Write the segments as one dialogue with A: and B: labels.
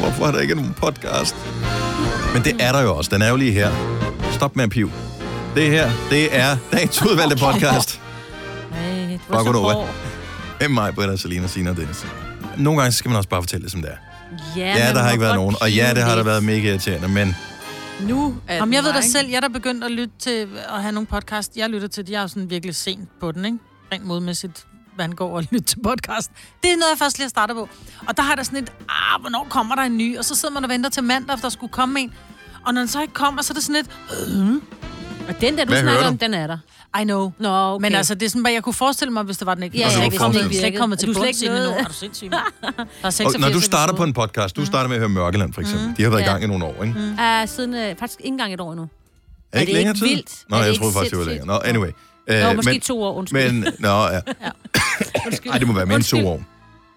A: hvorfor der ikke er nogen podcast? Men det er der jo også. Den er jo lige her. Stop med at piv. Det her, det er dagens udvalgte podcast.
B: Nej, det var
A: Bare
B: så
A: godnova.
B: hård.
A: Med mig, Britta, Selina, Sina og Dennis. Nogle gange skal man også bare fortælle det, som det er.
B: Ja,
A: Ja,
B: man
A: der har
B: må
A: ikke været
B: godt
A: nogen. Og ja, det har der
B: pive
A: været mega irriterende, men
B: lidt. Nu er
C: Om
B: den
C: jeg ved
B: der,
C: da
B: ikke?
C: selv, jeg er da begyndt at lytte til at have nogle podcast. Jeg lytter til, de er jo sådan virkelig sent på den, ikke? Rent modmæssigt, hvad han går og lytte til podcast. Det er noget, jeg først lige har startet på. Og der har der sådan et, ah, hvornår kommer der en ny? Og så sidder man og venter til mandag, for der skulle komme en. Og når den så ikke kommer, så er det sådan lidt, "Hm?"
B: Og den der, du
A: Hvad hører
B: snakker
A: du?
B: om, den er der.
C: I know.
B: Nå, okay.
C: Men altså, det er sådan, hvad jeg kunne forestille mig, hvis det var den ikke.
B: Ja,
C: Og så
A: ja,
C: er
A: hvis
C: den
A: den
C: ikke
A: ikke
C: slet ikke kommet til
B: virkede. Du er slet
C: bunds
B: ikke
C: endnu.
B: noget.
C: Er du sindssyg, mand? Der er
A: og,
C: 86
A: når du starter på
C: episoder.
A: en podcast, du starter med at høre Mørkeland for eksempel. De har været i
B: Mm. Ja.
A: gang i nogle år,
C: Mm.
A: ikke?
B: Uh, siden uh, faktisk ikke engang et år endnu.
A: Er det ikke
B: det
A: længere
B: ikke
A: tid?
B: vildt?
A: Nå,
B: Er det
A: jeg
B: ikke
A: troede faktisk, det var længere.
B: sindssygt?
A: Nå, anyway.
B: Nå,
A: Øh,
B: måske
A: men-
B: to år, undskyld.
A: Men, nå, ja.
B: undskyld.
A: Ej, det må være mere end to
B: Undskyld.
A: år.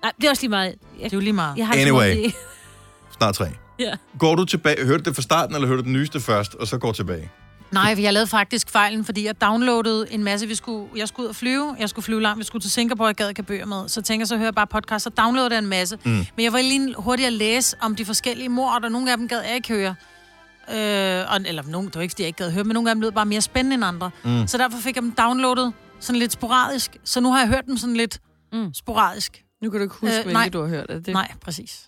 B: Nej, det er også lige meget. Jeg,
C: Det er jo lige meget.
B: jeg har det som
A: Anyway.
B: om, det-
A: Snart tre.
B: Ja.
A: Går du tilbage, hørte det fra starten, eller hørte du den nyeste først, og så går tilbage?
C: Nej, for jeg lavede faktisk fejlen, fordi jeg downloadede en masse. Vi skulle, jeg skulle ud og flyve. Jeg skulle flyve langt. Vi skulle til Singapore, jeg gad ikke have bøger med. Så tænker jeg, så hører jeg bare podcast, så downloadede jeg en masse. Mm. Men jeg var lige hurtig at læse om de forskellige mord, og nogle af dem gad jeg ikke høre. Øh, og, eller nogle, det var ikke, fordi jeg ikke gad høre, men nogle af dem lød bare mere spændende end andre. Mm. Så derfor fik jeg dem downloadet sådan lidt sporadisk. Så nu har jeg hørt dem sådan lidt mm. sporadisk.
D: Nu kan du ikke huske,
C: Øh,
D: øh,
C: nej.
D: hvilket du har hørt af det.
C: Nej, præcis.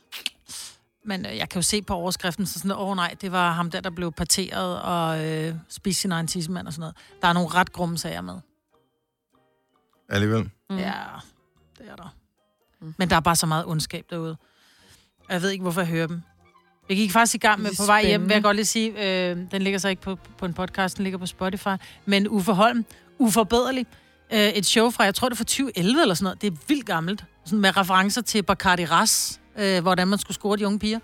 C: Men øh, jeg kan jo se på overskriften, så sådan, åh oh, nej, det var ham der, der blev parteret og øh, spiste sin egen tissemand og sådan noget. Der er nogle ret grumme sager med.
A: Alligevel.
C: Mm. Ja, det er der. Mm. Men der er bare så meget ondskab derude. Og Jeg ved ikke, hvorfor jeg hører dem. Vi gik faktisk i gang med
D: Det er
C: på vej hjem, vil jeg
D: spændende.
C: godt lige sige. Øh, den ligger så ikke på, på en podcast, den ligger på Spotify. Men Uffe Holm, uforbederlig. Øh, et show fra, jeg tror det er fra 2011 eller sådan noget. Det er vildt gammelt. Sådan med referencer til Bacardi Ras, øh, hvordan man skulle score de unge piger.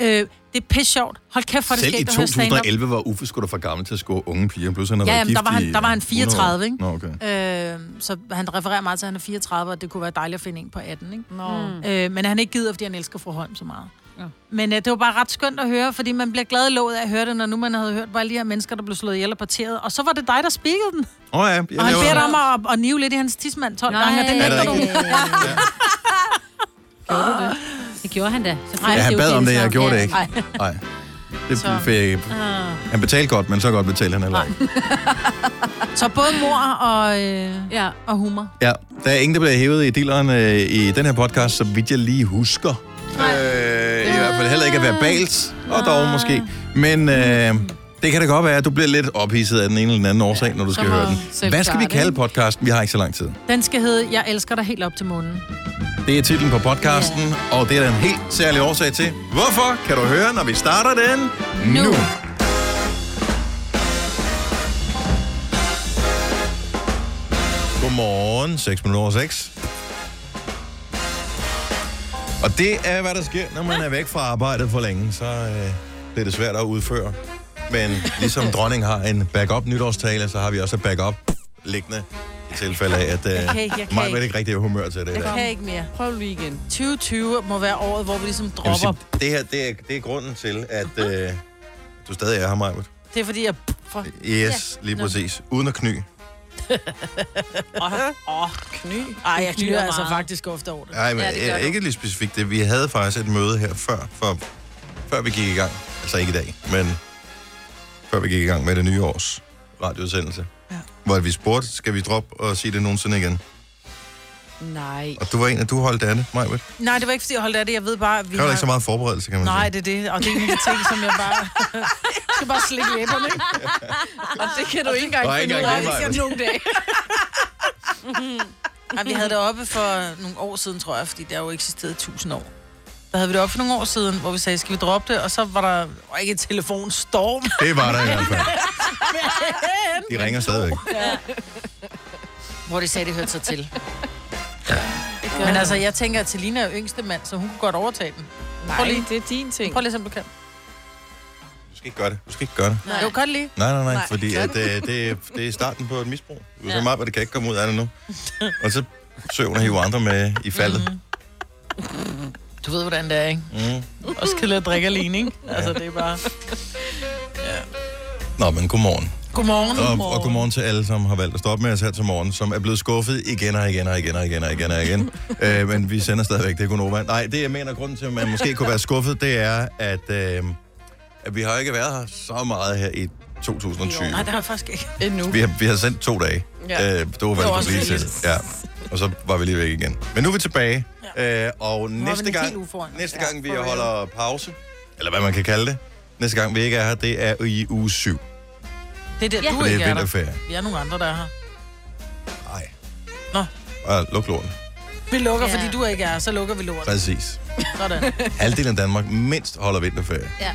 C: Øh, det er pisse sjovt. Hold kæft for, det
A: Selv
C: skal
A: i
C: ikke høre stand-up.
A: 2011, var Uffe sgu da for gammel til at score unge piger. Plus han har
C: Ja,
A: været
C: jamen,
A: gift
C: der var han-
A: i
C: der var han
A: 100 år.
C: 34, ikke?
A: Nå, okay.
C: Øh, så han refererer meget til, at han er 34, og det kunne være dejligt at finde en på 18, ikke?
D: Nå. Mm.
C: Øh, men han ikke gider, fordi han elsker fru Holm så meget. Ja.
D: Ja.
C: Men øh, det var bare ret skønt at høre, fordi man bliver glad i låget af at høre det, når nu man havde hørt bare alle de her mennesker, der blev slået ihjel og parteret. Og så var det dig, der spikede den.
A: Åh oh, ja, jeg
C: Og han
A: laver
C: beder dig
A: den.
C: om at, at nive lidt i hans tidsmand 12 Nej. gange, og det
A: Er
C: nægter
A: der
C: du.
A: ikke? Ja.
B: Gjorde du det? Det gjorde han da.
C: Ja,
A: Ja, han bad om det, jeg gjorde det ikke.
C: Nej.
A: Nej. Det
C: Så- Ah.
A: fik jeg ikke. Han betalte godt, men så godt betalte han heller ikke.
C: Så både mor og, øh,
B: Ja.
C: og humor.
A: Ja, der er ingen, der bliver hævet i dealeren øh, i den her podcast, så vidt jeg lige husker. Øh, I hvert fald heller ikke at være balt, og
D: Ah.
A: dog måske. Men øh, det kan da godt være, at du bliver lidt ophidset af den ene eller den anden årsag, når du skal
D: så
A: høre
D: må
A: den.
D: selv
A: Hvad skal vi
D: klare det,
A: kalde
D: ikke?
A: podcasten? Vi har ikke så lang tid.
C: Den skal hedde Jeg elsker dig helt op til månen.
A: Det er titlen på podcasten, yeah. og det er der en helt særlig årsag til. Hvorfor kan du høre, når vi starter den nu? nu. Godmorgen, 6 minutter over 6. Og det er, hvad der sker, når man er væk fra arbejdet for længe, så øh, bliver det svært at udføre. Men ligesom dronning har en backup nytårstale, så har vi også et backup liggende i tilfælde af, at øh,
C: kan ikke, jeg kan
A: mig
C: ikke.
A: ikke rigtig har humør til det. i
C: Jeg
A: dag.
C: kan ikke mere.
D: Prøv lige igen.
C: 2020 må være året, hvor vi ligesom
A: Jeg vil
C: dropper.
A: sige, det her, det er, det er grunden til, at øh, du stadig er her, Majbert.
C: Det er fordi, jeg... For,
A: Yes, lige præcis. Uden at kny.
C: åh, åh,
D: Kny.
C: ej, jeg
B: Du knyder
C: knyder altså
B: meget.
C: faktisk ofte over det.
A: Nej, men
B: Ja, det gør
A: ja,
B: du.
A: ikke lige specifikt det. Vi havde faktisk et møde her før, for, før vi gik i gang. Altså ikke i dag, men før vi gik i gang med det nye års radioudsendelse. Ja. Hvor vi spurgte, skal vi droppe og sige det nogensinde igen?
D: Nej.
A: Og du var en af, du holdt af det, Majbert.
C: Nej, det var ikke, fordi jeg holdt af det. Jeg ved bare, at vi
A: Der var ikke så meget forberedelse, kan man
C: Nej,
A: sige.
C: det er det. Og det er en af de ting, som jeg bare... Jeg skal bare slikke læberne, ikke?
D: Og det kan du ikke
A: Nå,
D: engang
A: ikke
D: finde ud
A: engang
D: af.
A: det,
D: Det skal
A: Maja.
D: nogle dage.
C: Ej, vi havde det oppe for nogle år siden, tror jeg, fordi det har jo eksisteret i tusind år. Der havde vi det oppe for nogle år siden, hvor vi sagde, skal vi droppe det? Og så var der og ikke en telefonstorm.
A: Det var der i hvert fald. De ringer stadigvæk.
C: Hvor de sagde, det hørte sig til. Men altså, jeg tænker, at Selina er jo yngste mand, så hun kunne godt overtage den. Prøv
D: Nej,
C: lige,
D: det er din ting.
C: prøv lige som du kan.
A: Du skal ikke gøre det. Du skal ikke gøre det.
C: Nej. Jo, godt lige.
A: Nej, nej, nej,
C: Nej.
A: nej. fordi at, øh, det, er- det er starten på et misbrug. Du ja. meget, hvad det kan ikke komme ud af det nu. Og så søvn og hiver andre med i faldet. Mm.
C: Du ved, hvordan det er, ikke?
A: Mhm.
C: Og skal lidt drikke alene, ikke? Altså, det er bare...
A: Nå, men godmorgen.
C: Godmorgen.
A: Og, og godmorgen til alle, som har valgt at stoppe med os her til morgen, som er blevet skuffet igen og igen og igen og igen og igen og igen. øh, men vi sender stadigvæk, det er kun over. Nej, det jeg mener, grunden til, at man måske kunne være skuffet, det er, at, øh, at vi har ikke været her så meget her i 2020.
C: Nej, det har jeg faktisk ikke.
D: Endnu.
A: Vi har, vi har sendt to dage.
D: Ja.
A: Øh, det var, hvad
D: Det var
A: det
D: også
A: kunne blive til.
D: lidt.
A: Ja. Og så var vi lige væk igen. Men nu er vi tilbage. Ja. Øh, og
C: vi
A: næste
C: en hel uge
A: gang,
C: foran os.
A: næste
C: Ja,
A: gang, vi
C: for real.
A: holder pause, eller hvad man kan kalde det, næste gang vi ikke er her, det er i uge 7.
C: Det er der,
B: Ja.
C: du
A: Det
C: ikke
A: er
C: er der.
A: vinterferie.
C: Vi er nogle andre, der er her.
A: Nej.
C: Nå.
A: Og luk lorten.
C: Vi lukker,
B: Ja.
C: ja. fordi du ikke er her, så lukker vi lorten.
A: Præcis.
C: Sådan.
A: Halvdelen af Danmark mindst holder vinterferie.
B: Ja.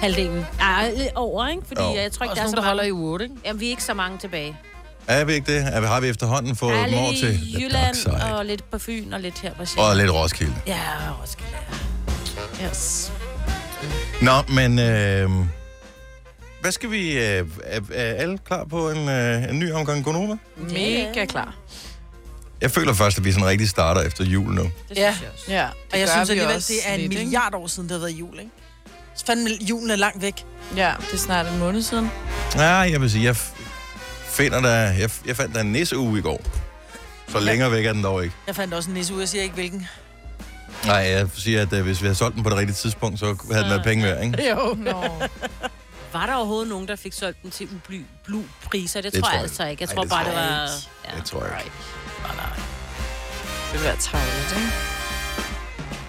B: Halvdelen. Ej, lidt over, ikke? Fordi
A: Jo.
B: jeg tror ikke,
C: Også
B: der er
C: nogen,
B: så
C: der holder
B: mange.
C: i uge, ikke?
B: Jamen, vi er ikke så mange tilbage.
A: Er vi ikke det? Er vi, har vi efterhånden fået
B: Der er
A: dem over
B: lidt
A: til
B: i
A: the dark
B: Jylland,
A: side?
B: og lidt på Fyn, og lidt her på Sjælland.
A: Og lidt Roskilde.
B: Ja, Roskilde.
D: Yes.
A: Nå, men øh, hvad skal vi... Øh, er, er alle klar på en, øh, en ny omgang Gonova?
D: Mega klar.
A: Jeg føler først, at vi sådan rigtig starter efter jul nu.
B: Det
C: Ja.
B: synes jeg også.
D: Ja,
C: Og jeg synes alligevel,
D: alligevel,
C: det er en milliard år siden, det har været jul, ikke? Så fandme, julen er langt væk.
D: Ja, det er snart en måned siden.
A: Ja, jeg vil sige, jeg f- finder der... Jeg, f- jeg fandt der en nisseuge i går. Så længere væk er den dog ikke.
C: Jeg fandt også en nisse ud, jeg siger ikke hvilken.
A: Nej, jeg siger, at øh, hvis vi havde solgt den på det rigtige tidspunkt, så havde den været penge værd, ikke?
D: Jo. Nå.
B: Var der overhovedet nogen, der fik solgt den til ublu blu priser? Det,
A: Det
B: tror
A: tror
B: jeg
A: jeg
B: altså ikke. Jeg
A: Ej,
B: tror
A: det
B: bare,
A: tror
B: det
A: jeg
B: var... Ja.
A: Det tror jeg ikke.
D: Det vil være travlt, ikke?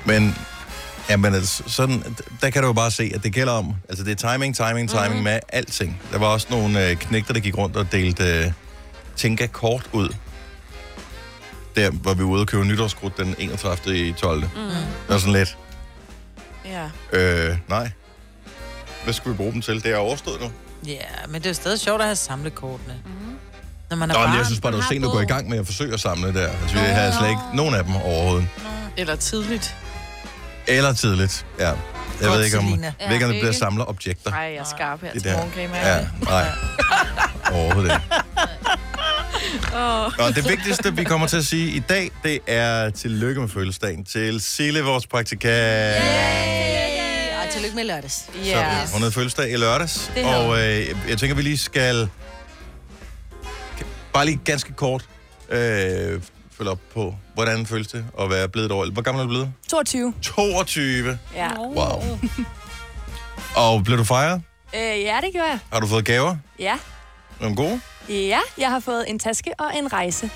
A: Men, ja, men altså, sådan, der kan du jo bare se, at det gælder om. Altså, det er timing, timing, timing mm. med alting. Der var også nogle øh, knægter, der gik rundt og delte øh, Tinka-kort ud. Der var vi ude og købe nytårskrudt den 31. i 12. Mm. Det var sådan lidt,
D: Ja.
A: øh, nej. Hvad skulle vi bruge dem til? Det er overstået nu.
C: Ja, men det er jo stadig sjovt at have samlekortene. Mm-hmm.
E: Mhm.
C: Når man er
A: Nå,
C: barn.
A: men jeg synes bare, det var
B: har
A: sent at gå i
B: bogen.
A: gang med at forsøge at samle der. Altså, vi havde slet ikke nogen af dem overhovedet.
D: Mm. Eller tidligt.
A: Eller tidligt, ja. Jeg
C: Godt,
A: ved ikke, om,
C: Selina.
A: ja, ikke, om det bliver
D: ikke?
A: samlerobjekter.
D: Nej, jeg er skarp her
A: Det
D: til
A: der.
D: morgen, kan I mærke
A: Ja,
D: det?
A: nej. Overhovedet ikke. Nå, det vigtigste, vi kommer til at sige i dag, det er tillykke med fødselsdagen til Sille, vores praktikant.
C: Ej, tillykke med lørdags.
A: Så, øh, hun havde fødselsdag i lørdags, og øh, jeg tænker, vi lige skal... Bare lige ganske kort øh, følge op på, hvordan føles det at være blevet et år? Hvor gammel er du blevet?
E: 22.
A: 22.
E: Ja.
A: Wow. Og blev du fejret?
E: Øh, ja, det gjorde jeg.
A: Har du fået gaver?
E: Ja.
A: Nogle gode?
E: Ja, jeg har fået en taske og en rejse.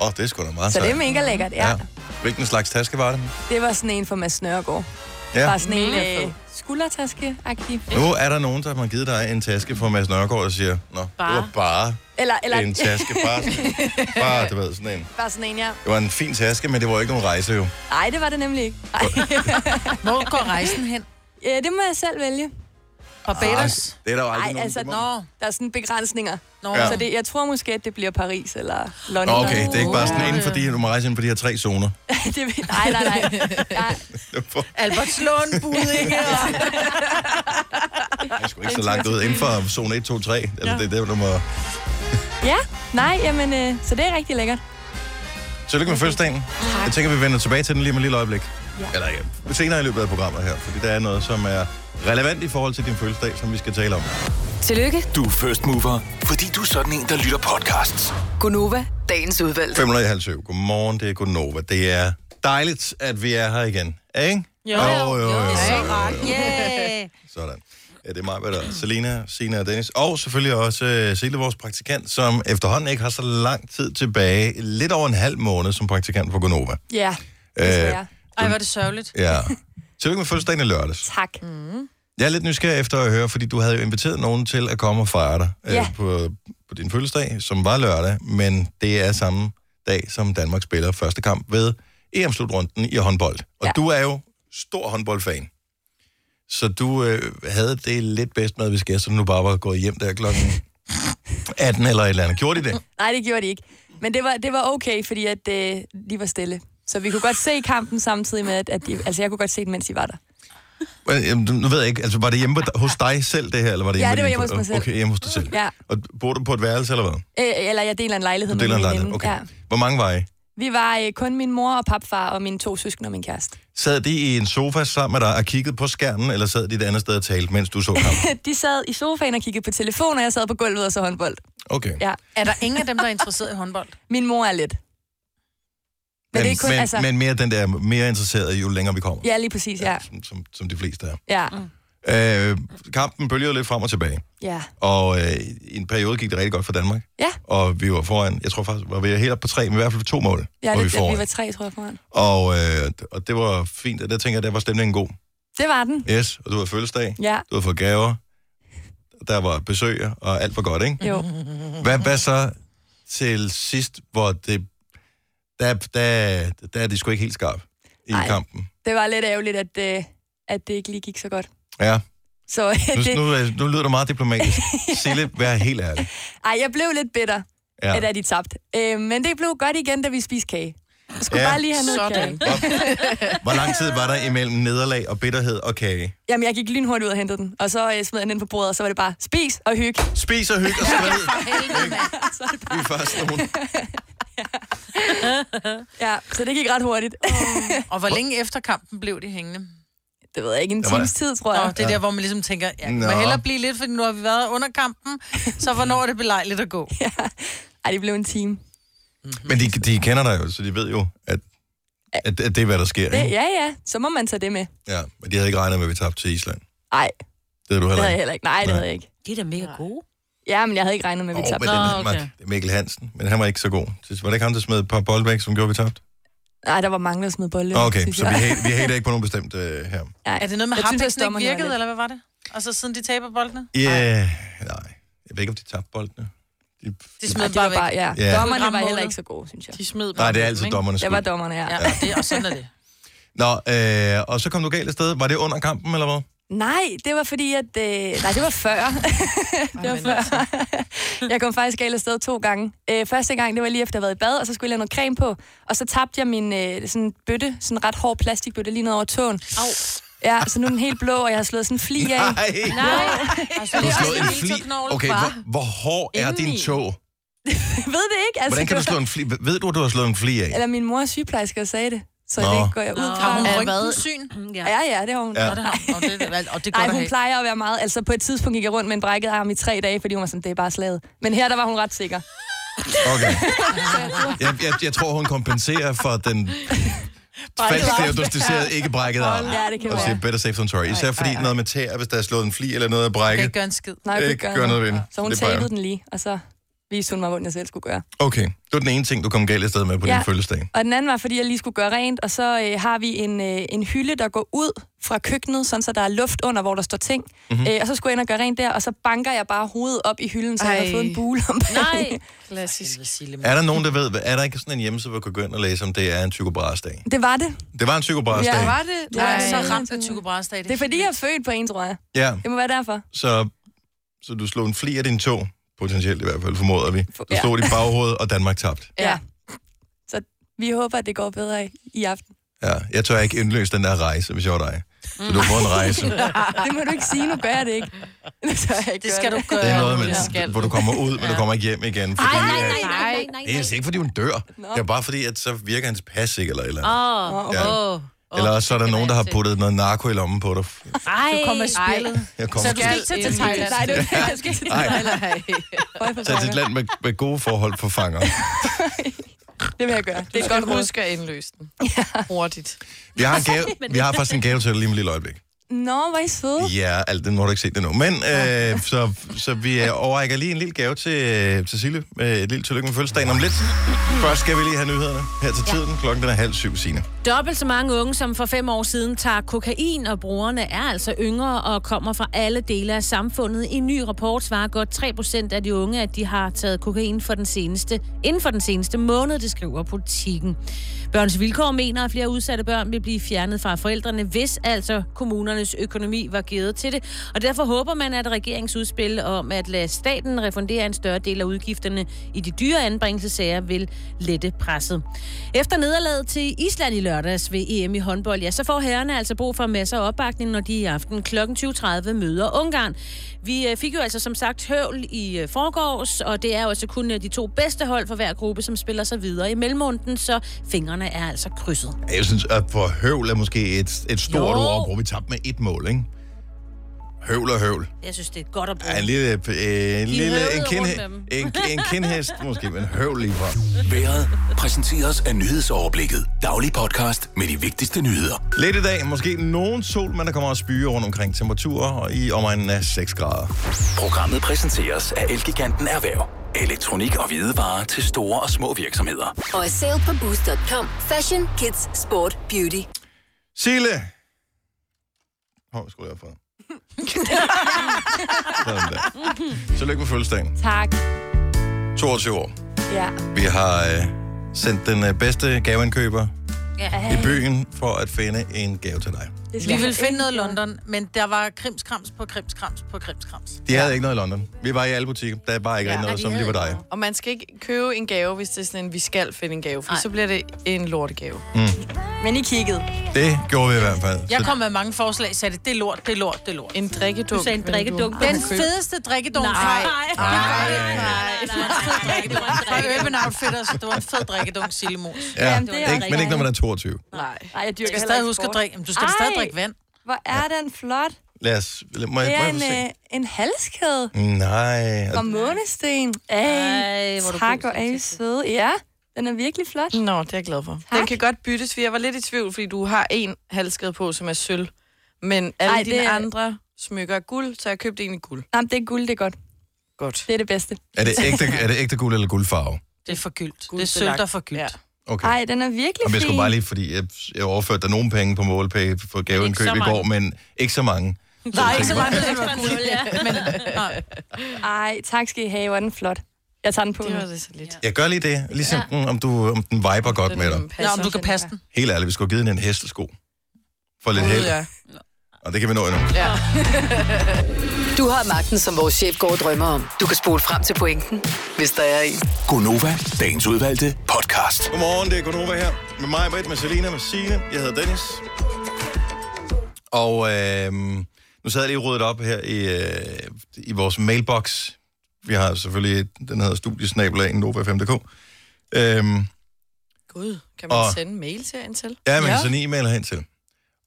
A: Åh, oh, det er sgu da meget
E: Så det er
A: sejt.
E: mega lækkert, ja. ja.
A: Hvilken slags taske var det?
E: Det var sådan en for Mads Nørgaard.
A: Ja.
E: Bare sådan en
D: Mega fed.
E: øh, skuldertaske-agtig.
A: Nu er der nogen, der har givet dig en taske fra Mads Nørgaard og siger, Nå, bare. det var bare
E: Eller, eller
A: en taske. Bare, sådan- bare, du ved, sådan en.
E: bare sådan en, ja.
A: Det var en fin taske, men det var ikke nogen rejse jo.
E: Nej, det var det nemlig ikke. Ej.
C: Hvor går rejsen hen?
E: Øh, det må jeg selv vælge.
C: Barbados?
A: Ah, Det er der jo aldrig
E: Ej,
A: nogen,
E: altså,
A: der må.
C: Nå,
E: Der er sådan begrænsninger.
C: nå.
A: Ja.
C: Ja.
E: Så det, jeg tror måske, at det bliver Paris eller
A: Nå,
E: London.
A: okay, det er ikke bare sådan inden for de, du må rejse inden for de her tre zoner.
E: det, nej, nej, nej. nej.
C: Albertslund, Budinge og...
A: Jeg er sgu ikke så langt ud. Inden for zone 1, 2, 3. Eller Altså, det er der, du må...
E: Ja, nej, jamen, øh, så det er rigtig lækkert.
A: Tillykke med fødselsdagen. Jeg tænker, vi vender tilbage til den lige om et lille øjeblik. Ja. Eller ja, senere i løbet af programmet her, fordi der er noget, som er relevant i forhold til din fødselsdag, som vi skal tale om.
F: Tillykke,
G: Du er first mover, fordi du er sådan en, der lytter podcasts.
F: Gunova, dagens udvalgte.
A: 570. Godmorgen, det er Gunova. Det er dejligt, at vi er her igen. Ikke? Jo, jo, jo. jo, jo, jo, jo.
C: Yeah.
A: Sådan. Ja, det er mig, hvad der er. Selina, Sina og Dennis. Og selvfølgelig også uh, Sille, vores praktikant, som efterhånden ikke har så lang tid tilbage. Lidt over en halv måned som praktikant for Gonova.
E: Ja,
A: Øh,
E: det øh.
C: Ej, hvor er det sørgeligt.
A: ja. Tillykke med fødselsdagen i lørdags.
E: Tak. Mhm.
A: Jeg er lidt nysgerrig efter at høre, fordi du havde jo inviteret nogen til at komme og fejre dig øh,
E: Ja.
A: på, på din fødselsdag, som var lørdag, men det er samme dag, som Danmark spiller første kamp ved EM-slutrunden i håndbold. Og ja.
E: Ja.
A: du er jo stor håndboldfan. Så du øh, havde det lidt bedst med, hvis gæsterne nu bare var gået hjem der klokken 18 eller et eller andet. Gjorde de det?
E: Nej, det gjorde de ikke. Men det var, det var okay, fordi at, øh, de var stille. Så vi kunne godt se kampen samtidig med, at, at de, altså jeg kunne godt se den, mens de var der.
A: Well, jamen, nu ved jeg ikke, altså var det hjemme på- hos dig selv det her, eller var det
E: Ja,
A: hjemme
E: det var
A: ved
E: hjemme hos
A: din-
E: mig selv.
A: Okay, hjemme hos dig selv.
E: Ja.
A: Og bor du på et værærelse, eller hvad?
E: Øh, eller jeg deler en lejlighed
A: Du deler
E: med min
A: en lejlighed,
E: veninde.
A: okay.
E: Ja.
A: Hvor mange var I?
E: Vi var øh, kun min mor og papfar og mine to søskende og min kæreste.
A: Sad de i en sofa sammen med dig og kiggede på skærmen, eller sad de et andet sted og talte, mens du så kampen?
E: De sad i sofaen og kiggede på telefon, og jeg sad på gulvet og så håndbold.
A: Okay.
E: Ja.
C: Er der ingen af dem, der er interesseret i håndbold?
E: Min mor er lidt. Men,
A: Men,
E: det er kun,
A: men,
E: altså,
A: men mere den der, mere interesseret jo længere vi kommer,
E: Ja, lige præcis, ja.
A: som, som, som de fleste er.
E: Ja,
C: Mm.
A: Øh, kampen bølgede lidt frem og tilbage,
E: ja.
A: og øh, i en periode gik det rigtig godt for Danmark.
E: Ja.
A: Og vi var foran, jeg tror faktisk, var vi helt op på tre, men i hvert fald på to mål,
E: Ja,
A: var
E: det,
A: vi
E: ja,
A: foran.
E: vi var tre, tror jeg, foran.
A: Og, øh, og det var fint, og der tænker jeg, der var stemningen god.
E: Det var den.
A: Yes, og du havde fødselsdag,
E: Ja,
A: du havde fået gaver, der var besøg, og alt var godt, ikke?
E: jo.
C: Mhm.
E: Mhm.
A: Hvad, hvad så til sidst, hvor det... Der, der, der er de sgu ikke helt skarp i
E: Ej.
A: Ej. kampen.
E: Det var lidt ærgerligt, at, øh, at det ikke lige gik så godt.
A: Ja,
E: Så
A: nu,
E: det,
A: nu, er- nu lyder du meget diplomatisk. Sille, vær helt ærlig.
E: ej, jeg blev lidt bitter,
A: Ja.
E: ja. at de tabte. Øh, men det blev godt igen, da vi spiste kage. Jeg skulle
A: Ja.
E: ja. bare lige have noget kage.
A: Hvor lang tid var der imellem nederlag og bitterhed og kage?
E: Jamen, jeg gik lynhurtigt ud og hentede den, og så øh, smed jeg den ind på bordet, og så var det bare spis og hygge.
A: Spis og hygge og strid.
E: Så er det bare,
A: Vi er først nogen.
E: ja, så det gik ret hurtigt.
C: Og hvor længe efter kampen blev de hængende? Nå,
E: det ved jeg ikke, en
A: Der var-
E: times tid, tror jeg.
C: det er der, hvor man ligesom tænker, ja,
A: Nå.
C: man hellere blive lidt, fordi nu har vi været under kampen, så hvornår er det belejligt at gå?
E: Ej, det blev en time.
A: Men de, de kender dig jo, så de ved jo, at, at, at det er, hvad der sker.
E: Det,
A: Ikke?
E: ja, ja, så må man tage det med.
A: Ja, men de havde ikke regnet med, at vi tabte til Island.
E: Ej,
A: Det havde du
E: det havde
A: heller
E: jeg
A: ikke.
E: heller ikke. Nej, det
A: Nej.
E: havde jeg ikke.
B: Det er da mega gode.
E: Ja, men jeg havde ikke regnet med, at vi
A: Åh, men
E: tabte.
A: den,
B: Nå,
A: okay.
B: okay.
A: det er Mikkel Hansen, men han var ikke så god. Så Var det ikke ham, der smed et par bolde væk, som gjorde, at vi tabte?
E: Nej, der var mange, der smed bolde.
A: Okay,
E: synes
A: så
E: jeg.
A: vi hater, vi hater ikke på nogen bestemt øh, her.
E: Nej.
C: Er det noget
E: Jeg synes,
C: med
E: at
C: harpiksen ikke
E: dommerne var
C: virkede,
E: lidt-
C: eller hvad var det? Og så siden de taber boldene?
A: Ja, yeah, nej. Jeg ved ikke, om de tabte boldene. De,
C: De
E: Ja,
C: smed
E: det
C: bare
E: var
C: væk.
E: bare, ja.
A: Ja.
E: Dommerne var
C: Rammemålet.
E: heller ikke så gode, synes jeg.
D: De smed bare
A: nej, det er
D: dem,
A: altid
D: ikke?
A: dommernes
E: Det
A: skyld.
E: var dommerne, ja.
B: Ja,
E: ja.
B: og, det, og sådan er det.
A: Nå, øh, og så kom du galt afsted. Var det under kampen, eller hvad?
E: Nej, det var fordi, at... Øh, nej, det var før. det var før.
C: altså.
E: jeg kom faktisk galt afsted to gange. Øh, første gang, det var lige efter, jeg havde været i bad, og så skulle jeg have noget creme på. Og så tabte jeg min øh, sådan bøtte, sådan en ret hård plastikbøtte, lige ned over tåen.
B: Au.
E: Ja, så nu er den helt blå, og jeg har slået sådan en fli af.
A: Nej.
B: Altså,
A: Du
B: det
A: har
B: er
A: slået
B: også
A: en
B: lille
A: fli.
B: tåknogle
A: Okay,
B: fra-
A: hvor, hvor hård er din
D: Indeni.
A: tog?
E: Jeg ved det ikke.
A: Hvordan kan
E: Altså, det
A: du
E: var-
A: slå en fli? Ved du, at du har slået en fli af?
E: Eller min mor er sygeplejerske og sagde det. Så
A: Nå.
E: det går jeg ud
C: Har
E: fra.
C: hun
D: Ja,
C: rygten
D: hvad?
C: syn?
B: Ja.
E: Ja, ja, det har hun.
A: Ja.
C: Og det har hun. Og det, er vel- og det er
E: Nej,
C: godt at
E: hun
C: have.
E: plejer at være meget. Altså på et tidspunkt gik jeg rundt med en brækket arm i tre dage, fordi hun var sådan, det er bare slaget. Men her, der var hun ret sikker.
A: Okay. Jeg, jeg, jeg tror, hun kompenserer for den falsk diagnosticerede, ikke brækket arm.
E: Ja, det kan
A: Og
E: være.
A: siger, better safe than sorry. Især fordi noget med tæer, hvis der er slået en fli eller noget er
C: Kan
A: brækket.
C: ikke gøre en skid.
E: Nej, jeg
A: Ikke gøre noget ved den.
E: Så hun
A: Det plejer
E: tabede
A: jeg.
E: den lige, og så viste hun mig, hvordan jeg selv skulle gøre.
A: Okay, det var den ene ting, du kom galt afsted med på din
E: Ja.
A: fødselsdag.
E: Og den anden var, fordi jeg lige skulle gøre rent, og så øh, har vi en, øh, en hylde, der går ud fra køkkenet, sådan så der er luft under, hvor der står ting.
A: Mhm.
E: Mm-hmm. Øh, og så skulle jeg ind og gøre rent der, og så banker jeg bare hovedet op i hylden, så jeg har
D: Ej.
E: fået en bule om
D: Nej.
E: bagved.
D: Klassisk.
A: Er der nogen, der ved, hvad- er der ikke sådan en hjemmeside, hvor du kan gå ind og læse, om det er en psykobrasdag?
E: Det var det.
A: Det var en psykobrasdag.
E: Ja,
A: Ja,
E: var
D: det?
E: Det var
C: Jeg er
E: det.
C: så ramt af Tycho Brahes dag.
E: Det er fordi, jeg er født på en, tror jeg.
A: ja
E: Det må være derfor.
A: så, så du slog en fli af din tog, potentielt i hvert fald, formoder vi. Du
E: Ja.
A: slog dit baghoved, og Danmark tabte.
E: Ja. ja. Så vi håber, at det går bedre i, i aften.
A: Ja, jeg tør ikke indløse den der rejse, hvis jeg var dig. Så du får en rejse.
E: Det må du ikke sige, nu gør jeg det ikke. Det, tør jeg ikke
C: Det
E: gøre
C: skal du gøre.
A: Det er noget,
C: Julia.
A: med, hvor du kommer ud, men du kommer ikke hjem igen. Fordi, nej, nej,
D: Nej.
A: Det er altså ikke, fordi hun dør.
E: Nå.
A: Det er bare fordi, at så virker hans pas ikke, eller et eller andet.
B: Åh,
E: Nå, okay.
A: Ja.
B: åh.
A: Eller også så er der nogen, der har puttet noget narko i lommen på dig.
B: Ej,
C: Du kommer i spillet.
A: Jeg
C: Så
A: kommer
C: du skal ikke tage til
D: Skal-
C: Thailand.
E: Nej, det er ikke, jeg skal ikke
A: Nej.
E: Øj, for
A: til et land med, med gode forhold for fanger.
E: pokker. Det vil jeg gøre. Det
D: Det
E: er
D: er
E: et
D: godt
E: godt råd.
D: huske at indløse den. Hurtigt.
A: Vi har, en gave, vi har faktisk en gave til dig lige om et lille øjeblik.
E: Nå, hvor er I søde.
A: Ja, alt den har du ikke set endnu. Men øh, så, så vi øh, overrækker lige en lille gave til, øh, til Sille. Øh, et lille tillykke med fødselsdagen om lidt. Først skal vi lige have nyhederne her til tiden. Klokken den er halv syv, Signe.
H: Dobbelt så mange unge, som for fem år siden tager kokain, og brugerne er altså yngre og kommer fra alle dele af samfundet. En ny rapport svarer godt 3 procent af de unge, at de har taget kokain for den seneste, inden for den seneste måned, det skriver politikken. Børns Vilkår mener, at flere udsatte børn vil blive fjernet fra forældrene, hvis altså kommunernes økonomi var givet til det. Og derfor håber man, at regeringsudspil om at lade staten refundere en større del af udgifterne i de dyre anbringelsesager vil lette presset. Efter nederlaget til Island i lørdag lørdags ved EM i håndbold, ja, så får herrerne altså brug for masser af opbakning, når de i aften kl. 20.30 møder Ungarn. Vi øh, fik jo altså som sagt høvl i øh, forgårs, og det er jo altså kun øh, de to bedste hold for hver gruppe, som spiller sig videre i mellemrunden, så fingrene er altså krydset.
A: Jeg synes, at for høvl er måske et, et stort
H: Jo.
A: ord at bruge. Vi tabte med et mål, ikke? Høvl og høvl.
H: Jeg synes, det er godt at bruge.
A: Ja, en lille, øh, en, lille en,
H: høvlede
A: kind,
H: rundt med dem.
A: en, en kindhest måske, men høvl lige for.
G: Været præsenteres af nyhedsoverblikket. Daglig podcast med de vigtigste nyheder.
A: Lidt i dag, måske nogen sol, men der kommer også byer rundt omkring temperaturer og i omegnen af 6 grader.
G: Programmet præsenteres af Elgiganten Erhverv. Elektronik og hvidevarer til store og små virksomheder.
F: Og er sale på Boost.com. Fashion, kids, sport, beauty.
A: Sille! Hov, oh, skulle jeg have fået. Sådan der. Tillykke med fødselsdagen.
E: Tak.
A: 22 år.
E: Ja.
A: Vi har øh, sendt den øh, bedste gaveindkøber i byen for at finde en gave til dig.
E: Det
C: Vi ville finde noget i London, men der var krimskrams på krimskrams på krimskrams.
A: De havde ikke noget i London. Vi var i alle butikker. Der er bare ikke ja, noget, som lige var dig.
D: Og man skal ikke købe en gave, hvis det er sådan en, vi skal finde en gave, for så bliver det en lortegave.
E: Men I kiggede.
A: Mm. Det gjorde vi i hvert fald.
C: Jeg kom med mange forslag, sagde det, det er lort, det er lort, det er lort.
D: En drikkedunk.
H: Du sagde en
D: men
H: drikkedunk.
D: du-
C: Den fedeste drikkedunk
H: Nej.
C: fra,
A: nej,
C: fra Urban Outfitters, det var en fed drikkedunk, Sillemus.
A: Ja,
E: Jamen, det er
A: det ikke,
E: rigtigt.
A: men ikke når man er 22.
D: Nej.
E: Nej, jeg
C: Du
E: dyrker heller
C: skal stadig
E: ikke
C: huske at
E: sport.
C: drikke, jamen, du skal da stadig
E: Ej.
C: drikke vand.
E: Hvor er den flot.
A: Lad os... Må jeg, må
E: Det er
A: jeg få
E: en,
A: se?
E: øh, en halskæde
A: Nej.
E: fra månesten.
H: Ej,
E: Ej,
H: hvor er du
E: tak,
H: god
E: hvor
H: til
E: er I søde. Ja, den er virkelig flot.
D: Nå, det er jeg glad for. Tak. Den kan godt byttes, for jeg var lidt i tvivl, fordi du har en halskede på, som er sølv. Men alle
E: Ej,
D: Ej,
E: det
D: dine
E: er-
D: andre smykker er guld, så jeg købte en i guld.
E: Nej, men det er guld, det er godt.
D: Godt.
E: Det er det bedste.
A: Er det ægte, er det ægte guld eller guldfarve?
C: Det er forgyldt.
D: Guld
C: Det er sølv, der er forgyldt.
D: Ja.
A: Okay.
E: Ej, den er virkelig
A: Og jeg skulle
E: fin.
A: bare lige, fordi jeg, jeg overførte dig nogle penge på målpay for gaveindkøb
H: Ikke så
A: i går, men ikke så mange.
C: Der er ikke så mange, der er
H: Nul, ja.
C: øh,
E: Ej, tak skal I have. Hvor er den flot. Jeg tager den på.
D: Det var
E: nu.
D: det så lidt.
A: Jeg gør lige det, ligesom ja. den, om, du, om den viber godt
D: Den
A: med dig.
C: Nå,
D: passer.
C: om du kan passe den.
A: Helt ærligt, vi skulle have givet den en hestesko. For lidt held,
D: Ja.
A: og det kan vi nå endnu.
F: Du har magten, som vores chef går og drømmer om. Du kan spole frem til pointen, hvis der er en.
G: Gonova, dagens udvalgte podcast.
A: Godmorgen, det er Gunova her. Med mig, Britt, med Selina, med Signe. Jeg hedder Dennis. Og øh, nu sad jeg lige og ryddet op her i, øh, i vores mailbox. Vi har selvfølgelig, den hedder studiesnabelagen, nova5.dk. Øhm,
D: Gud, kan man
A: Og-
D: sende mail til en til?
A: ja, man kan
D: Ja.
A: sende e-mail hen til.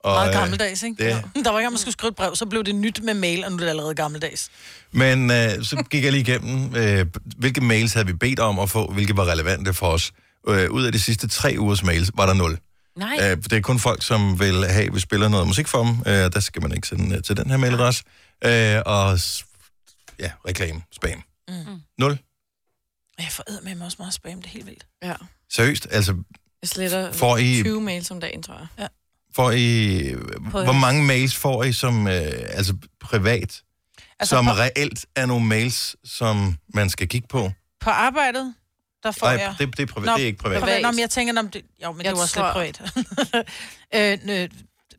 A: Og,
C: Meget
A: øh,
C: gammeldags, ikke?
A: det-
C: Ja. Der var ikke, om man skulle skrive et brev, så blev det nyt med mail, og nu er det allerede gammeldags.
A: Men øh, så gik jeg lige igennem, øh, hvilke mails havde vi bedt om at få, hvilke var relevante for os. Øh, ud af de sidste tre ugers mails var der nul.
H: Nej,
A: Øh, det er kun folk, som vil have, at vi spiller noget musik for dem. Øh, der skal man ikke sende øh, til den her mailadresse. Øh, og s- ja, reklame, spam. Mm. Nul.
C: Ja, Jeg får med mig også meget spam, det er helt vildt.
D: Ja.
A: Seriøst, altså
D: Jeg sletter
A: får I,
D: 20 mails om dagen, tror jeg.
A: får I hvor mange mails får I som øh, altså privat, altså,
C: Altså,
A: som
C: på-
A: reelt er nogle mails, som man skal kigge på?
C: På arbejdet, der får
A: Nej,
C: jeg...
A: det, det, er privat,
C: Nå,
A: det er ikke privat.
C: Privat. Nå, men jeg tænker, om det... Jo, men det
D: Jeg
C: var også lidt
D: tror-
C: privat. øh, nø,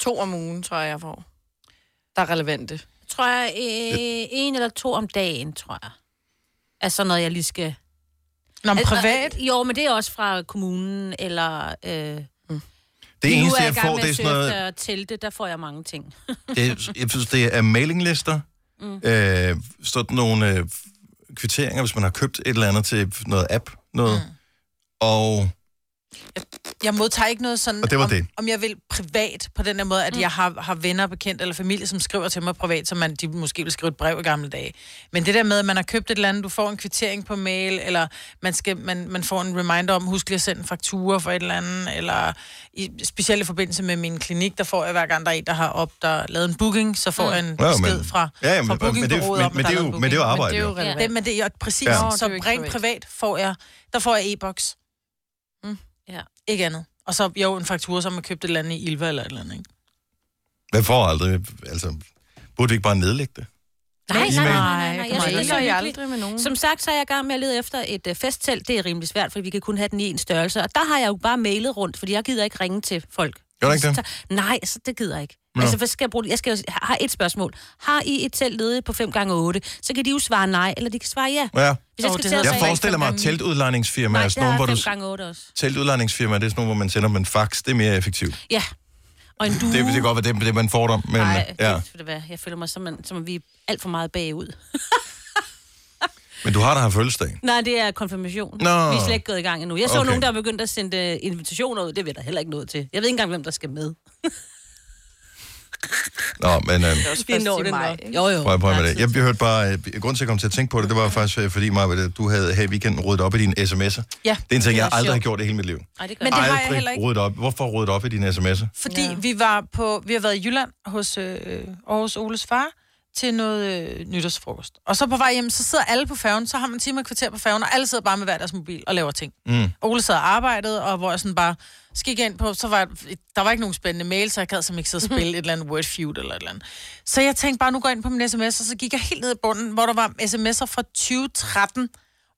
D: To om ugen, tror jeg, jeg får. Der er relevante.
H: tror jeg, øh, en eller to om dagen, tror jeg. Er sådan noget, jeg lige skal...
C: nå, men
H: Altså,
C: privat? Mm.
H: øh, Jo, men det er også fra kommunen, eller... Øh, det
A: Det eneste,
H: er
A: jeg
H: i gang
A: får,
H: med
A: det er
H: at
A: sådan
H: søge
A: noget...
H: efter Telte, der får jeg mange ting.
A: Det, jeg synes, det er mailinglister. Mm. Øh, sådan nogle øh, kvitteringer, hvis man har købt et eller andet til noget app. Noget. Mm. Og
C: Jeg modtager ikke noget sådan,
A: Og det var
C: om,
A: det.
C: om jeg vil privat på den der måde, at mm. jeg har, har venner, bekendt eller familie, som skriver til mig privat, som man, de måske vil skrive et brev i gamle dage. Men det der med, at man har købt et eller andet, du får en kvittering på mail, eller man, skal, man, man får en reminder om, husk lige at sende en faktura for et eller andet, eller i, specielt i forbindelse med min klinik, der får jeg hver gang, der er en, der har op, der lavet en booking, så
D: Mm.
C: får jeg en
A: Ja, men-
C: besked fra,
A: ja, ja,
C: fra
A: men, men, det, er jo-
C: bookingbureauet
A: men,
C: om, at
A: men,
C: der
A: det
C: er
A: er
C: lavet
A: jo,
C: en
A: men det er jo
C: booking.
A: arbejde,
D: Men det er jo
A: jo.
D: relevant.
C: det, men det er jo præcis,
A: Ja.
C: ja.
A: Nå,
D: det er jo
C: så
D: ikke
C: rent
D: privat.
C: privat får jeg, der får jeg e-boks. Mm.
H: Ja.
C: Ikke andet. Og så jo en faktura, som man købt et eller andet i Ilva eller et eller andet, ikke?
A: Man får aldrig... Altså, burde vi ikke bare nedlægge det?
H: Nej, nej, nej, nej, nej. Jeg
D: Nej, det
H: synes,
D: gør
H: det
D: jeg
H: er hyggeligt.
D: aldrig med nogen.
H: Som sagt, så er jeg i gang med at lede efter et øh, festtelt. Det er rimelig svært, fordi vi kan kun have den i en størrelse. Og der har jeg jo bare mailet rundt, fordi jeg gider ikke ringe til folk.
A: Gør du ikke det?
H: Så- Nej, så det gider jeg ikke.
A: Nå.
H: Nå. Altså, hvad skal jeg bruge det? Jeg skal, jo- har et spørgsmål. Har I et telt ledigt på 5 gange 8 Så kan de jo svare nej, eller de kan svare ja.
A: Ja.
H: Hvis jeg skal
C: Åh, det
H: til at
C: hedder
A: Jeg
C: Altså,
H: sige,
A: forestiller mig, at teltudlejningsfirma
H: nej,
A: er
H: der
A: sådan nogle, hvor
H: er
A: du...
H: 5 gange 8 også.
A: Teltudlejningsfirma, det er sådan nogle, hvor man sender dem en fax. Det er mere effektivt.
H: Ja. Og en due.
A: Det, det kan godt være det, det man får dem, men...
H: Nej, ja.
A: ja.
H: det, det være. Jeg føler mig som, en- som om vi er alt for meget bagud.
A: Men du har da her fødselsdag.
H: Nej, det er konfirmation.
A: Nå.
H: Vi er slet ikke gået i gang endnu. Jeg så
A: Okay.
H: okay. nogen, der er begyndt at sende øh, invitationer ud. Det ved der heller ikke noget til. Jeg ved ikke engang, hvem der skal med.
A: Nå, men... Øh,
D: også først i maj,
H: nok.
D: ikke?
H: Jo, jo.
A: Prøv at prøve med
H: Ja,
A: det. Jeg jeg hørte bare, øh, grunden til, at jeg kom til at tænke på det, det var faktisk, øh, fordi Maja, du havde her i weekenden ryddet op i dine sms'er.
C: Ja,
A: Det er en ting, jeg
H: er
A: aldrig har
H: sjovt.
A: gjort i hele mit liv.
H: Ej, det gør
C: Men
H: jeg.
C: det har jeg
A: aldrig
C: heller ikke.
A: ryddet op. Hvorfor ryddet op i dine sms'er?
C: Fordi ja. vi var på, vi har været i Jylland hos øh, Aarhus Oles far til noget øh, nytårsfrokost. Og så på vej hjem, så sidder alle på færgen, så har man en time og et kvarter på færgen, og alle sidder bare med hver deres mobil og laver ting. Mm. Ole sad og arbejdede, og hvor jeg sådan bare, så gik jeg ind på, så var der var ikke nogen spændende mail, så jeg gad som ikke sidde og spille et eller andet word feud eller et eller andet. Så jeg tænkte bare, nu går jeg ind på min sms, og så gik jeg helt ned i bunden, hvor der var sms'er fra 2013,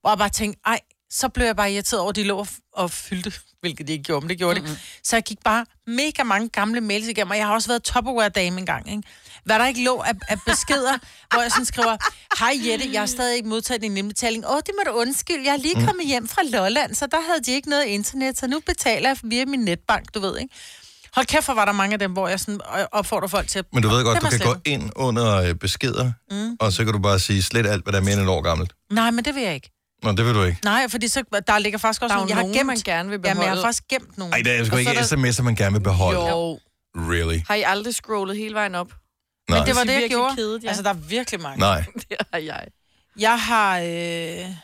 C: hvor jeg bare tænkte, ej, så blev jeg bare irriteret over, at de lå og f- og fyldte, hvilket de ikke gjorde, men det gjorde mm-hmm. det. Så jeg gik bare mega mange gamle mails igennem, og jeg har også været Tupperware-dame engang, ikke? Hvad der ikke lå af, af beskeder, hvor jeg sådan skriver, hej Jette, jeg har stadig ikke modtaget din nemlig Åh, det må du undskylde, jeg er lige kommet hjem fra Lolland, så der havde de ikke noget internet, så nu betaler jeg via min netbank, du ved, ikke? Hold kæft, hvor var der mange af dem, hvor jeg sådan øh, opfordrer folk til at...
A: Men du ved godt,
C: Dem
A: du kan
C: er
A: gå
C: slettet. gå
A: ind under øh, beskeder, mm. og så kan du bare sige slet alt, hvad der er mere end et år gammelt.
C: Nej, men det vil jeg ikke.
A: Nå, det vil du ikke.
C: Nej, fordi så, der ligger faktisk også
D: Der er
C: nogle,
D: jo
C: jeg har
D: nogen,
C: gemt.
D: man gerne vil
C: Jamen, jeg har
D: beholde.
C: faktisk gemt nogle.
A: Ej, der er sgu
D: Og så
A: ikke
D: er der-
A: sms'er, man gerne vil beholde.
D: Jo.
A: Really?
D: Har I aldrig scrollet hele vejen op?
A: Nej.
C: Men det var
D: De
C: det,
D: er
C: jeg
D: virkelig
C: gjorde.
D: kedelige.
C: Altså, der er virkelig mange. Nej.
A: Nej.
D: Det har jeg.
C: Jeg har... Øh...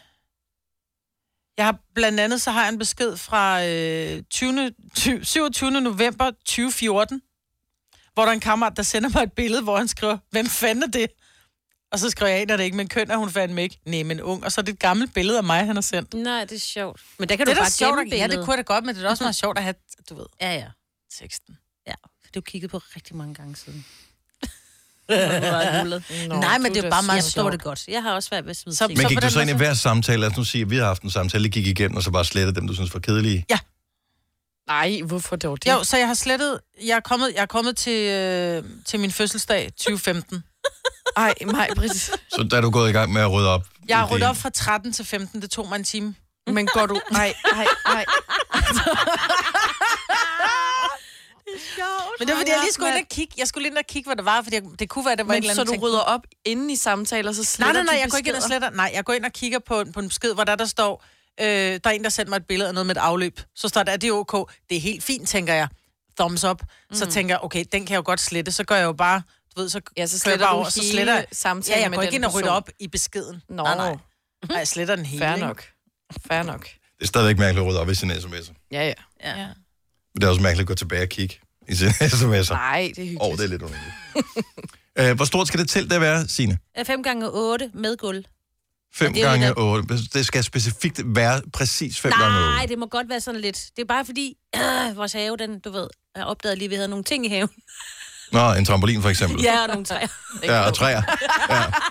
C: Jeg har blandt andet, så har jeg en besked fra øh, 20, 20, 27. november 2014, hvor der er en kammerat, der sender mig et billede, hvor han skriver, hvem fanden er det? Og så skriver jeg, "Aner det ikke, men køn er hun fandme ikke. Nej, men ung. Og så er det et gammelt billede af mig, han har sendt.
H: Nej, det er sjovt. Men der kan
C: Det
H: det du
C: er da
H: bare
C: sjovt,
H: gemme
C: at- ja, det
H: billedet.
C: kunne jeg da godt, men det er da også meget sjovt at have, du ved,
H: Ja, ja.
C: teksten.
H: ja. Det er jo kigget på rigtig mange gange siden.
D: Nå,
C: Nej, men
D: du
C: det er
D: da
C: bare meget
H: Jeg forstår
C: sjovt.
H: det godt. Jeg har også svært ved at smide
C: Så-
H: ting.
A: Men
C: på
A: gik du
C: den
A: så ind i
C: måde,
A: hver samtale? Lad os nu sige, at vi har haft en samtale, lige gik igennem, og så bare slettede dem, du synes var kedelige.
D: Nej, hvorfor dog det?
C: Jo, så jeg har slettet... Jeg er kommet, jeg er kommet til, øh, til min fødselsdag 2015.
D: Ej, mig, Britt.
A: Så der er du gået i gang med at rydde op.
C: Jeg har
A: i
C: ryddet
A: det.
C: op fra 13 til 15. Det tog mig en time.
D: Men går du... Nej, nej, nej.
C: Men det var, fordi jeg lige skulle ind og kigge. Jeg skulle ind og kigge, hvad der var, for det kunne være, der var et
D: Men
C: eller
D: så
C: andet
D: du rydder op inden i samtaler, så
C: Nej,
D: sletter
C: nej, nej,
D: de
C: jeg går ikke ind og
D: beskeder?
C: sletter. Nej, jeg går ind og kigger på, en- på en besked, hvor der, der står, øh, der er en, der sendte mig et billede af noget med et afløb. Så står der, er det ok? Det er helt fint, tænker jeg. Thumbs up. Så tænker jeg, okay, den kan jeg jo godt slette. Så gør jeg jo bare, du ved, så
D: Mm. Ja, så
C: kører
D: sletter
C: jeg bare
D: du
C: over, så
D: hele
C: sletter jeg.
D: samtalen
C: Ja, jeg
D: med
C: går ikke
D: den
C: ind og rydder
D: person.
C: op i beskeden.
D: Nå.
C: Nej, nej. Nej, jeg sletter den hele.
D: Fair
C: ikke?
D: nok. Fair nok.
A: Det er stadigvæk mærkeligt at rydde op i sine sms'er.
D: Ja, ja.
C: Ja.
A: Men det er også mærkeligt at gå tilbage og kigge i sine sms'er.
D: Nej, det er
A: Åh, oh,
D: hyggeligt.
A: det er lidt underligt. Øh, Hvor stort skal det telt der være, Signe?
H: 5 gange 8 med gulv.
A: 5
H: det er jo
A: gange
H: det.
A: 8. Det skal specifikt være præcis 5 gange 8.
H: Nej, det må godt være sådan lidt. Det er bare fordi, øh, vores have, den, du ved, jeg opdagede lige, at vi havde nogle ting i haven.
A: Nå, en trampolin for eksempel.
H: Ja, og nogle træer.
A: ja og træer.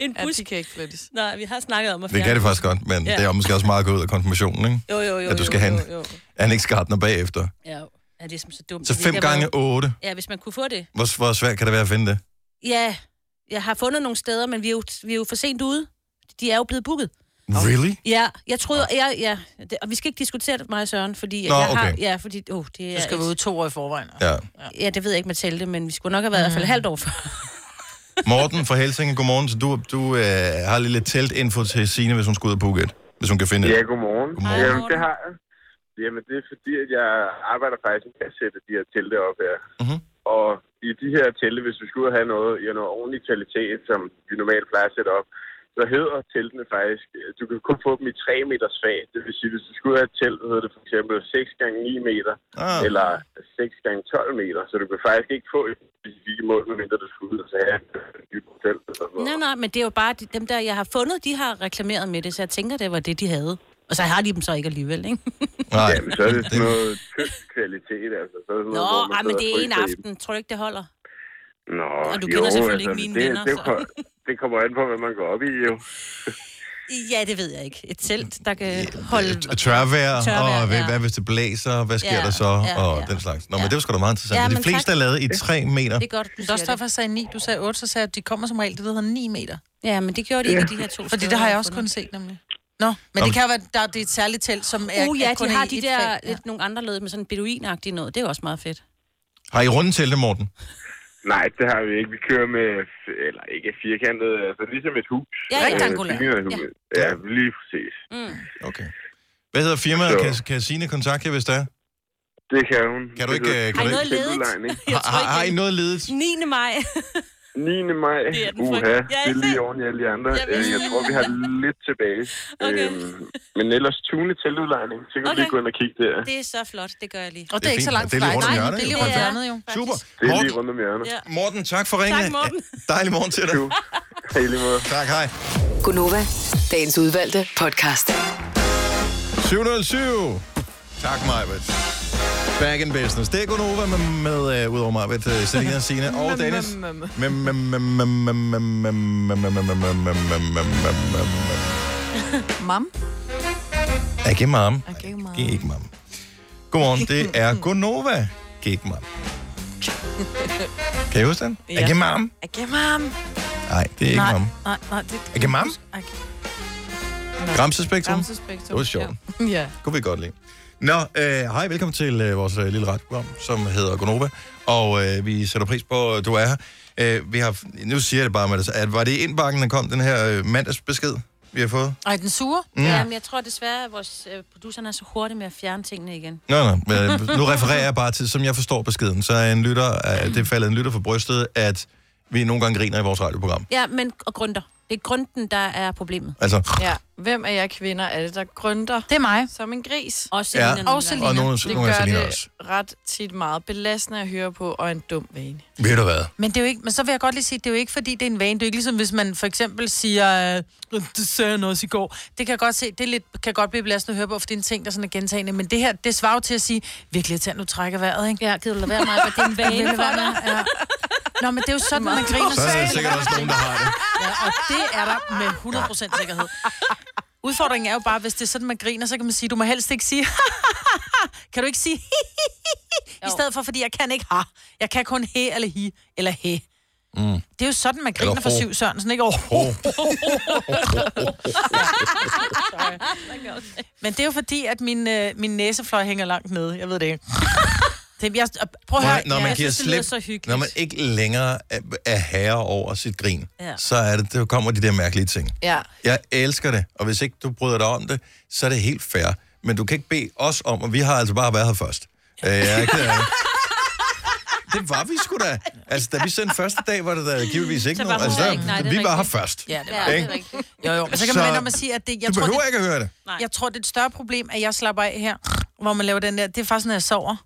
H: En
D: Ja,
H: bus.
D: de kan ikke flyttes.
H: Nej, vi har snakket om at
A: Det
H: fjerne.
A: kan det faktisk godt, men ja. det er måske også meget gået ud af konfirmationen, ikke?
H: Jo, jo, jo.
A: at du skal
H: jo,
A: have en-
H: jo, jo.
A: Annex Gardner bagefter.
H: Ja, jo. ja, det er simpelthen så dumt.
A: Så
H: Det er
A: 5
H: der,
A: gange
H: hvor-
A: 8.
H: Ja, hvis man kunne få det.
A: Hvor, hvor svært kan det være at finde det?
H: Ja, jeg har fundet nogle steder, men vi er jo, vi er jo for sent ude. De er jo blevet booket.
A: Really?
H: Ja, jeg troede, jeg, ja, det, og vi skal ikke diskutere det, mig og Søren, fordi
A: Nå,
H: jeg har,
A: okay.
H: ja, fordi, oh, det er,
C: Så skal vi ud to år i forvejen.
A: Ja.
H: ja, det ved jeg ikke med Telde, men vi skulle nok have været mm. i hvert fald halvt år før.
A: Morten fra Helsinge, godmorgen. Så du, du øh, har lige lidt teltinfo til Signe, hvis hun skal ud af Phuket. Hvis hun kan finde
I: Ja,
A: det.
I: godmorgen.
A: Godmorgen.
I: Jamen, det har jeg. Jamen, det er fordi, at jeg arbejder faktisk med at sætte de her telte op her.
A: Mhm.
I: Og i de her telte, hvis vi skulle have noget, ja, noget ordentlig kvalitet, som vi normalt plejer at sætte op, så hedder teltene faktisk, øh, du kan kun få dem i 3 meters fag. Det vil sige, hvis du skulle have et telt, så hedder det for eksempel 6 gange 9 meter,
A: Ah.
I: eller 6 gange 12 meter. Så du kan faktisk ikke få et specifikt mål, medmindre du skulle ud og så have et nyt telt. Eller sådan noget.
H: Nej, nej, men det er jo bare de, dem, der jeg har fundet, de har reklameret med det, så jeg tænker, det var det, de havde. Og så har de dem så ikke alligevel, ikke?
A: Nej.
I: Jamen, så er det sådan noget tysk kvalitet, altså. Så er det sådan
H: Nå,
I: noget, hvor man
H: ej, men
I: sidder
H: det
I: og
H: er en
I: fryser i dem.
H: aften. Tror du ikke, det holder?
I: Nå, altså,
H: Og du kender selvfølgelig ikke mine
I: det,
H: venner,
I: Det,
H: så.
I: kom, det kommer an på, hvad man går op i, jo.
H: Ja, det ved jeg ikke. Et telt, der kan holde...
A: T- Tørvejr,
H: Tørvejr,
A: og hvad,
H: ja.
A: hvad hvis det blæser, hvad sker
H: Ja,
A: der så,
H: ja,
A: og
H: ja.
A: den slags. Nå, men det var sgu da meget interessant.
H: Ja,
A: Ja, de
H: men
A: fleste
H: tak.
A: er lavet i 3 meter.
H: Det er godt, du
C: Det er også
H: siger
C: derfor,
H: det.
C: jeg sagde 9. Du sagde 8, så sagde jeg, at de kommer som regel, det hedder 9 meter.
H: Ja, men det gjorde de ikke i de her to steder.
C: Fordi det har jeg også
H: fundet.
C: kun set, nemlig. Nå, men
A: men-
C: det kan jo være, der det er et særligt telt, som er,
H: Uh, ja,
C: er kun
H: de har
C: i
H: de
C: et
H: der øh,
C: fag.
H: lidt nogle andre led med sådan en beduinagtig noget. Det er jo også meget fedt.
A: Har I rundet teltet, Morten?
I: Nej, det har vi ikke. Vi kører med, f- eller ikke firkantet, altså ligesom et hus.
H: Ja,
I: Øh,
H: rektangulær.
I: ligner et hus. Ja, lige præcis.
H: Mm.
A: Okay. Hvad hedder firmaet?
I: Så-
A: Kan, kan Signe kontakte jer, hvis der er?
I: Det kan hun.
A: Kan du
I: Det
A: ikke,
I: hedder
A: øh, kan du
H: ikke-
I: Udlejning.
H: Jeg
A: Har, har, har I noget ledet?
H: 9. maj.
I: 9. maj.
H: Det er den
I: Uha,
H: frygtelige. Ja,
I: det er
H: ikke
I: lige
H: sandt?
I: oven i alle de andre.
H: Jeg ved
I: Øh, Jeg
H: det.
I: tror, vi har lidt tilbage.
H: Okay.
I: Øhm, men ellers Tune teltudlejning. Så kan du
H: Okay.
I: lige gå ind og kigge der.
H: Det er så flot, det gør jeg lige.
C: Og det er ikke så
A: fint.
C: langt
A: Det er lige
C: fra
A: rundt om
C: dig. Nej,
A: hjørnet,
C: det er
A: jo.
C: lige rundt om hjørnet, jo.
A: Super.
I: Det er lige
A: Morten,
I: rundt om hjørnet.
H: Ja.
A: Morten, tak for ringen.
H: Tak, Morten.
A: Dejlig morgen til dig.
I: Du. Hej, i lige måde.
A: Tak, hej.
F: Gunova, dagens udvalgte podcast.
A: 707. Tak, Majbet. Back in business. Det er Gunova med, med uh, udover Majbet, uh, Selina, Signe og Dennis. Mem, mem, mem, mem, mem, mem, mem, mem, mem, mem, mem, mem, mem, mem, mem, mem, mem.
D: Mam?
A: Ja, Ikke mam.
D: Okay, mam.
A: Giv ikke mam. Godmorgen, det er Gunova. Giv ikke mam. Kan I huske den?
D: Ja.
A: Ikke mam.
D: Okay, mam.
A: Nej, det er ikke
C: Nej,
A: mam.
C: nej, nej. Det,
A: Ikke mam?
C: Ej,
A: Gramsespektrum.
D: Ramsespektrum.
A: Det var sjovt.
D: Ja.
A: kunne vi godt lide. Nå, øh, hej, velkommen til øh, vores øh, lille radioprogram, som hedder Gonova, og øh, vi sætter pris på, at du er her. Øh, vi har, nu siger jeg det bare med det, at var det i indbakken, der kom den her øh, mandagsbesked, vi har fået?
C: Ej, den sure?
H: Mm. Jamen, jeg tror desværre, at vores øh, producerne er så hurtige med at fjerne tingene igen.
A: Nå, nå, men øh, nu refererer jeg bare til, som jeg forstår beskeden, så er en lytter, øh, det falder en lytter for brystet, at vi nogle gange griner i vores radioprogram.
H: Ja, men og grunder. Det er grunden, der er problemet.
A: Altså,
D: ja. Hvem af jer kvinder er det, der grønter
C: Det er mig.
D: som en gris?
H: Også
A: Ja.
H: Selina nogle
C: Og
H: gange.
C: Selina.
A: og nogle,
D: Det
A: nogle af
D: gør
A: Selina
D: det
A: også.
D: ret tit meget belastende at høre på, og en dum vane.
A: Ved du hvad?
C: Men, det er jo ikke, men så vil jeg godt lige sige, det er jo ikke, fordi det er en vane. Det er jo ikke ligesom, hvis man for eksempel siger, øh, det sagde jeg også i går. Det kan jeg godt se, det er lidt, kan godt blive belastende at høre på, for det er en ting, der sådan er gentagende. Men det her, det svarer jo til at sige, virkelig at nu trækker vejret, ikke?
H: Ja, gider du lade være med, det er en vane
C: Vil det
H: for
C: være
H: dig.
C: med? Ja. Nå, men det er jo sådan, man griner.
A: Så er der sikkert også nogen, der har det.
C: Ja, og det er der med 100% sikkerhed. Udfordringen er jo bare, hvis det er sådan, man griner, så kan man sige, du må helst ikke sige, kan du ikke sige, i stedet for, fordi jeg kan ikke ha. Jeg kan kun he eller hi eller he. Mm. Det er jo sådan, man griner
A: Eller
C: for
A: ho.
C: Siv Sørensen, ikke? Oh,
A: Oh,
C: Men det er jo fordi, at min, øh, min næsefløj hænger langt nede. Jeg ved det ikke. Det, jeg, prøv at høre.
A: Nej, når man
C: jeg,
A: giver
H: synes, det lyder
A: slip,
H: så hyggeligt.
A: når man ikke længere er- er herre over sit grin, ja.
H: Ja.
A: så er det, der kommer de der mærkelige ting.
D: Ja.
A: Jeg elsker det, og hvis ikke du bryder dig om det, så er det helt fair. Men du kan ikke bede os om, og vi har altså bare været her først. Øh, jeg er ked af det. Det var vi sgu da. Altså, da vi sendte første dag, var det da givetvis ikke
H: Så var
A: noget.
H: hun
A: Altså,
H: der
A: der,
H: ikke. Nej, det er
A: vi var her
H: rigtigt.
A: først.
C: Ja, det var
H: Ja,
A: det.
H: det
A: Ikke?
H: er rigtigt.
C: jo, jo, men så kan
A: Så-
C: man vende om at sige, at det, jeg
A: Du
C: tror, det,
A: behøver ikke at høre det.
H: Nej.
C: jeg tror, det er et større problem, at jeg slapper af her, hvor man laver den der. Det er faktisk, når jeg sover.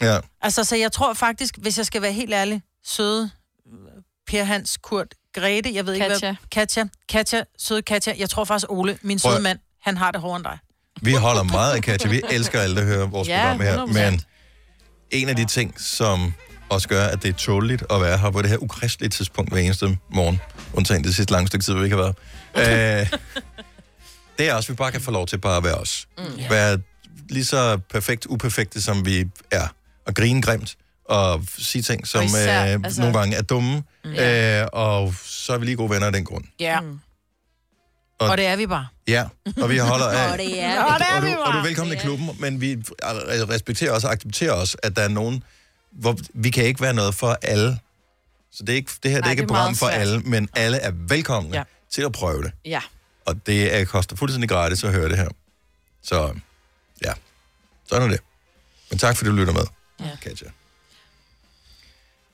A: Ja.
C: Altså, så jeg tror faktisk, hvis jeg skal være helt ærlig, søde øh, Per Hans, Kurt, Grete, jeg ved ikke
D: Katja.
C: hvad... Katja. Katja, søde Katja. Jeg tror faktisk, Ole, min
A: Prøv
C: søde
A: at-
C: mand, han har det hårdere end dig.
A: Vi holder meget af Katja. Vi elsker alle, der hører vores
D: Ja,
A: program her.
D: 100%.
A: Men en af de ting, som også gør, at det er tåligt at være her på det her ukristelige tidspunkt hver eneste morgen, undtagen det sidste lange stykke tid, hvor vi ikke har været, øh, det er også, at vi bare kan få lov til bare at være os. Mm. Være lige så perfekt uperfekte, som vi er. Og grine grimt. Og f- sige ting, som
D: Og især,
A: øh, altså...
D: altså-
A: nogle gange er dumme. Mm. Øh, og så er vi lige gode venner af den grund.
C: Ja. Mm. Og, og det er vi bare.
A: Ja, og vi holder af...
H: Og det er
A: Og,
H: det.
A: og, du, og du er velkommen i klubben, men vi respekterer også og accepterer også, at der er nogen, hvor vi kan ikke være noget for alle. Så det, er ikke, det her det er
D: Nej,
A: ikke
D: det er
A: et program
D: meget
A: for
D: svært.
A: alle, men alle er velkomne ja.
D: Ja.
A: til at prøve det.
D: Ja.
A: Og det er, koster fuldstændig gratis at høre det her. Så ja, sådan er det. Men tak fordi du lytter med, ja. Katja.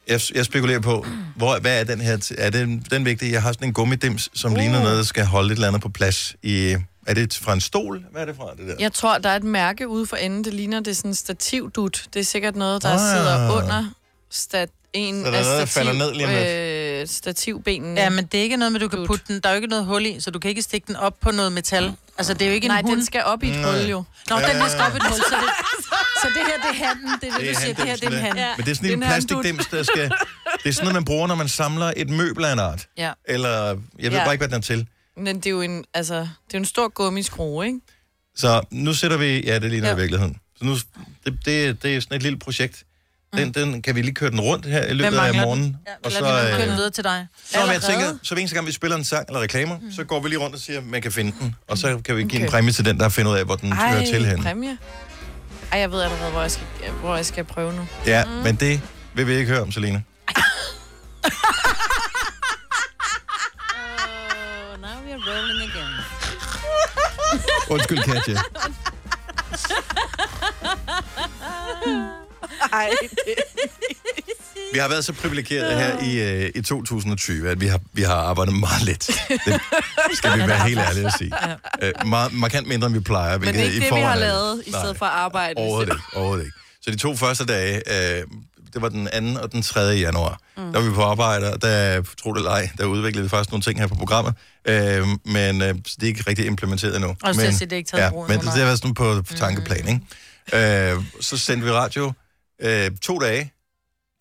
A: Jeg, jeg spekulerer på, hvor, hvad er den her... T- er den, den vigtige? Jeg har sådan en gummidims, som uh. ligner noget, der skal holde et eller andet på plads i... Er det fra en stol? Hvad er det fra, det der?
D: Jeg tror, der er et mærke ude for enden. Det ligner, det er sådan en stativdut. Det er sikkert noget, der
A: Ah.
D: ah. sidder under stat, en
A: Så der er
D: af
A: noget, der falder ned lige om lidt.
D: øh, stativbenene.
C: Ja, men det er ikke noget med, du kan putte den. Der er jo ikke noget hul i, så du kan ikke stikke den op på noget metal. Altså, det er jo ikke
D: Nej,
C: en hund.
D: den skal op i et
A: Nej.
D: hul jo.
C: Nå, den er stoppet et hul, så det, så det her, det er handen. Det er det, du siger. Det her, det er en
A: handdimsen,
C: hand.
A: Men det er sådan en
D: Det er en
A: plastikdims, der skal... Det er sådan noget, man bruger, når man samler et møbel af en art.
D: Ja.
A: Eller, jeg ved
D: Ja.
A: bare ikke, hvad den er til.
D: Men det er jo en, altså, det er jo en stor gummiskrue, ikke?
A: Så nu sætter vi... Ja, det ligner ja.
D: Ja.
A: i virkeligheden. Så nu, det, det, det er sådan et lille projekt. Den, den kan vi lige køre den rundt her i løbet af
C: Mm. mangler den?
A: morgenen.
C: Ja,
A: og
C: og
A: så,
C: vi
A: øh,
C: kører den videre til dig.
A: Nå, men jeg tænker, så hver eneste gang, vi spiller en sang eller reklamer, mm. så går vi lige rundt og siger, at man kan finde den. Og så kan vi give okay. en
D: Okay.
A: præmie til den, der finder ud af, hvor den Ej, hører til hen.
D: præmie. Ej, jeg ved allerede, hvor jeg skal, hvor jeg skal prøve nu.
A: Ja, mm. men det vil vi ikke høre om, Selina.
H: Oh, now we are rolling again.
A: Undskyld, Katja.
D: Ej, det...
A: Vi har været så privilegerede her i, øh, i 2020, at vi har, vi har arbejdet meget lidt. Det skal vi være helt ærlige at sige. Øh, meget, markant mindre, end vi plejer.
D: Men det er ikke det, vi har lavet, i stedet for at arbejde.
A: Overhovedet ikke, overhovedet ikke. Så de to første dage, øh, det var den 2. og den 3. januar, mm. der var vi på arbejde, og der, tro det eller ej, der udviklede vi faktisk nogle ting her på programmet, øh, men øh, så det er ikke rigtig implementeret endnu.
C: Og så
A: men,
C: at sige, det er ikke taget i
A: ja,
C: brug
A: men det
C: endnu, Mm.
A: det har været sådan på, på tankeplan, ikke? Øh, så sendte vi radio øh, to dage,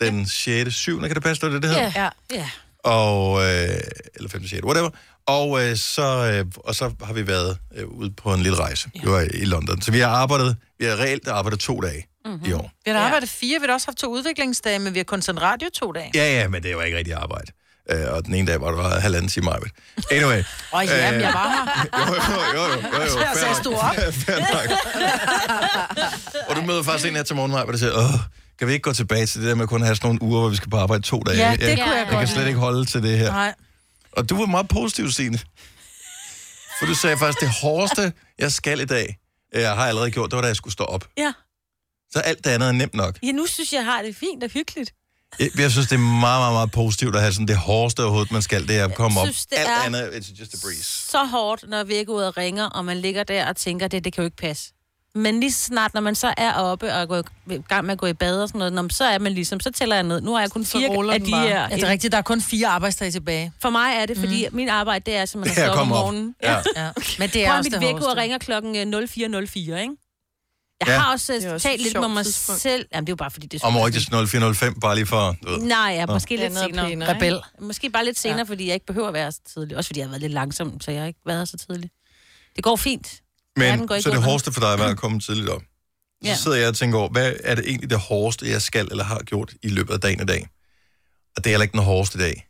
A: den 6. 7. kan det passe, det var det, det hedder?
D: Ja.
H: Ja.
A: og øh, eller 5. 6. whatever. Og, øh, så, øh, og så har vi været øh, ude på en lille rejse. Vi var i, i London. Så vi har arbejdet, vi har reelt arbejdet to dage mm-hmm. i år.
C: Vi har da arbejdet fire, vi har da også haft to udviklingsdage, men vi har kun sendt radio to dage.
A: Ja, ja, men det var ikke rigtig arbejde. Øh, og den ene dag var der bare halvanden time arbejde. Anyway. øh,
C: Åh, oh, ja, men jeg var her.
A: jo, jo, jo, jo, jo, jo.
C: Så jeg stod op.
A: Fair nok. og du møder faktisk en her til morgen, Maja, hvor der siger, Åh, kan vi ikke gå tilbage til det der med kun at have sådan nogle uger, hvor vi skal på arbejde to dage?
C: Ja, det
A: jeg,
C: kunne jeg
A: jeg kan
C: godt
A: slet
C: lide.
A: ikke holde til det her.
C: Nej.
A: Og du var meget positiv, Signe. For du sagde faktisk, det hårdeste, jeg skal i dag, jeg har allerede gjort, det var, da jeg skulle stå op.
H: Ja.
A: Så alt det andet er nemt nok.
H: ja, nu synes jeg, jeg har det fint og hyggeligt.
A: Jeg, jeg synes, det er meget, meget, meget positivt at have sådan det hårdeste overhovedet, man skal, det er at komme op.
H: synes, det
A: alt
H: er-
A: andet, it's just a breeze.
H: så hårdt, når vækkeuret ringer, og man ligger der og tænker, det, det kan jo ikke passe. Men lige så snart, når man så er oppe og er gået i gang med at gå i bad og sådan noget, nå, men så er man ligesom, så tæller jeg ned. Nu har jeg kun
D: Så
H: fire
D: ruller
H: af
D: den
H: de
D: bare.
H: her.
C: Ja, det er rigtigt, der er kun fire arbejdsdage tilbage. Mhm.
H: For mig er det, fordi mm. min arbejde, det er
A: Det
H: simpelthen
A: er
H: at
A: at
H: stå op om
A: komme op.
H: morgenen.
A: Ja.
C: Ja. Men det er
H: Prøv at
C: også
H: mit
C: det
H: vækkeur
C: hårdeste.
H: ringer klokken øh, 04.04, ikke? Jeg
A: Ja.
H: ja. har også,
D: Det
H: også
D: er også et
H: talt lidt
D: sjovt
H: med mig
D: tidspunkt.
H: selv. Jamen, det er jo bare fordi, det er
A: Om året 0405, bare lige for... Du ved.
H: Nej, ja, måske
D: Det er
H: lidt
D: noget
H: senere.
D: pænere,
C: Rebel.
H: Måske bare lidt senere, ja. fordi jeg ikke behøver at være så tidlig. Også fordi jeg har været lidt langsom, så jeg har ikke været så tidlig. Det går fint. Verden går
A: Men
H: ikke
A: så det
H: under.
A: hårdeste for dig var at komme tidligt op. Så
H: Ja.
A: sidder jeg og tænker over, hvad er det egentlig det hårdeste, jeg skal eller har gjort i løbet af dagen i dag? Og det er heller ikke den hårdeste dag,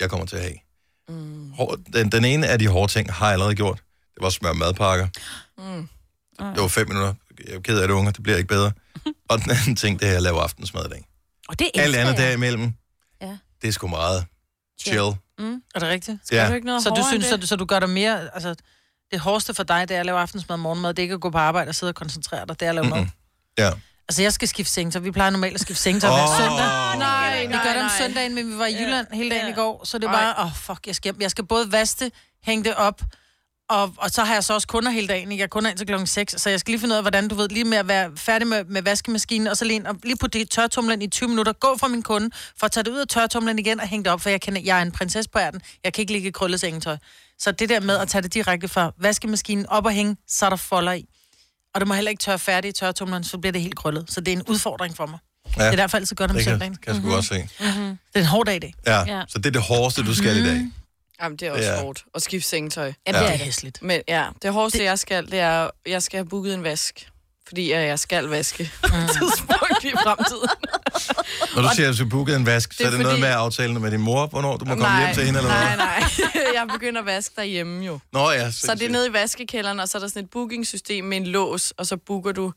A: jeg kommer til at have. Mm. Hår, den, den ene af de hårde ting har jeg allerede gjort. Det var at smøre madpakker. Mm. Det var fem minutter. Jeg er ked af det, unger. Det bliver ikke bedre. og den anden ting, det er at lave aftensmad i dag.
H: Og det
A: Alt
H: elsker
A: andet
H: jeg.
A: derimellem,
H: Ja.
A: det er sgu meget chill. chill.
C: Mm. Er det rigtigt?
A: Ja.
D: du ikke noget
C: Så du
D: hårdere
C: synes,
D: end
C: så, du- så du gør dig mere... Altså, det hårdeste for dig, det er at lave aftensmad og morgenmad. Det er ikke at gå på arbejde og sidde og koncentrere dig. Det er at lave mad.
A: Ja.
C: Altså, jeg skal skifte sengtøj. Vi plejer normalt at skifte sengtøj hver
A: Åh.
C: søndag.
D: Nej,
C: Vi gør det om søndagen, men vi var i Jylland hele dagen i går, så det er bare, åh, oh, fuck, jeg skal, hjem. jeg skal både vaske det, hænge det op, og, og så har jeg så også kunder hele dagen, ikke? Jeg er kunder indtil klokken 6, så jeg skal lige finde ud af, hvordan du ved, lige med at være færdig med, med vaskemaskinen, og så lige, ind og lige putte det i tørretumlen i 20 minutter, gå fra min kunde, for at tage det ud af tørretumlen igen og hænge det op, for jeg, kan, jeg er en prinsesse på ærten, jeg kan ikke ligge i krøllet sengetøj. Så det der med at tage det direkte fra vaskemaskinen op og hænge, så er der folder i. Og det må heller ikke tørre færdig i tørretumlen, så bliver det helt krøllet. Så det er en udfordring for mig.
A: Ja,
C: Ja. Det er derfor altid godt om
A: det kan,
C: søndagen. Mhm.
A: kan jeg sgu godt se.
D: Mhm.
C: Det er en hård dag i dag.
A: Ja.
H: Ja.
A: Så det er det hårdeste, du skal i dag.
D: Jamen, det er også
A: Ja.
D: ja. hårdt at skifte sengetøj.
H: Jamen, det
C: Ja.
H: er
C: Det
H: det.
C: er hæsligt.
D: Men ja, det hårdeste, det... jeg skal, det er, at jeg skal have booket en vask. Fordi øh, jeg skal vaske på et tidspunkt i fremtiden.
A: Ah. Når du siger, at du bookede en vask, så
D: Det
A: er
D: er
A: det noget
D: fordi-
A: med at aftale med din mor, hvornår du må komme hjem til hende, eller
D: nej,
A: hvad?
D: nej. Jeg begynder at vaske derhjemme jo.
A: Nå ja,
D: Så det er nede i vaskekælderen, og så er der sådan et bookingsystem med en lås, og så booker du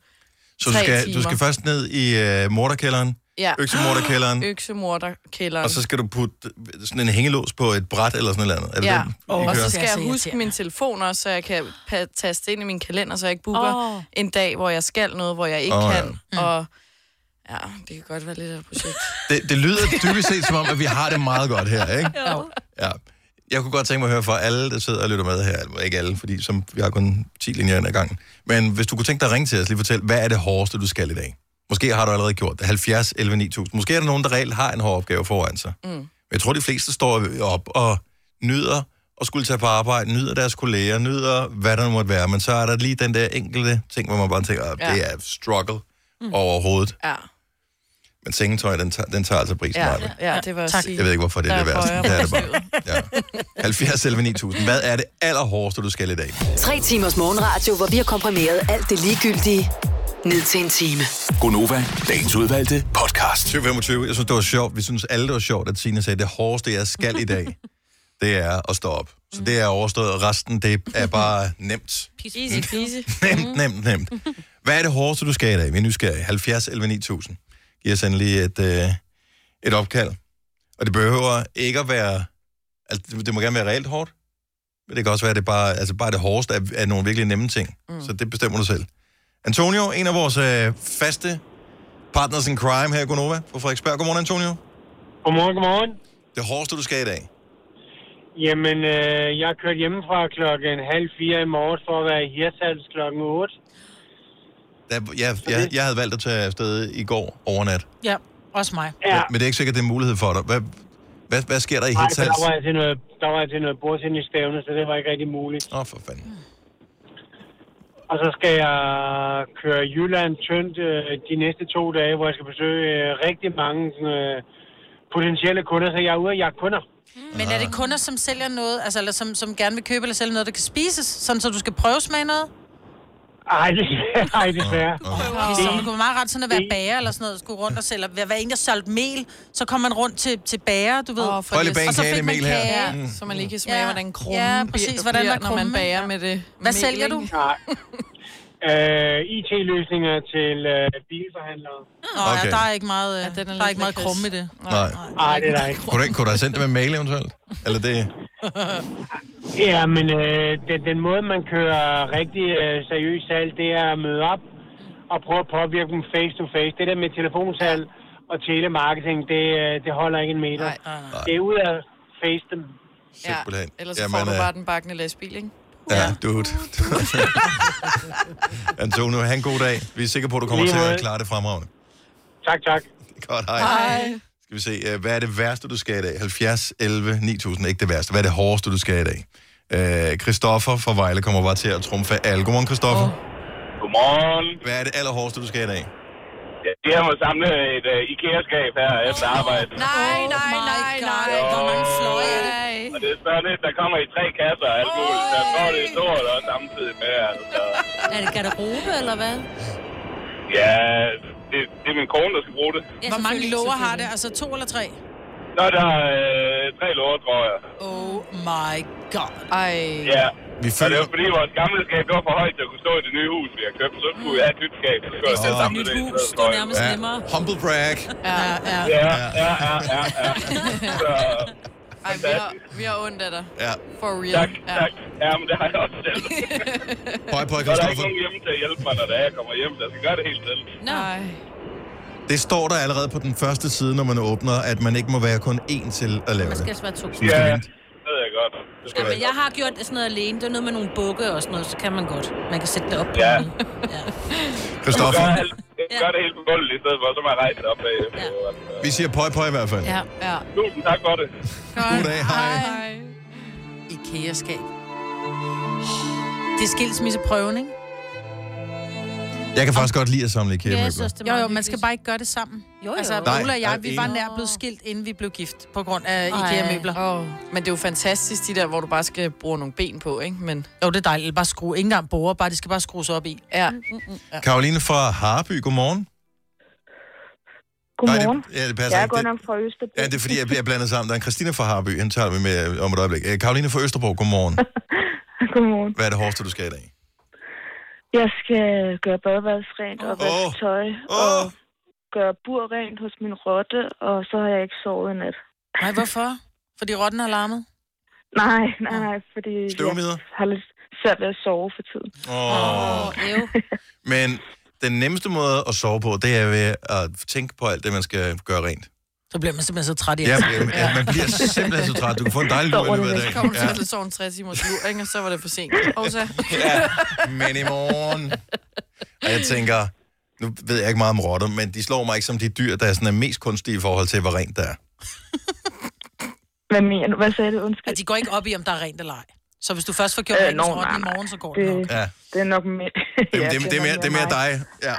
A: så du
D: tre
A: skal, du
D: timer.
A: skal først ned i øh, morderkælderen,
D: ja,
A: øksemorderkælderen,
D: øksemorderkælderen.
A: og så skal du putte øh, sådan en hængelås på et bræt eller sådan noget andet. Er det
D: Ja.
A: den, I
C: Åh,
A: kører?
D: Og så
C: Det
D: skal
C: er
D: jeg
C: så
D: huske
C: irriterende.
D: min telefon også, så jeg kan pa- taste ind i min kalender, så jeg ikke booker
H: Åh.
D: oh. en dag, hvor jeg skal noget, hvor jeg ikke
A: Åh,
D: oh,
A: ja.
D: kan.
C: Mm.
D: Ja. Og ja, det kan godt være lidt af et projekt.
A: det, det lyder dybest set som om, at vi har det meget godt her, ikke?
C: Jo.
A: Ja. Jeg kunne godt tænke mig at høre fra alle, der sidder og lytter med her. Eller Ikke alle, fordi som, vi har kun 10 linjer ind ad gangen. Men hvis du kunne tænke dig at ringe til os, lige fortæl, hvad er det hårdeste, du skal i dag? Måske har du allerede gjort det. 70, 11, 9000. Måske er der nogen, der reelt har en hård opgave foran sig. Mm. Men jeg tror, de fleste står op og nyder at skulle tage på arbejde, nyder deres kolleger, nyder hvad der nu måtte være. Men så er der lige "Ah, den der enkelte ting, hvor man bare tænker, ja.
D: Ja.
A: det er struggle mm. overhovedet.
D: Ja.
A: Men sengetøj, den tager, den tager altså prisen
D: Ja,
A: meget.
D: ja, det var også sige.
A: Jeg ved ikke, hvorfor det er
D: Der
A: det
D: er
A: værste.
D: højere
A: Det er det bare. Ja. 70 11 9000. Hvad er det allerhårdeste, du skal i dag?
F: Tre timers morgenradio, hvor vi har komprimeret alt det ligegyldige ned til en time.
G: Gonova, dagens udvalgte podcast.
A: 2025. Jeg synes, det var sjovt. Vi synes alle, det var sjovt, at Signe sagde, at det hårdeste, jeg skal i dag, det er at stå op. Så det er overstået, og resten, det er bare nemt.
D: Easy peasy.
C: Mm.
D: Mhm.
A: Nemt, nemt, nemt. Hvad er det hårdeste, du skal i dag? Vi er nysgerrige. 70 11 9000. Giv os endelig et, øh, et opkald. Og det behøver ikke at være... Altså, det- det må gerne være reelt hårdt. Men det kan også være, at det bare, altså bare det hårdeste er, er nogle virkelig nemme ting. Mm. Så det bestemmer du selv. Antonio, en af vores øh, faste partners in crime her i Gonova på Frederiksberg. Godmorgen, Antonio.
J: Godmorgen, godmorgen.
A: Det hårdeste, du skal i dag.
J: Jamen, øh, jeg kørte hjemmefra klokken halv fire i morges for at være i Hirsals klokken 8.
A: Der, jeg, jeg, jeg havde valgt at tage afsted i går overnat.
C: Ja, også mig.
J: Ja,
A: Men det er ikke sikkert, det er en mulighed for dig. Hvad, hvad, hvad sker der i
J: nej, for
A: Hirtshals?
J: der var jeg til noget, der var jeg til noget bordtennisstævne, så det var ikke rigtig muligt.
A: Åh, oh, for fanden.
J: Og så skal jeg køre Jylland tyndt øh, de næste to dage, hvor jeg skal besøge øh, rigtig mange øh, potentielle kunder, så jeg er ude og jagte kunder.
C: Men er det kunder, som sælger noget, altså, eller som, som gerne vil købe eller sælge noget, der kan spises, sådan så du skal prøve smage noget?
J: Ej, det, ej, desværre.
C: Okay, så det kunne være meget ret sådan at være bager eller sådan noget, skulle rundt og sælge. Hvad var en, der solgte mel, så kom man rundt til, til bager, du ved.
D: Åh,
C: Oh,
D: for Prøv lige at bage
C: og så
A: en
C: fik
A: kage
C: man
A: i mel her.
C: kage.
D: Ja, så man lige kan smage,
C: Ja.
D: hvordan krummen
C: Ja,
D: bliver-
C: præcis, hvordan
D: bliver,
C: er
D: når man
C: krummen?
D: bager
C: Ja.
D: med det.
C: Hvad
D: mel,
C: sælger du?
D: ikke?
J: Nej. Øh, IT-løsninger til øh, bilforhandlere.
C: Nå, okay.
A: Okay.
C: ja, der er ikke meget, ja,
D: den er
C: der er
D: lidt
C: ikke meget
D: lakrids.
C: krumme i det.
A: Nej.
J: Nej, det er der ikke.
A: Kunne du, ikke, kunne du have sendt det med mail eventuelt? Eller det...
J: Ja, men øh, den, den måde, man kører rigtig øh, seriøst salg, det er at møde op og prøve at påvirke dem face to face. Det der med telefonsalg og telemarketing, det, øh, det holder ikke en meter.
D: Nej,
J: Det er ud at face dem.
D: ja.
A: Simpelthen.
D: Ellers så
A: Jamen,
D: får du
A: øh,
D: bare den bakkende lastbil, ikke?
A: Ja, dude. Antonio, have en god dag. Vi er sikre på, at du kommer
J: Lige
A: til at
J: måde.
A: klare det fremragende.
J: Tak, tak.
A: Godt, hej. hej. Skal vi se, øh, hvad er det værste, du skal i dag? 70, 11, 9000, ikke det værste. Hvad er det hårdeste, du skal i dag? Øh, Christoffer fra Vejle kommer bare til at trumfe alle. Godmorgen, Christoffer. Oh.
I: Godmorgen.
A: Hvad er det allerhårdeste, du skal i dag?
I: Ja, det her med at samle et uh, IKEA-skab her efter arbejde.
D: Nej, nej, nej, nej.
C: Hvor mange fløje er det?
I: Og det er sådan et, der kommer i tre kasser og alt muligt. Så får det stort og samtidig med. Altså.
H: Er det garderobe, eller hvad?
I: Ja, det, det er min kone, der skal bruge det.
H: Ja,
C: Hvor mange
H: selvfølgelig,
C: lover har det?
H: selvfølgelig.
C: Altså to eller tre?
I: Så er der øh, tre låger, tror jeg.
C: Oh my god.
D: Ej.
I: Ja.
A: Vi
I: Og det
A: følger...
I: var fordi, vores gamle skab det var for højt til at kunne stå i det nye hus, vi har købt. Så skulle vi have et nyt skab. Så skulle jeg
A: Det er
I: til at
A: så
I: samle
H: Nyt
I: i
H: hus,
I: stedet
H: det
I: for.
H: er nærmest
A: Ja,
H: nemmere.
A: humble brag.
C: Ja, ja.
I: Ja, ja, ja, ja, ja. Så,
D: Ej, vi har, vi har ondt af dig.
A: Ja,
D: For real.
I: tak,
D: Ja.
I: tak. Ja, men det har jeg også selv.
A: høj på,
I: Så er der ikke
A: Christoffer.
I: nogen hjemme til at hjælpe mig, når det er, jeg kommer hjem. Jeg skal gøre det helt selv.
D: Nå. Ej.
A: Det står der allerede på den første side, når man åbner, at man ikke må være kun én til at lave
H: Man
A: det.
H: skal altså være to.
A: Så vi skal
I: Ja.
A: vente.
I: Det ved jeg godt. Det skal
H: Ja,
I: jeg
H: men jeg har gjort sådan noget alene. Det er noget med nogle bukke og sådan noget, så kan man godt. Man kan sætte det op på
I: Ja.
H: ja.
A: Christoffer,
I: Gør, alt- gør det helt på gulvet i stedet for, så må jeg rejse det op bagefter. Ja.
A: vi siger pøj pøj i hvert fald.
C: Ja.
D: Ja.
I: Tusind tak for det.
A: God dag, hej.
D: Ej.
C: IKEA-skab. Det er skilsmisseprøven, ikke?
A: Jeg kan faktisk godt lide at samle
H: Ja,
A: IKEA-møbler.
H: jeg synes, det er
C: Jo,
H: meget
C: jo, man skal
H: hyggeligt.
C: bare ikke gøre det sammen.
H: Jo, jo.
C: Altså,
H: Altså,
A: Nej,
C: Ole
A: der
C: og jeg,
A: er
C: vi
A: ingen.
C: var nær blevet skilt, inden vi blev gift, på grund af IKEA-møbler.
D: Åh, Men det er jo fantastisk, de der, hvor du bare skal bruge nogle ben på, ikke? Men
C: Jo, det er dejligt. Bare skrue. Ingen engang borer, bare det skal bare skrues op i. Mm,
D: ja,
A: Karoline fra Harby, godmorgen.
K: Godmorgen.
A: Nej, det, ja, det
K: jeg
A: passer
K: er
A: ikke.
K: godt
A: Det,
K: nok fra Østerbro.
A: ja, det er fordi, jeg bliver blandet sammen. Der er en Christina fra Harby, hende tager vi med om et øjeblik. Øh, Karoline fra Østerbro, godmorgen.
K: Godmorgen.
A: Hvad er det hårdeste, du skal i dag?
K: Jeg skal gøre badeværelset rent og vaske
A: Åh.
K: tøj og
A: Åh,
K: gøre bur rent hos min rotte, og så har jeg ikke sovet i nat.
C: Nej, hvorfor? Fordi rotten har larmet?
K: Nej, nej, nej, fordi
A: støvmider.
K: jeg har lidt svært ved at sove for tiden.
A: Åh.
H: jo.
A: Men den nemmeste måde at sove på, det er ved at tænke på alt det, man skal gøre rent.
C: Så bliver man simpelthen så træt i
A: Ja,
C: ja.
A: ja. man bliver simpelthen så træt. Du kan få en dejlig lur i løbet af
D: så
A: dagen.
D: kommer du til at sove en 3 timers lur, ikke? Og så var det for sent. Og så...
A: Ja, men i morgen. Og jeg tænker, nu ved jeg ikke meget om rotter, men de slår mig ikke som de dyr, der er sådan er mest kunstige i forhold til, hvor rent der er.
K: Hvad mener du? Hvad sagde du? Undskyld.
C: At de går ikke op i, om der er rent eller ej. Så hvis du først får gjort
K: Øh,
C: øh, rent
K: nå,
C: hos rotten i
K: nej,
C: morgen, så går det
K: Det,
C: nok.
A: Ja.
K: det er nok mere...
A: Det, ja, det, det, det, er mere, det er mere dig. Ja.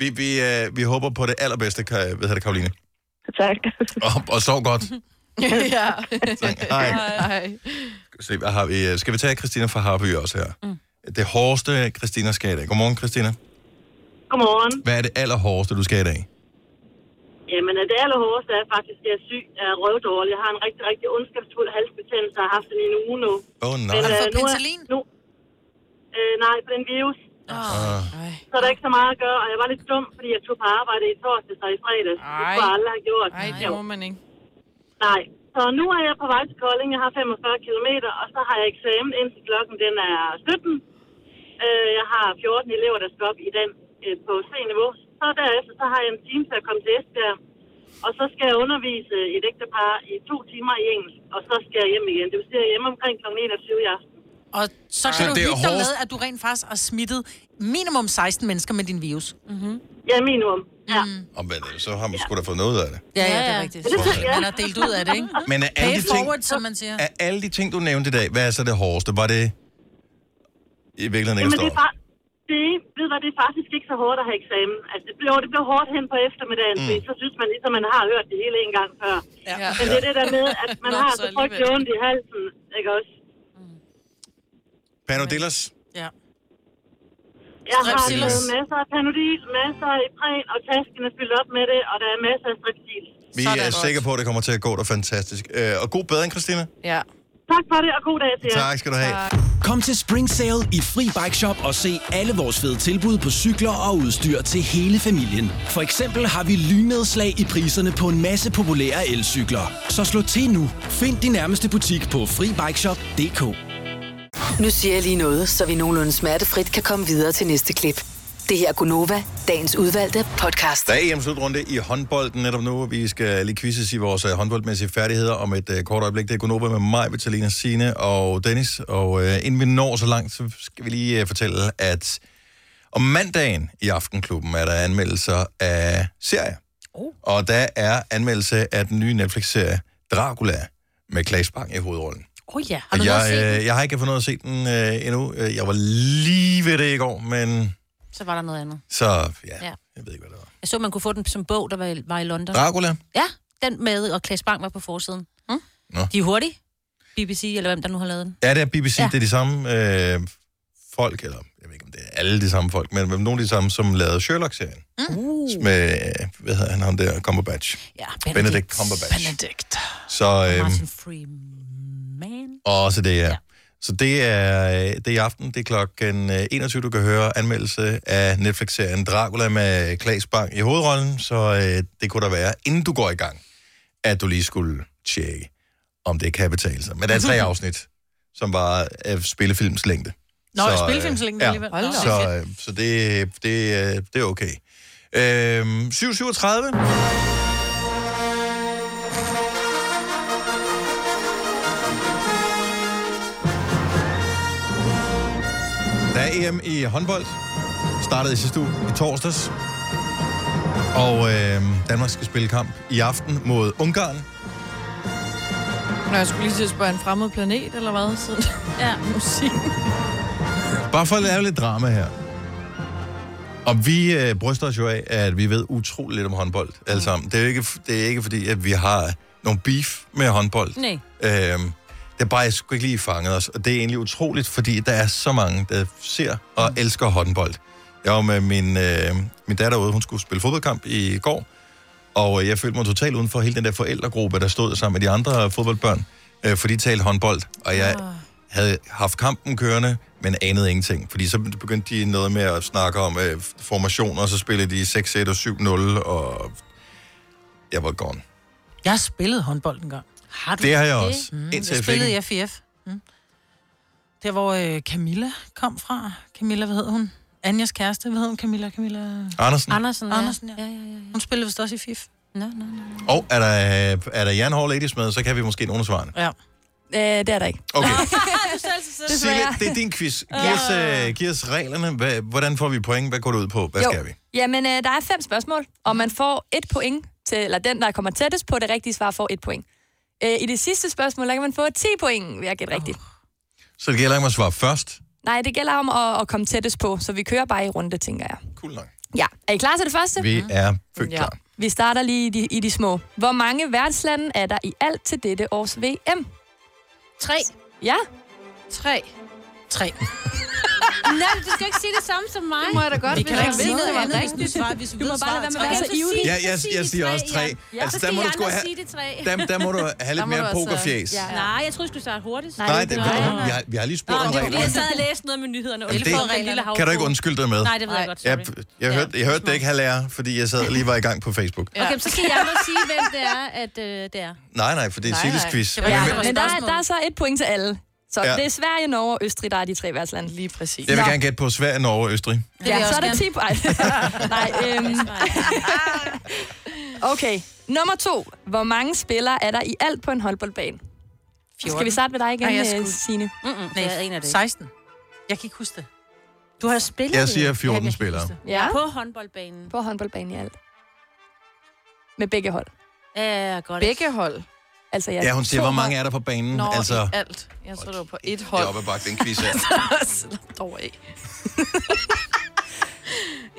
A: Vi, vi, øh, vi håber på det allerbedste, Ka- hvad hedder det, Karoline.
K: Tak.
A: Og, og sov godt.
D: ja.
A: Hej.
D: Hej.
A: Se, hvad har vi? Øh, Skal vi tage Christina fra Harby også her? Mm. Det hårdeste, Christina skal i dag. Godmorgen, Christina.
L: Godmorgen.
A: Hvad er det allerhårdeste, du skal i dag?
L: Jamen, øh, det allerhårdeste er faktisk, at jeg er syg. Jeg er røvdårlig. Jeg har en rigtig, rigtig ondskabsfuld halsbetændelse, og har haft den i en uge nu.
A: Åh, oh, nej.
L: øh, nu er- Nu, øh, nej, på den virus.
A: Ah.
L: Så er der ikke så meget at gøre, og jeg var lidt dum, fordi jeg tog på arbejde i torsdags og i fredags. Det skulle jeg aldrig have gjort.
D: Nej, det må man ikke.
L: Nej. Så nu er jeg på vej til Kolding. Jeg har 45 km, og så har jeg eksamen indtil klokken den er 17. Øh, jeg har 14 elever, der skal op i den øh, på C-niveau. Så derefter så har jeg en time til at komme til Esbjerg. Og så skal jeg undervise et ægtepar i to timer i engelsk, og så skal jeg hjem igen. Det vil sige, at jeg er hjemme omkring kl. 21 i aften.
C: Og så
L: Så
C: kan du
L: det er
C: hygge dig
L: hårdest-
C: med, at du rent faktisk har smittet minimum 16 mennesker med din virus. Mm-hmm.
L: Ja, minimum. Ja.
A: Og hvad, så har man sgu da fået noget ud af det.
C: Ja, ja, det er rigtigt.
A: Ja.
C: Man har delt ud af det, ikke?
A: Men er alle,
C: Pay
A: de ting,
C: forward, som man siger.
A: er alle de ting, du nævnte i dag, hvad er så det hårdeste? Var det i virkeligheden ikke at
L: Jamen,
A: stå
L: det
A: op?
L: er bare... Det, ved du hvad, det er faktisk ikke så hårdt at have eksamen. Altså, det blev, det blev hårdt hen på eftermiddagen,
A: Mm.
L: mm. fordi så synes man ligesom, man har hørt det hele en gang før.
D: Ja.
L: Men det er det der med, at man
D: Nå,
L: har
D: så
L: så frygtelig
D: alligevel.
L: ondt i halsen, ikke også?
A: Panodillas?
C: Ja.
L: Jeg har
A: Strepsils.
L: fået masser af panodil, masser af Ipren, og tasken er fyldt op med det, og der er masser af strepsil.
A: Vi er sikre på, at det kommer til at gå dig fantastisk. Øh, Og god bedring, Christina.
L: Ja. Tak for det, og god dag til jer.
A: Tak skal du have.
M: Kom til Spring Sale i Fri Bike Shop og se alle vores fede tilbud på cykler og udstyr til hele familien. For eksempel har vi lynedslag i priserne på en masse populære elcykler. Så slå til nu. Find din nærmeste butik på FriBikeShop.dk
F: Nu siger jeg lige noget, så vi nogenlunde smertefrit kan komme videre til næste klip. Det her er Gunova, dagens udvalgte podcast.
A: Der er EM-slutrunde i håndbold netop nu. Vi skal lige quizzes i vores øh, håndboldmæssige færdigheder om et øh, kort øjeblik. Det er Gunnova med mig, Vitalina Sine og Dennis. Og øh, inden vi når så langt, så skal vi lige øh, fortælle, at om mandagen i Aftenklubben er der anmeldelser af serier. Oh. Og der er anmeldelse af den nye Netflix-serie Dracula med Claes Bang i hovedrollen.
B: Åh oh, ja, har
A: Og
B: du noget at se?
A: jeg, øh, jeg har ikke fået noget at se den øh, endnu. Øh, Jeg var lige ved det i går, men
B: Så var der noget andet.
A: så... Ja.
B: Ja.
A: Jeg ved ikke, hvad det var.
B: Jeg så, man kunne få den som bog, der var i, var i London.
A: Dracula?
B: Ja, den med, og Klaas Bang var på forsiden.
H: Hm?
B: Mm?
A: Nå.
B: De er hurtige. BBC, eller hvem der nu har lavet den.
A: Ja, det er BBC,
B: Ja.
A: ja. det er de samme øh, folk, eller jeg ved ikke, om det er alle de samme folk, men nogle af de samme, som lavede Sherlock-serien.
B: Uh.
A: Med, øh, hvad hedder han, ham der, Cumberbatch.
B: Ja,
A: Benedict, Cumberbatch.
B: Benedict.
A: Så, øh,
B: Martin Freeman.
A: og så det er. Ja. Så det er, øh, det er i aften, det er klokken øh, 21, du kan høre anmeldelse af Netflix-serien Dracula med Claes Bang i hovedrollen, så øh, det kunne der være, inden du går i gang, at du lige skulle tjekke, om det kan betale sig. Men der er tre afsnit, som var af spillefilms længde.
C: Nå,
A: Så, øh,
C: spillefilmslængden
A: ja.
C: alligevel. Hold da op.
A: Så, øh, så det, det, øh, det er okay. Øhm, 7.37. Der er EM i håndbold. Startede i sidste uge i torsdags. Og øh, Danmark skal spille kamp i aften mod Ungarn.
D: Nå, jeg skulle lige til at spørge en fremmed planet, eller hvad? Siden... Ja, musik.
A: Bare for at lave lidt drama her. Og vi øh, bryster os jo af, at vi ved utroligt lidt om håndbold alle sammen. Det er jo ikke, det er ikke fordi, at vi har nogle beef med håndbold.
B: Nej.
A: Øhm, det er bare, jeg skulle ikke lige fanget os. Og det er egentlig utroligt, fordi der er så mange, der ser og elsker håndbold. Jeg var med min, øh, min datter ude, hun skulle spille fodboldkamp i går, og øh, jeg følte mig totalt uden for hele den der forældregruppe, der stod sammen med de andre fodboldbørn, øh, for de talte håndbold, og jeg havde haft kampen kørende, men anede ingenting. Fordi så begyndte de noget med at snakke om øh, formationer, og så spillede de 6-1 og 7-0, og jeg var gone.
C: Jeg har spillet håndbold en gang. Har
A: du Det har jeg det? også.
C: Mm, jeg
A: Indtil jeg fik
C: spillede i FIF. Mm. Der, hvor øh, Camilla kom fra. Camilla, hvad hed hun? Anjas kæreste, hvad hed hun? Camilla, Camilla...
A: Andersen.
C: Andersen, ja. Andersen, ja. ja, ja, ja. Hun spillede vist også i FIF.
B: Nå, nå, nå.
A: Og er der, øh, er der Jan Hall Ladies med, så kan vi måske nogle af svarene.
C: Ja.
E: Øh, det er der ikke.
A: Okay.
E: du sagde
A: Sille, det er din quiz. Giv os, øh, giv os reglerne. Hvad, hvordan får vi point? Hvad går det ud på? Hvad
E: Jo.
A: skal vi?
E: Jamen, øh, der er fem spørgsmål, og man får et point til, eller den, der kommer tættest på det rigtige svar, får et point. Øh, I det sidste spørgsmål, der kan man få 10 point ved at gætte rigtigt.
A: Så det gælder om at svare først.
E: Nej, det gælder om at, at komme tættest på, så vi kører bare i runde, tænker jeg.
A: Cool nok.
E: Ja, er I klar til det første?
A: Vi er født klar.
E: Vi starter lige i de, i de små. Hvor mange værtslande er der i alt til dette års VM?
H: Tre.
E: Ja.
D: Tre.
C: Tre.
H: Nej, du skal ikke sige det samme som mig. Det
D: må jeg da godt,
H: Vi
D: hvis
H: kan
D: jeg
H: ikke
D: ved
H: sige
D: det,
H: noget
D: var
H: andet, hvis
D: rigtigt.
H: du svarer, hvis du,
D: Du må
H: ved
D: bare lade
H: svaret
D: være med at være
H: tre.
D: så ivrig.
A: Ja, jeg, jeg siger også tre.
H: Ja.
A: Altså,
H: Så
A: der
H: skal
A: må
H: I
A: du sgu
H: andre
A: have,
H: sige det tre.
A: der, der må du have
H: Der
A: lidt
H: må
A: mere
H: du altså-
A: pokerfjæs.
H: Ja. Nej, jeg tror, du skulle starte hurtigt.
A: Nej, det, vi, har, vi har lige spurgt om
H: det var fordi, jeg sad
A: reglerne.
H: og læste noget med nyhederne. Og
A: Jamen,
H: det,
A: det Kan du ikke undskylde dig med?
H: Nej, det ved jeg godt, sorry.
A: Jeg, jeg, hørte, jeg hørte det ikke halvlære, fordi jeg sad og lige var i gang på Facebook.
H: Okay, men så skal jeg nok sige, hvem det er, at øh, det er.
A: Nej, nej, for det er
H: Nej,
A: Silis
H: nej.
A: quiz.
H: Det
A: Men,
H: var-
E: Ja,
A: men,
E: men der, er- der er så et point til alle. Så
A: Ja.
E: ja. det er Sverige, Norge og Østrig, der er de tre værtslande. Lige præcis.
A: jeg vil gerne gætte på Sverige, Norge og Østrig.
E: Ja, så er der 10 point. Nej, øhm. Okay, nummer to. Hvor mange spillere er der i alt på en håndboldbane? Skal vi starte med dig igen,
C: Nej, jeg
E: øh,
C: skulle-
E: Signe?
H: Mm-mm,
C: Nej,
H: jeg aner det ikke.
C: 16. Jeg kan ikke huske det. Du har spillet
A: Jeg
C: det.
A: siger
C: Ja,
A: 14
C: men-
A: spillere.
E: Ja.
H: På håndboldbanen.
E: På håndboldbanen i alt. Med begge hold.
H: Ja, godt.
D: Begge hold.
E: Altså,
A: Ja, hun siger, hvor mange er der på banen?
D: Nå,
A: Altså,
D: i
A: jeg
D: alt. Jeg tror, det var på et
A: er
D: hold.
A: oppe bak den quiz her.
D: Slap dog af.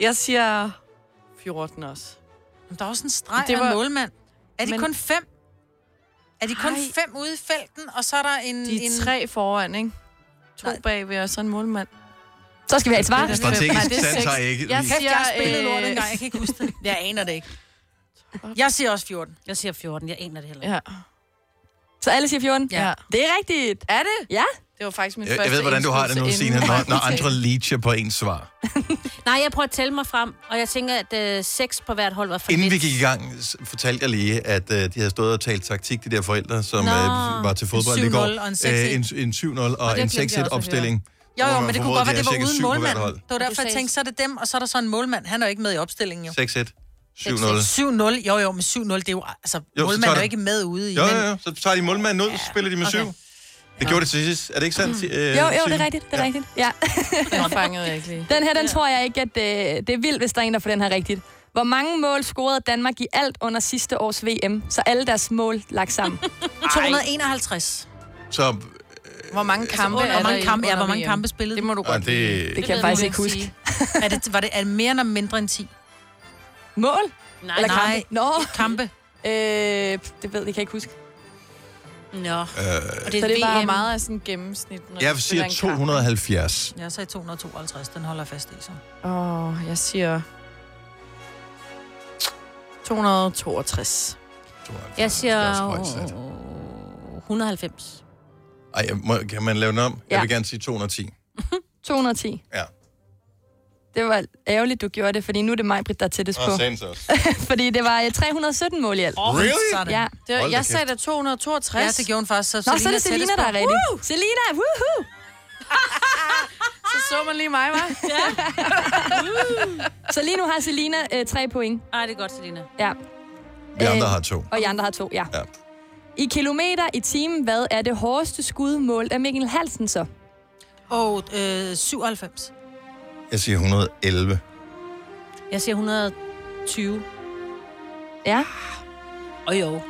D: jeg siger 14 også.
C: Men Der er også en streg
D: Det
C: det var...
D: var-
C: en målmand. Er de
D: Men-
C: men... kun fem? Er de kun Ej. fem ude i felten, og så er der en...
D: De er
C: en...
D: tre foran, ikke? To Nej. bagved og så en målmand.
E: Så skal vi altså have et svar.
D: Det er
A: Strategisk
D: fem. Nej, det er
A: sans
D: seks.
A: har jeg ikke
D: Jeg
A: lige.
C: Kæft,
D: siger,
C: jeg har spillet
D: øh,
C: lort engang. Jeg kan ikke huske det. Jeg aner det ikke. Jeg siger også 14.
H: Jeg siger 14, jeg aner det heller ikke.
D: Ja.
E: Så alle siger 14?
D: Ja.
E: Det er rigtigt.
D: Er det?
E: Ja.
D: Det var faktisk min
A: Jeg,
D: første
A: jeg ved, hvordan du har det nu,
D: indskydelse
A: Signe,
D: inden
A: når,
D: jeg
A: når
D: kom til.
A: andre leacher på ens svar.
H: Nej, jeg prøver at tælle mig frem, og jeg tænker, at øh, seks på hvert hold var for
A: Inden vi
H: lidt.
A: gik i gang, s- fortalte jeg lige, at øh, de havde stået og talt taktik, de der forældre, som
H: Nå,
A: øh, var til
H: en
A: fodbold i går.
C: 7-0 og en 6-1.
A: Øh, en en 7-0 og,
C: det
A: en
C: glemte jeg også at
A: 6-1
C: høre.
A: opstilling.
C: Jo,
A: hvor
C: jo,
A: man
C: men det kunne
A: formodede,
C: godt være,
A: at
C: det
A: de har
C: var
A: cirka
C: uden
A: syv på hvert
C: målmanden.
A: hold.
C: Det var derfor, jeg tænkte, så er det dem, og så er der så en målmand. Han er jo ikke med i opstillingen, jo.
A: 6-1. 7-0.
C: 7-0. Jo, jo, men 7-0, det er jo... Altså,
A: så
C: målmanden
A: tager
C: er jo
A: det-
C: ikke med ude i...
A: Jo,
C: men-
A: jo, jo. Så tager de målmanden ud, så spiller de med syv. Det gjorde det til sidst. Er det ikke sandt?
C: Mm.
A: Øh,
E: Jo, jo, det
A: Signe?
E: er rigtigt. Det er
A: Ja.
E: rigtigt. Ja.
D: Den fangede jeg ikke lige.
E: Den her, den tror jeg ikke, at øh, det er vildt, hvis der er en, der får den her rigtigt. Hvor mange mål scorede Danmark i alt under sidste års VM? Så alle deres mål lagt sammen.
C: 251.
A: Så
D: Hvor mange kampe
C: under-
D: er
C: hvor mange
D: der i-
C: kampe- ja,
D: Altså, under
C: hvor mange
D: VM?
C: kampe spillede
D: Det må du
A: Nå,
D: godt
A: det-
D: vide.
A: Det
E: kan jeg faktisk ikke huske.
C: er det, var det er det mere eller mindre end 10?
E: Mål?
H: Nej,
E: Eller
C: nej.
E: kampe? Nå.
C: Kampe.
E: Øh, det ved jeg, kan jeg ikke huske.
H: Nå.
A: Øh,
D: Og det er så det var meget af sådan gennemsnit. Når
A: jeg
D: du
A: siger
D: spiller en kamp.
A: 270.
C: Jeg sagde 252, den holder jeg fast i, så.
D: Åh, oh, jeg siger... 262.
H: Jeg siger
A: Det er også højt sat.
H: øh, 190.
A: Ej, jeg må, kan man lave den om?
E: Ja.
A: Jeg vil gerne sige 210.
E: 210.
A: Ja.
E: Det var ærgerligt, du gjorde det, fordi nu er det mig, Britt, der er tættest på.
A: Og Sands også.
E: fordi det var øh, 317 mål i alt.
A: Åh, Really? sådan.
E: Ja.
D: Det var,
A: Hold da
D: jeg sagde
A: kæft.
D: da 262.
C: Ja, det gjorde hun faktisk. Så
E: Nå, så er det Selina, der er rigtig. Woo! Selina, woohoo!
D: Så så man lige mig, hva'?
E: Så lige nu har Selina øh, tre point.
H: Ej, det er godt, Selina.
E: Ja.
A: Vi andre
E: Øh,
A: har to.
E: Og I andre har to, ja.
A: Ja.
E: I kilometer i timen, hvad er det hårdeste skud målt af Mikkel Halsen så?
C: Og øh, 97.
A: Jeg siger 111.
H: Jeg siger 120.
E: Ja.
H: Og jo.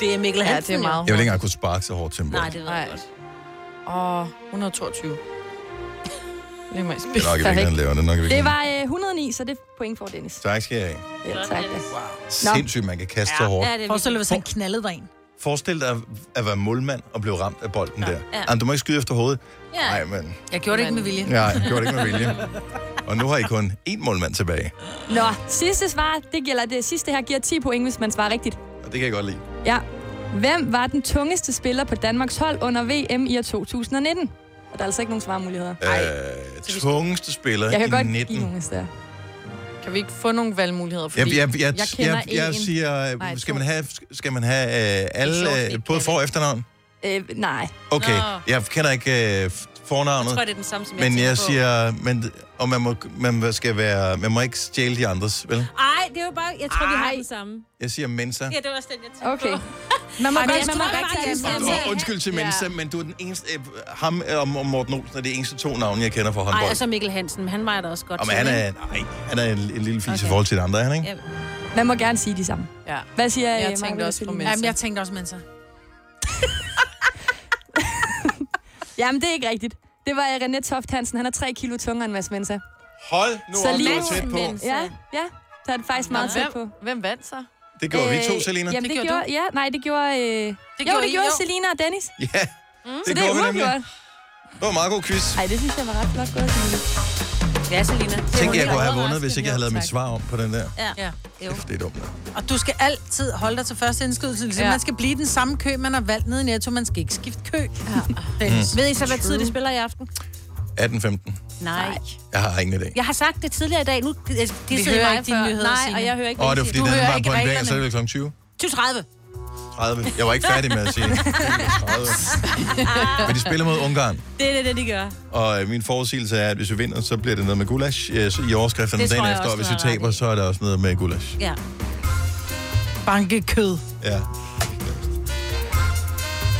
H: det er Mikkel
D: Ja,
H: Hansen.
D: det er meget.
A: Jeg vil ikke engang kunne sparke så hårdt til en
H: jo.
A: bold.
H: Nej, det ved jeg godt.
D: Og 122. Lige mig
A: Det er nok i virkeligheden lavere. Det er nok i
E: Det
A: virkeligheden.
E: var øh, 109, så det er point for Dennis.
A: Tak skal jeg have.
E: Ja, tak. Ja.
A: Sindssygt, man kan kaste så hårdt.
C: Forestil dig, hvis han knaldede dig en.
A: Forestil dig at være målmand og blive ramt af bolden der.
C: Ja.
A: Jamen, du må ikke skyde efter hovedet.
C: Ja.
A: Nej, men...
C: Jeg gjorde det ikke med vilje.
A: Nej, jeg gjorde det ikke med vilje. Og nu har I kun én målmand tilbage.
E: Nå, sidste svar, det gælder det sidste her, giver 10 point, hvis man svarer rigtigt.
A: Og det kan jeg godt lide.
E: Ja. Hvem var den tungeste spiller på Danmarks hold under VM i år 2019? Og der er altså ikke nogen svarmuligheder.
A: Øh, tungeste spiller
E: Jeg kan
A: i
E: godt give
A: 19.
E: nogle steder.
D: Kan vi ikke få nogle valgmuligheder? Fordi
A: Jeg, jeg, jeg, jeg,
D: jeg kender
A: jeg, jeg
D: en.
A: siger,
D: Nej,
A: Nej,
D: to.
A: skal man have, skal man have øh,
D: Det er sjovt,
A: alle,
D: vi
A: øh,
D: ikke
A: både for- og efternavn?
E: Øh, nej.
A: Okay,
H: Nå.
A: jeg kender ikke øh, f- fornavnet.
H: Jeg tror, det er den samme, som jeg
A: Men
H: tænker
A: jeg
H: på.
A: siger, men, og man må, man skal være, man må ikke stjæle de andres, vel?
H: Ej, det er jo bare... Jeg tror, vi har den samme.
A: Jeg siger Mensa.
H: Ja, det var også den, jeg tænkte
E: Okay.
H: på.
E: Man må
H: Ej, men
E: godt,
H: jeg
E: man må
H: tror
E: godt tage
H: faktisk,
E: dem.
H: at-
A: Og undskyld til Mensa, men du er den eneste, øh, ham og og Morten Olsen er de eneste to navne, jeg kender fra
H: Ej,
A: håndbold.
H: og så Mikkel Hansen, men han var da også godt.
A: Og men han er, nej, han er en, en lille fis okay. i
H: Okay.
A: forhold til de andre, er han ikke?
H: Ja.
E: Man må gerne sige de samme.
D: Ja.
E: Hvad siger
D: Jeg
E: øh,
D: tænkte
E: Maja-Britt og
D: også på
E: Selina?
D: Mensa.
C: Jamen, jeg tænkte også, mens jeg...
E: Jamen, det er ikke rigtigt. Det var øh, René Toft Hansen. Han er 3 kilo tungere end Mads Mensa.
A: Hold nu op, du var tæt på.
E: Ja, ja. Så er det faktisk meget tæt på. Øh,
D: Hvem vandt så?
A: Det gjorde vi to, Selina.
E: Jamen, det,
A: Det
E: det
A: gjorde
E: gjorde, ja, nej, det gjorde... Øh, det jo,
D: gjorde
E: det
D: I,
E: gjorde
D: jo.
E: Selina og Dennis.
A: Ja,
H: Mm.
E: så det,
A: gjorde vi
E: er
A: nemlig.
E: uafgjort.
A: Det var en meget god quiz.
E: Ej, det synes jeg var ret flot gået, Selina.
B: Ja, Selina.
A: Tænk, jeg kunne have vundet, hvis ikke jeg havde lavet mit svar om på den der.
C: Ja. ja. Jo.
A: Det er dumt.
C: Og du skal altid holde dig til første indskydelse. Ligesom ja.
A: Ja.
C: man skal blive i den samme kø, man har valgt nede i Netto. Man skal ikke skifte kø. Ja.
A: Mm.
H: Ved I så, hvad tid de spiller i aften?
A: 18.15.
H: Nej.
A: Jeg har ingen idé.
H: Jeg har sagt det tidligere i dag. Nu de
C: Vi
H: sidder
C: hører
H: mig
C: ikke dine
H: før.
C: nyheder,
H: Nej,
C: Signe.
H: og jeg hører ikke
A: Åh,
H: hvad
A: det var
H: I siger.
A: fordi,
H: Du
A: den
H: hører
A: var
H: ikke
A: på en dag,
H: reglerne.
A: så er det kl. 20.
H: 2030.
A: 30. Jeg var ikke færdig med at sige 30. Men de spiller mod Ungarn,
H: Det er det, de gør.
A: og øh, min forudsigelse er, at hvis vi vinder, så bliver det noget med gulasch øh, så i overskrifterne
C: Det tror
A: dagen
C: jeg
A: efter,
C: også,
A: og hvis
C: du
A: vi
C: har ret
A: taber, så er der også noget med gulasch.
C: Ja. Bankekød.
A: Ja.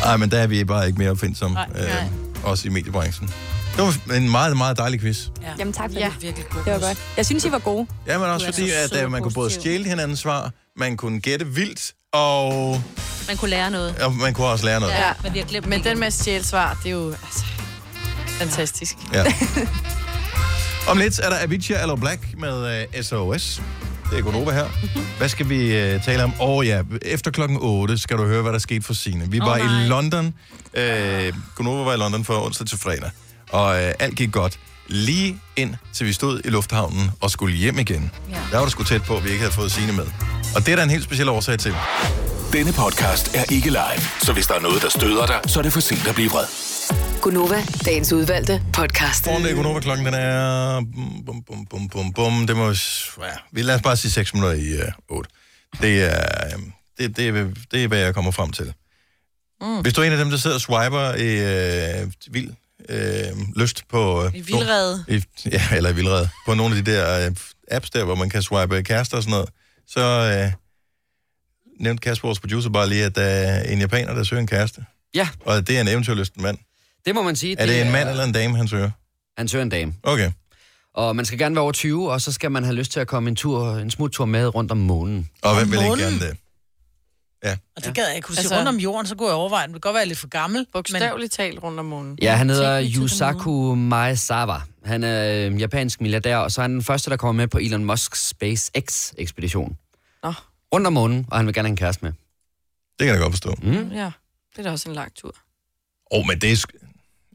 A: Ej, men der er vi bare ikke mere opfindsomme,
C: Nej,
A: øh,
E: nej.
A: også i mediebranchen. Det var en meget, meget dejlig quiz.
E: Ja. Jamen tak for
D: Ja.
E: det.
B: Virkelig god.
E: Det var godt. Jeg synes, I var gode.
A: Ja, men også
E: Du er
A: fordi,
E: så
A: at
E: sød
A: øh,
E: og
A: man kunne både
E: positiv.
A: stjæle hinandens svar, man kunne gætte vildt, og,
H: Man kunne lære noget.
A: og man kunne også lære noget.
D: Ja,
H: men vi har glemt
D: Men den med at stjæle svar, det er jo altså, fantastisk.
A: Ja. Om lidt er der Avicii Allo Black med uh, SOS. Det er Gunova her.
G: Mhm.
A: Hvad skal vi uh, tale om? Åh oh, ja, efter klokken 8 skal du høre, hvad der skete for Sine. Vi
G: Åh,
A: var
G: nej.
A: i London. Uh, Gunova var i London fra onsdag til fredag. Og uh, alt gik godt. Lige ind til vi stod i lufthavnen og skulle hjem igen. Ja. Der var det sgu tæt på, at vi ikke havde fået Sine med. Og det er der en helt speciel årsag til.
G: Denne podcast er ikke live, så hvis der er noget, der støder dig, så er det for sent at blive vred.
F: Gunova, dagens udvalgte podcast.
A: Morgen er Gunova, klokken den er... Bum, bum, bum, bum, bum, bum. Det må... Ja, vi lad os bare sige 6 minutter i øh, 8. Det er, øh, det, det, er, det er, hvad jeg kommer frem til. Mm. Hvis du er en af dem, der sidder og swiper i øh, vild øh, lyst på... Øh,
D: I vildrede.
A: I, ja, eller i vildrede. På nogle af de der øh, apps der, hvor man kan swipe øh, kærester og sådan noget, så øh, nævnte Kasper, vores producer, bare lige, at der er en japaner, der søger en kæreste.
N: Ja.
A: Og det er en eventyrlysten mand.
N: Det må man sige.
A: Er det en mand eller en dame, han søger?
N: Han søger en dame.
A: Okay.
N: Og man skal gerne være over 20, og så skal man have lyst til at komme en tur, en smuttur med rundt om månen.
A: Og hvem
C: Om
N: vil
C: ikke månen?
A: gerne det? Ja.
C: Og det gad jeg ikke kunne altså,
D: Altså-
C: rundt om jorden, så kunne jeg overveje, at det kan godt være jeg er lidt for gammel.
D: Bogstaveligt talt rundt om månen.
N: Ja, han hedder Yusaku Maezawa. Han er øh, japansk milliardær, og så er han den første, der kommer med på Elon Musks SpaceX-ekspedition.
D: Nå.
N: Rundt om månen, og han vil gerne have en kæreste med.
A: Det kan jeg godt forstå.
N: Mm.
D: Ja, det er da også en lang tur.
A: Åh, oh, men det er... sk-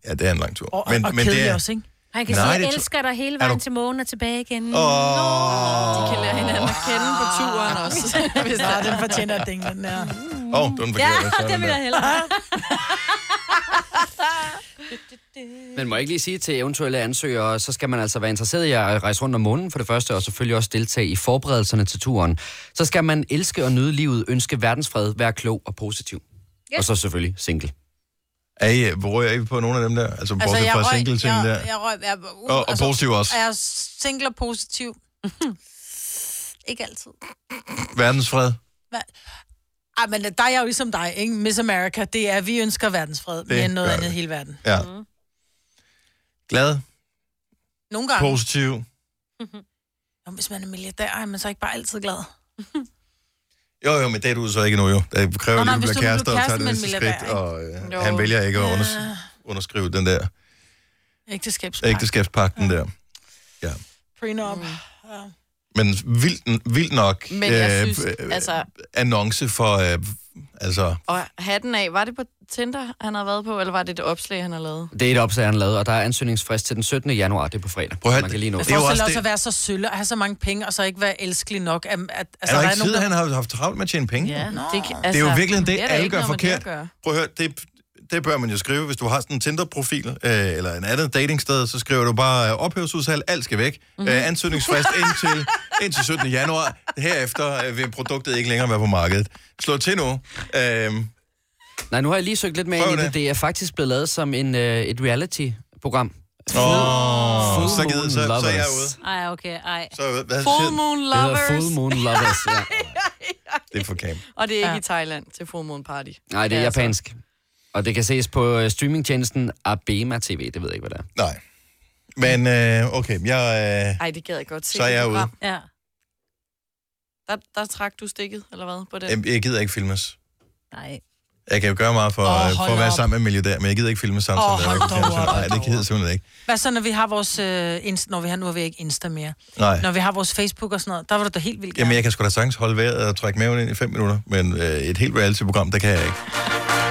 A: Ja, det er en lang tur.
C: Og,
A: men,
C: og
A: men
C: kedelig også, ikke?
H: Han kan
A: Nej,
H: sige,
A: det
H: jeg
A: tror-
H: elsker dig hele
A: Er
H: vejen
A: du-
H: til månen og tilbage igen.
A: Åh.
D: De kan lære hinanden at kende på turen også. Hvis
C: Nej, den fortjener at dænge, den der.
A: Åh, oh, den forkerte.
H: Ja,
A: Sådan
H: det vil
A: der.
H: jeg hellere.
N: Men må jeg ikke lige sige til eventuelle ansøgere, så skal man altså være interesseret i at rejse rundt om månen for det første, og selvfølgelig også deltage i forberedelserne til turen. Så skal man elske og nyde livet, ønske verdensfred, være klog og positiv.
C: Ja.
N: Og så selvfølgelig single.
A: Er I, hvor er I på nogle af dem der? Altså, altså bortset
C: jeg
A: fra
C: røg,
A: single ting
C: jeg,
A: der.
C: Jeg røg, jeg, uh,
A: Og- og positiv også.
C: Jeg er single og positiv. ikke altid.
A: Verdensfred.
C: Ej, men der er jeg jo ligesom dig, ikke? Miss America, det er, vi ønsker verdensfred,
A: Det
C: mere end noget
A: gør
C: andet i
A: vi.
C: hele verden.
A: Ja. Glad.
C: Nogle gange.
A: Positiv.
C: Nå, hvis man er milliardær, er man så ikke bare altid glad.
A: Jo, jo, men det er du så ikke nu, jo. Det kræver
C: Nå,
A: lige,
C: nej,
A: at du
C: hvis
A: bliver kærester
C: du nu blev
A: og tager det næste
C: kæreste med en milliardær,
A: skridt, og øh,
C: Jo.
A: han vælger ikke at
C: Ja.
A: unders- underskrive den der
C: Ægteskabspagt.
A: ægteskabspakten der.
C: Prenup.
A: Men vildt, vildt nok
D: Men jeg synes,
A: øh,
D: altså,
A: annonce for... Øh, altså,
D: og hatten af, var det på Tinder, han har været på, eller var det et opslag, han har lavet?
N: Det er et opslag, han har lavet, og der er ansøgningsfrist til den 17. januar, det er på fredag. Prøv man kan lige nå.
C: Men
N: er
C: forestil dig også at være så sølle og have så mange penge, og så ikke være elskelig nok. At, at,
A: Altså, er der ikke
C: nogen,
A: tid, han har haft travlt med at tjene penge? Ja,
D: Nå. det kan-
A: det er jo
D: altså,
A: virkelig det,
D: det er da
A: alle
D: ikke
A: gør
D: noget med det at
A: forkert.
D: gøre.
A: Prøv at høre, det, det bør man jo skrive, hvis du har sådan en Tinder-profil, øh, eller en anden datingsted, så skriver du bare øh, ophævelsudsalg, alt skal væk,
D: Mhm.
A: mm-hmm. øh, ansøgningsfrist indtil, indtil 17. januar, herefter øh, vil produktet ikke længere være på markedet. Slå til nu. Øh,
N: Nej, nu har jeg lige søgt lidt mere
A: Prøv
N: ind i
A: det.
N: det. Det er faktisk blevet lavet som en, øh, et reality-program.
A: Åh,
N: Full
A: så gider-
N: Moon
A: så- så er jeg
N: Lovers.
A: ude.
H: Ej, okay, ej.
A: Så, hvad
D: Full Moon
N: Det hedder
D: Lovers.
N: Full Moon Lovers, ja.
A: det er for camp.
D: Og det er ikke
N: Ja.
D: i Thailand til Full Moon Party.
N: Nej, det er
D: Ja, altså.
N: japansk. Og det kan ses på øh, streamingtjenesten Abema TV. Det ved jeg ikke, hvad det
A: er. Nej. men øh, okay, jeg... Øh,
D: Ej, det gad jeg godt se.
A: Så er
D: det
A: jeg
D: program.
A: ude.
H: Ja.
D: Der, der trak du stikket, eller hvad, på den?
A: Jamen, Jeg gider ikke filmes.
H: Nej.
A: Jeg kan jo gøre meget for, oh, for at
C: hold
A: være
C: op.
A: sammen med en milliardær, men jeg gider ikke filme samtidig.
C: Åh,
A: med
C: hold
A: Jacob
C: dog op,
A: Jensen. Nej, det gider jeg simpelthen ikke.
C: Hvad så, når vi har vores... Øh, Insta, når vi har, nu har vi ikke Insta mere.
A: Nej.
C: Når vi har vores Facebook og sådan noget, der var du da helt vildt gerne.
A: Jamen, jeg kan sgu da sagtens holde vejret og trække maven ind i 5 minutter, men øh, et helt reality-program, det kan jeg ikke.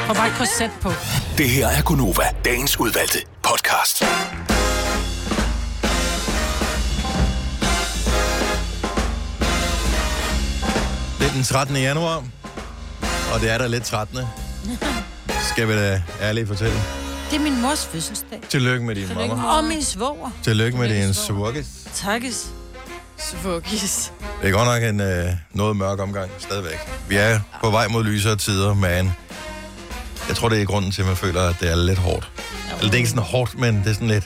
C: Får bare et korset på.
G: Det her er Gunova, dagens udvalgte podcast.
A: Det er den 13. januar, og det er da lidt 13. Skal vi da ærligt fortælle.
C: Det er min mors fødselsdag.
A: Tillykke med din mamma.
C: Og min svoger.
A: Tillykke med din surrogat.
C: Takkes.
D: Svuggies.
A: Det er godt nok en øh, noget mørk omgang stadigvæk. Vi er på vej mod lysere tider, men jeg tror, det er grunden til, at man føler, at det er lidt hårdt. Eller det er ikke sådan hårdt, men det er sådan lidt...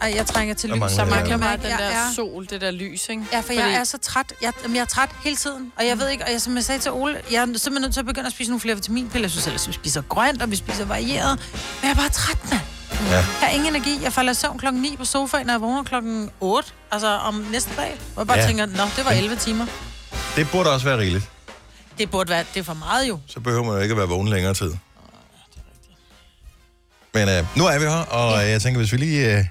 C: Ej, jeg trænger til
A: Der
C: lys.
A: mangler
C: Jeg
A: jeg
C: mangler
A: noget.
C: mig.
D: Den
C: Jeg
D: der
C: er
D: sol, det der lys, ikke?
C: Ja, for Fordi... Mm. jeg er så træt. Jeg, jamen, jeg er træt hele tiden. Og jeg ved ikke, og jeg, som jeg sagde til Ole, jeg er simpelthen nødt til at begynde at spise nogle flere vitaminpiller. Jeg synes ellers, vi spiser grønt, og vi spiser varieret. Men jeg er bare træt, mand.
A: Ja.
C: Jeg har ingen energi. Jeg falder i søvn klokken 9 på sofaen, og jeg vågner klokken 8. Altså om næste dag. Hvor jeg bare
A: Ja.
C: ja. tænker, nå, det var 11 timer.
A: Det burde også være rigeligt.
C: Det burde være, det er for meget jo.
A: Så behøver man jo ikke at være vågen længere tid. Men øh, nu er vi her, og øh, jeg tænker, hvis vi lige øh,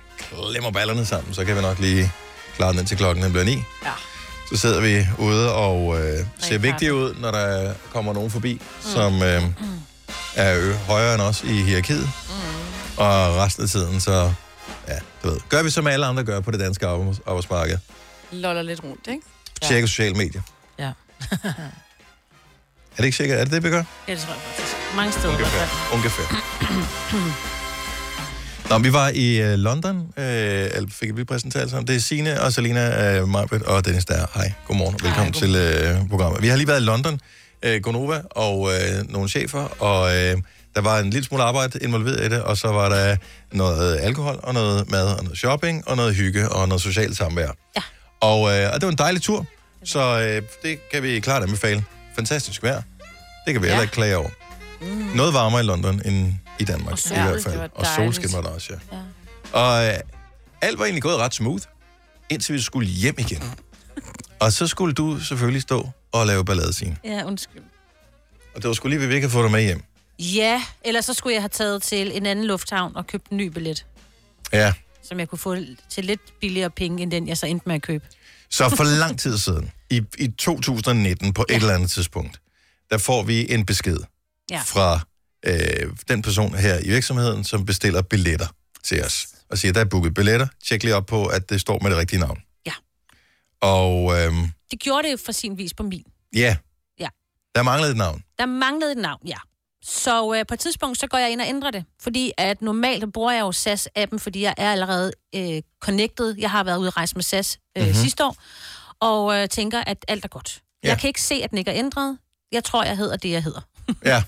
A: klemmer ballerne sammen, så kan vi nok lige klare den indtil klokken den bliver ni.
C: Ja.
A: Så sidder vi ude og øh, ser vigtige ud, når der kommer nogen forbi, mm. som øh, er ø- højere end os i hierarkiet. Mm. Og resten af tiden, så ja, du ved, gør vi som alle andre gør på det danske arbejds- arbejdsmarked.
D: Loller lidt rundt, ikke?
A: Ja. Tjekke sociale medier.
C: Ja.
A: Er det ikke sikkert? Er det det, vi gør?
H: Ja, det tror jeg faktisk. Mange steder.
A: Ungefær. Ungefær. Nå, vi var i øh, London, øh, eller fik vi præsenteret sammen. Det er Signe og Salina, øh, Marbet og Dennis der. Hej, godmorgen og velkommen Hej, til øh, programmet. Vi har lige været i London, øh, Gonova og øh, nogle chefer, og øh, der var en lille smule arbejde involveret i det, og så var der noget alkohol og noget mad og noget shopping og noget hygge og noget socialt samvær. Ja. Og, øh, og det var en dejlig tur, så øh, det kan vi klart anbefale. Fantastisk vejr. Det kan vi ja. heller ikke klage over. Mm. Noget varmere i London end i Danmark,
G: Og
A: i
G: sol,
A: hvert fald.
G: det var
A: Og
G: dejligt.
A: solskin var der også, ja. ja. Og øh, alt var egentlig gået ret smooth, indtil vi skulle hjem igen. Og så skulle du selvfølgelig stå og lave ballade, Signe.
H: Ja, undskyld.
A: Og det var sgu lige, ved, at vi ikke havde fået dig med hjem.
H: Ja, ellers så skulle jeg have taget til en anden lufthavn og købt en ny billet,
A: Ja,
H: som jeg kunne få til lidt billigere penge, end den jeg så endte med at købe.
A: så for lang tid siden, i, i 2019 på et eller andet tidspunkt, der får vi en besked
H: Ja.
A: fra øh, den person her i virksomheden, som bestiller billetter til os. Og siger, der er booket billetter. Tjek lige op på, at det står med det rigtige navn.
H: Ja.
A: Og øh,
H: De gjorde det jo for sin vis på min.
A: ja,
H: Ja.
A: der manglede et navn.
H: Der manglede et navn, ja. Så øh, på et tidspunkt, så går jeg ind og ændrer det. Fordi at normalt bruger jeg jo SAS-appen, fordi jeg er allerede øh, connected. Jeg har været ude at rejse med SAS øh,
O: Mhm.
H: mm-hmm. sidste år, og øh, tænker, at alt er godt. Ja. Jeg kan ikke se, at den ikke er ændret. Jeg tror, jeg hedder det, jeg hedder.
A: Ja.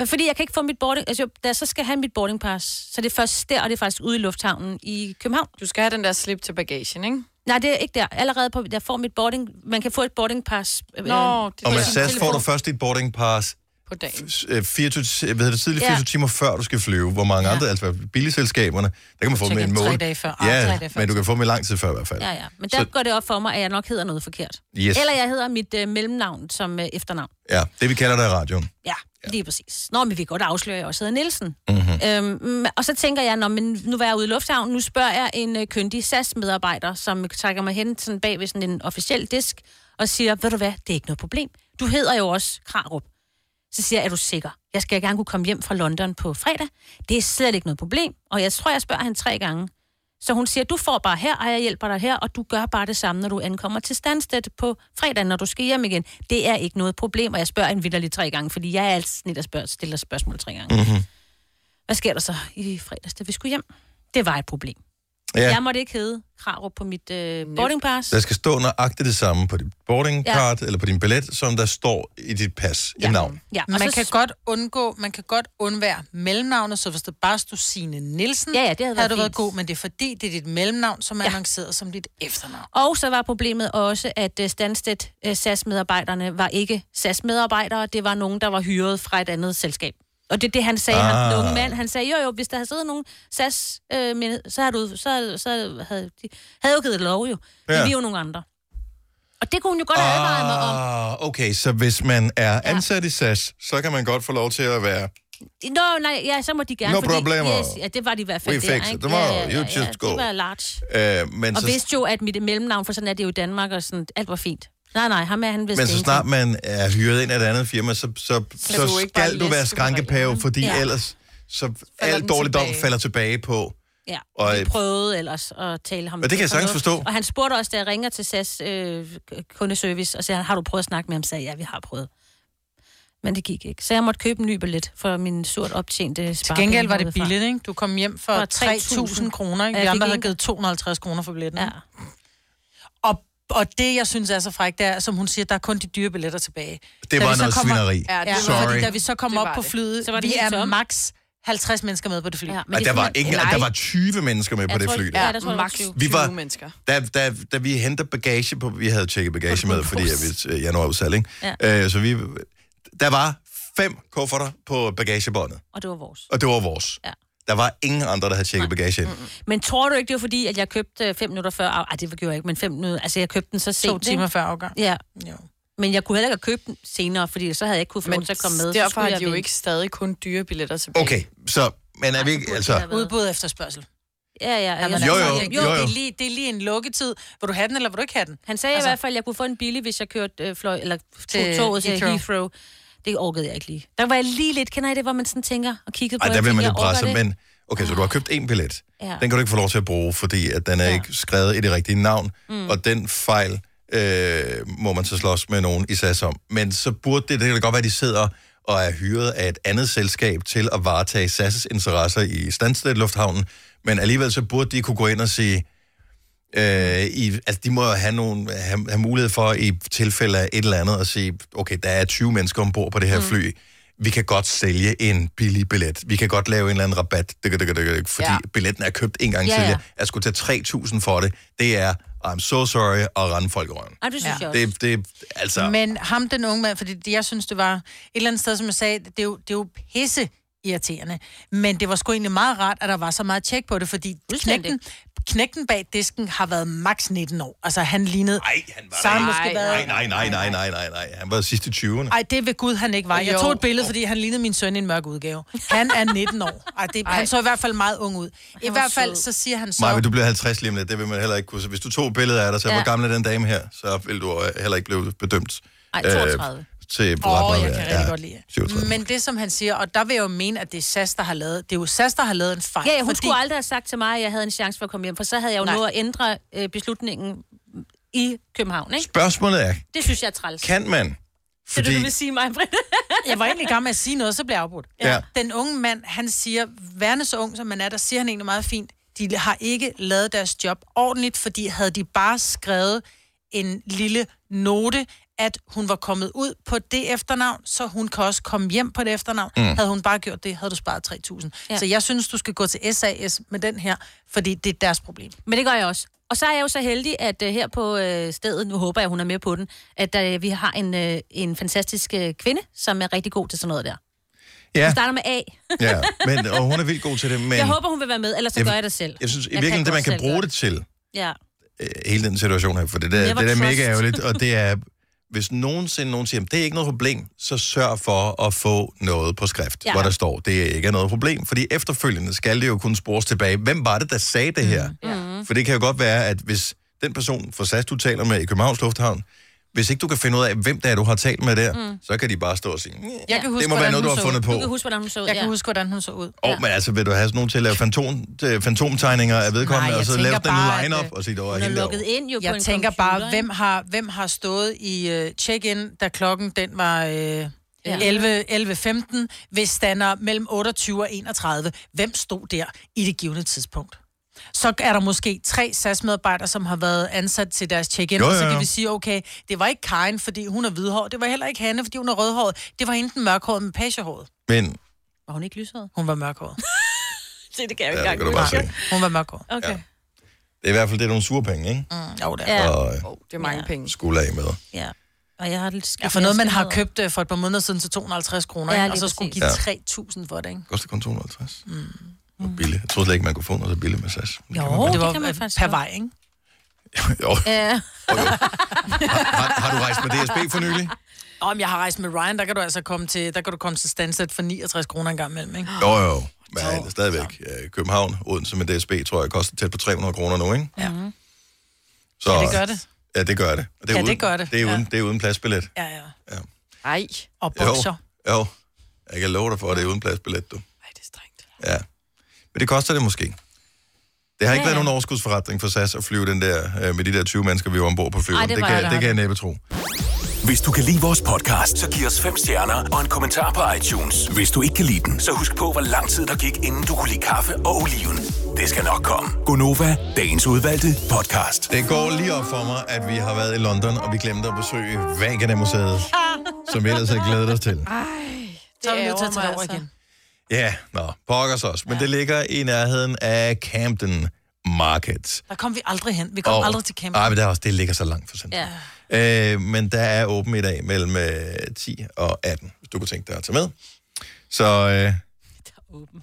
H: Øh, Fordi jeg kan ikke få mit boarding... Altså, da jeg så skal have mit boarding pass, så det er først der, og det er faktisk ude i lufthavnen i København.
D: Du skal have den der slip til bagagen, ikke?
H: Nej, det er ikke der. Allerede på... Jeg får mit boarding... Man kan få et boarding pass. Øh,
D: Nå, det
A: Og med
H: på
A: SAS får du
H: telefon.
A: først dit boarding pass
D: På dagen.
A: s- øh, 24, øh, hvad hedder det, tidligt
H: Ja.
A: 24 timer før du skal flyve, hvor mange andre, altså billigselskaberne, der kan man få dem
H: Tjekke
A: med en
H: tre
A: måned.
H: dage før. Ah, tre
A: Ja,
H: dage før.
A: men du kan få dem i lang tid før i hvert fald.
H: Ja, ja. Men der så...
A: Så-
H: går det op for mig, at jeg nok hedder noget forkert.
A: Yes.
H: Eller jeg hedder mit øh, mellemnavn som øh, efternavn.
A: Ja, det vi kalder det i radioen.
H: Ja, ja, lige præcis. Nå, men vi kan godt afsløre, at jeg også hedder Nielsen.
A: Mhm.
H: Øhm, og så tænker jeg, når men nu var jeg ude i lufthavnen, nu spørger jeg en øh, kyndig SAS-medarbejder, som øh, trækker mig hen sådan bag ved sådan en officiel disk, og siger, ved du hvad, det er ikke noget problem. Du hedder jo også Krarup. Så siger jeg, er du sikker? Jeg skal gerne kunne komme hjem fra London på fredag. Det er slet ikke noget problem. Og jeg tror, jeg spørger hende tre gange. Så hun siger, du får bare her, og jeg hjælper dig her, og du gør bare det samme, når du ankommer til Stansted på fredag, når du skal hjem igen. Det er ikke noget problem, og jeg spørger hende vidderligt tre gange, fordi jeg er altid snit og spørger, stiller spørgsmål tre gange.
L: Mm.
A: Mm-hmm.
H: Hvad sker der så i fredags, da vi skulle hjem? Det var et problem.
A: Ja.
H: Ja. Jeg måtte ikke hedde Krarup på mit øh, boarding pass.
A: Der skal stå nøjagtigt det samme på dit boarding card, ja. eller på din billet, som der står i dit pas, ja. et navn.
H: Ja,
C: man
H: og
C: så...
H: så-
C: kan godt undgå, man kan godt undvære mellemnavnet, så hvis det bare stod Signe Nielsen, ja, ja, det havde, havde
H: været
C: du været
H: fint.
C: god, men det er fordi, det er dit mellemnavn, som er ja. annonceret som dit efternavn.
H: Og så var problemet også, at øh, Stansted øh, SAS-medarbejderne var ikke SAS-medarbejdere. Det var nogen, der var hyret fra et andet selskab. Og det er det, han sagde, ah.
O: Ah.
H: han, den unge mand. Han sagde, jo jo, hvis der havde siddet nogen SAS, øh, men, så, havde du, så, så havde, de, havde jo givet lov jo. Ja.
A: Ja.
H: Men vi er jo nogle andre. Og Og det kunne hun jo godt have advaret mig om.
A: Ah, okay, så hvis man er ansat i SAS, så kan man godt få lov til at være...
H: Nå, nej, ja, så må de gerne.
A: No
H: fordi-
A: problemo.
H: Yes, ja, det var de i hvert fald
A: We
H: der,
A: fix it
H: ikke?
A: tomorrow.
H: Ja, ja,
A: You
H: ja,
A: just go.
H: Det var large.
A: Øh, men
H: og
A: så,
H: vidste jo, at mit mellemnavn, for sådan er det jo i Danmark, og sådan, alt var fint. Nej, nej, ham er han vidste
A: men så snart man er hyret ind af et andet firma, så, så, så,
H: du ikke bare
A: skal du
H: læse
A: være
H: på
A: skrankepave, fordi
H: Ja.
A: ellers så
H: den
A: alt dårlig dom
H: tilbage.
A: falder tilbage på...
H: Ja, og
A: Og- øh,
H: vi prøvede ellers at tale ham.
A: Og det kan jeg
H: fra
A: sagtens
H: noget.
A: forstå.
H: Og han spurgte også, da jeg ringer til SAS øh, kundeservice, og sagde, har du prøvet at snakke med ham? Så sagde jeg, ja, vi har prøvet. Men det gik ikke. Så jeg måtte købe en ny billet for min surt optjente
C: Til
H: sparepenge.
C: gengæld var det
H: herudefra.
C: billigt, ikke? Du kom hjem for
H: For
C: 3.000 kroner, ikke?
H: Ja,
C: Vi
H: jeg
C: andre
H: fik
C: havde
H: en-
C: givet 250 kroner for billetten. Ja. Og, og det, jeg synes er så frækt, det er, som hun siger, der er kun de dyre billetter tilbage.
A: Det var
C: vi så
A: noget
C: kommer,
A: svineri.
C: Ja, det
A: Sorry.
C: var, fordi da vi så kom
H: Det
C: op
H: var
C: på
H: det.
C: flyet,
H: Så
C: så
H: var
C: var
H: det
C: vi
H: helt
C: er
H: tom.
C: max 50 mennesker med på det fly. Ja,
A: Og der var, ikke, der var 20 mennesker med på det fly.
D: Ja, jeg tror, max 20
A: Vi var-
D: mennesker.
A: Da, da, da vi henter bagage på, vi havde tjekket bagage med, fordi jeg, vidste, øh, januar udsalg, ikke?
H: Ja.
A: Ja. Øh, så vi, der var fem kufferter på bagagebåndet,
H: Og det var vores.
A: og det var vores.
H: Ja.
A: Der var ingen andre, der havde tjekket bagage ind.
H: Men tror du ikke, det var fordi, at jeg købte 5 minutter før? af- Ej, det gjorde jeg ikke, men 5 minutter. Altså, jeg købte den så sent.
C: timer
H: ikke?
C: før afgang.
H: Ja.
C: Jo.
H: Men jeg kunne heller ikke have købt den senere, fordi så havde jeg ikke kunne få lov til at komme med. Så
D: derfor
H: skulle
D: har
H: jeg
D: de jo
H: vente.
D: ikke stadig kun dyre billetter tilbage.
A: Okay, så, men er vi ikke, altså...
C: Udbud efter spørgsel.
H: Ja, ja.
C: Ja,
H: jeg-
A: Jo, jo, jo, jo.
C: Det, er lige, det er lige en lukketid. Vil du have den, eller vil du ikke have den?
H: Han sagde altså, i hvert fald, at jeg kunne få en billig, hvis jeg kørte øh, fløj, eller til
C: Til
H: toget til Heathrow.
C: Heathrow.
H: Det orkede jeg ikke lige. Der var jeg lige lidt, kender I det, hvor man sådan tænker og kiggede på,
A: Ej,
H: og
A: der bliver man
H: tænker,
A: lidt
H: orker
A: presset,
H: det? Ah.
A: men... Okay, så du har købt en billet.
H: Ja.
A: Den kan du ikke få lov til at bruge, fordi at den er ja. ikke skrevet i det rigtige navn,
H: Mm.
A: mm. og den fejl øh, må man så slås med nogen i SAS om. Men så burde det, det kan da godt være, at de sidder og er hyret af et andet selskab til at varetage SAS' interesser i Stansted Lufthavnen, men alligevel så burde de kunne gå ind og sige, øh, i, altså de må jo have, nogle, have, have mulighed for i tilfælde af et eller andet at sige, okay, der er 20 mennesker ombord på det her mm. fly, vi kan godt sælge en billig billet. Vi kan godt lave en eller anden rabat, dyk, dyk, dyk, dyk, fordi
M: Ja.
A: ja. billetten er købt en gang
H: Ja,
A: ja,
H: ja.
A: tidligere. Jeg skulle tage 3.000 for det. Det er, I'm so sorry, at rende folk i røven.
H: Ej, det synes jeg også.
A: Det, det, altså, Men...
C: Men ham, den unge mand, fordi det- jeg synes, det var et eller andet sted, som jeg sagde, det er jo, det er jo pisse irriterende. Men det var sgu egentlig meget rart, at der var så meget tjek på det, fordi knægten, knægten bag disken har været maks 19 år. Altså, han lignede... Nej,
A: han
C: så har han måske
A: nej,
C: været...
A: nej, nej, nej, nej, nej, nej. Han var sidst i 20'erne.
C: Ej, det ved Gud, han ikke var. Jeg
A: Jo.
C: tog et billede, fordi han lignede min søn i en mørk udgave. Han er 19 år. Ej, det,
B: Ej.
C: han så i hvert fald meget ung ud. I hvert fald, så siger han så...
A: Maja, men du bliver 50 lige om lidt, det vil man heller ikke kunne. Så hvis du tog et billede af dig, så
C: Ja.
A: ja. hvor gammel er den dame her, så vil du øh, heller ikke blive bedømt.
C: Ej,
A: øh,
C: 32.
A: til
C: Åh,
A: ret meget
C: jeg
A: værd.
C: kan rigtig godt lide.
A: 37.
C: Men det, som han siger, og der vil jeg jo mene, at det er SAS, der har lavet, det er jo SAS, der har lavet en fejl.
H: Ja, hun fordi... skulle aldrig have sagt til mig, at jeg havde en chance for at komme hjem, for så havde jeg jo
C: Nej.
H: nået at ændre øh, beslutningen i København, ikke?
A: Spørgsmålet er,
H: Det synes jeg er træls.
A: kan man?
H: Fordi... Altså. Det er
A: Fordi
H: det, du vil sige mig, Britt.
C: jeg var egentlig i gang med at sige noget, så blev jeg afbrudt.
A: Ja.
C: Den unge mand, han siger, værende så ung som man er, der siger han egentlig meget fint, de har ikke lavet deres job ordentligt, fordi havde de bare skrevet en lille note, at hun var kommet ud på det efternavn, så hun kan også komme hjem på det efternavn. Mm.
H: Mm.
C: Havde hun bare gjort det, havde du sparet 3.000.
H: Ja.
C: Ja. Så jeg synes, du skal gå til SAS med den her, fordi det er deres problem.
H: Men det gør jeg også. Og så er jeg jo så heldig, at uh, her på uh, stedet, nu håber jeg, hun er med på den, at uh, vi har en, uh, en fantastisk uh, kvinde, som er rigtig god til sådan noget der. Ja.
A: Ja,
H: Hun starter med A.
A: ja men, og hun er vildt god til det, men...
H: Men... Jeg håber, hun vil være med, ellers så gør jeg det selv.
A: Jeg synes i
H: kan
A: virkeligheden, det
H: godt
A: man kan
H: selv
A: bruge
H: gøre
A: det til,
H: Ja.
A: øh, hele den situation her, for det der, det
H: Never
A: der er mega
H: trust.
A: ærgerligt, og det er, hvis nogensinde nogen siger, "Jamen, det er ikke noget problem, så sørg for at få noget på skrift,
H: Ja.
A: ja. hvor der står, det ikke er noget problem, fordi efterfølgende skal det jo kunne spores tilbage. Hvem var det, der sagde det her? Mm. For det kan jo godt være, at hvis den person fra SAS, du taler med i Københavns Lufthavn, hvis ikke du kan finde ud af, hvem det er, du har talt med der,
C: Mm.
A: mm. så kan de bare stå og sige, "Mm."
C: Jeg kan huske,
A: Det må være
C: hvordan
A: noget,
C: hun
A: du har
C: så
A: fundet
C: ud.
A: på.
H: Du kan huske, hvordan hun så ud.
C: Jeg kan
H: ja.
C: huske, hvordan hun så ud.
A: Åh, oh, men altså, vil du have sådan nogen til at lave fantom, øh, fantomtegninger af vedkommende,
C: Nej, jeg
A: og så
C: tænker
A: lave den
C: bare,
A: line-up,
C: at,
A: og sige, det var
H: hun er
A: hende
H: lukket
A: derovre."
H: ind jo
C: jeg
H: på en
C: tænker
H: computer,
C: bare,
H: ikke?
C: hvem har, hvem har stået i øh, check-in, da klokken den var øh, 11, 11.15, hvis den er mellem 28 og 31. Hvem stod der i det givende tidspunkt? Så er der måske tre SAS-medarbejdere, som har været ansat til deres check-in,
A: Jo,
C: og
A: jo,
C: så
A: jo.
C: kan vi sige, okay, det var ikke Karen, fordi hun er hvidhåret, det var heller ikke Hanne, fordi hun er rødhåret, det var enten mørkhåret med pagehåret.
A: Men
H: Var hun ikke lyshåret?
C: Hun var mørkhåret.
H: Se, det kan jeg jo
A: Ja,
H: ikke
A: det
H: engang
A: kan du bare
H: huske.
A: se.
C: Hun var mørkhåret.
H: Okay. Ja.
A: Det er i hvert fald det er nogle sure penge, ikke?
C: Mm, jo, det
H: er. Ja.
A: Og, øh,
D: Det er mange ja. penge.
A: skulle af med.
H: Ja. Og jeg har lidt skidt
C: Ja, for noget, man har
H: med-
C: købt øh, for et par måneder siden til 250 kroner,
H: Ja,
C: ja,
H: lige
C: og så skulle
H: præcis.
C: give
A: Ja.
C: 3.000 for det, ikke?
A: Koster kun 250. Mm. Billigt. Jeg troede slet ikke, man kunne få noget så billigt med SAS.
C: Jo,
A: godt.
C: det,
A: det
C: var
A: kan man
C: øh, per vej, ikke?
A: jo.
H: Ja.
A: Har, har du rejst med DSB for nylig?
C: Om jeg har rejst med Ryan, der kan du altså komme til, der kan du komme til standsat for 69 kroner en gang imellem, ikke?
A: Jo, jo. Men stadigvæk. øh, København, Odense med DSB, tror jeg, koster tæt på 300 kroner nu, ikke?
C: Ja. Mm-hmm. Så, ja, det gør det.
A: Ja, det gør det. Og
C: Ja,
A: uden,
C: det gør det.
A: Det er, uden,
C: Ja.
A: det er uden pladsbillet.
C: Ja, ja.
A: Ja.
C: Ej. Og bukser.
A: Jo, jo. Jeg kan love dig for, at det er uden pladsbillet, du. Nej, det er strengt. Ja. Men det koster det måske. Det har ikke
H: Ja,
A: været
H: ja.
A: nogen overskudsforretning for SAS at flyve den der, øh, med de der 20 mennesker, vi var ombord på flyveren.
G: Ej, det
A: det,
G: var
A: kan,
G: jeg da
A: det kan jeg
G: aldrig.
A: næppe tro.
G: Hvis du kan lide vores podcast, så giv os fem stjerner og en kommentar på iTunes. Hvis du ikke kan lide den, så husk på, hvor lang tid der gik, inden du kunne lide kaffe og oliven. Det skal nok komme.
A: Gonova, dagens udvalgte podcast. Det går lige op for mig, at vi har været i London, og vi glemte at besøge Vagana-museet, som vi ellers havde glædet os til.
C: Så er vi nødt til
D: ærgrer
C: at tage
D: mig
C: over
D: altså.
C: igen.
A: Ja, nå, pokkers os. Men det ligger i nærheden af Camden Market.
C: Der kom vi aldrig hen. Vi kom
A: Og-
C: aldrig til camp.
A: Ej, men det, er også, det ligger så langt for centrum.
C: Ja.
A: Øh, men der er åben i dag mellem øh, 10 og 18, hvis du kunne tænke dig at tage med. Så... Øh,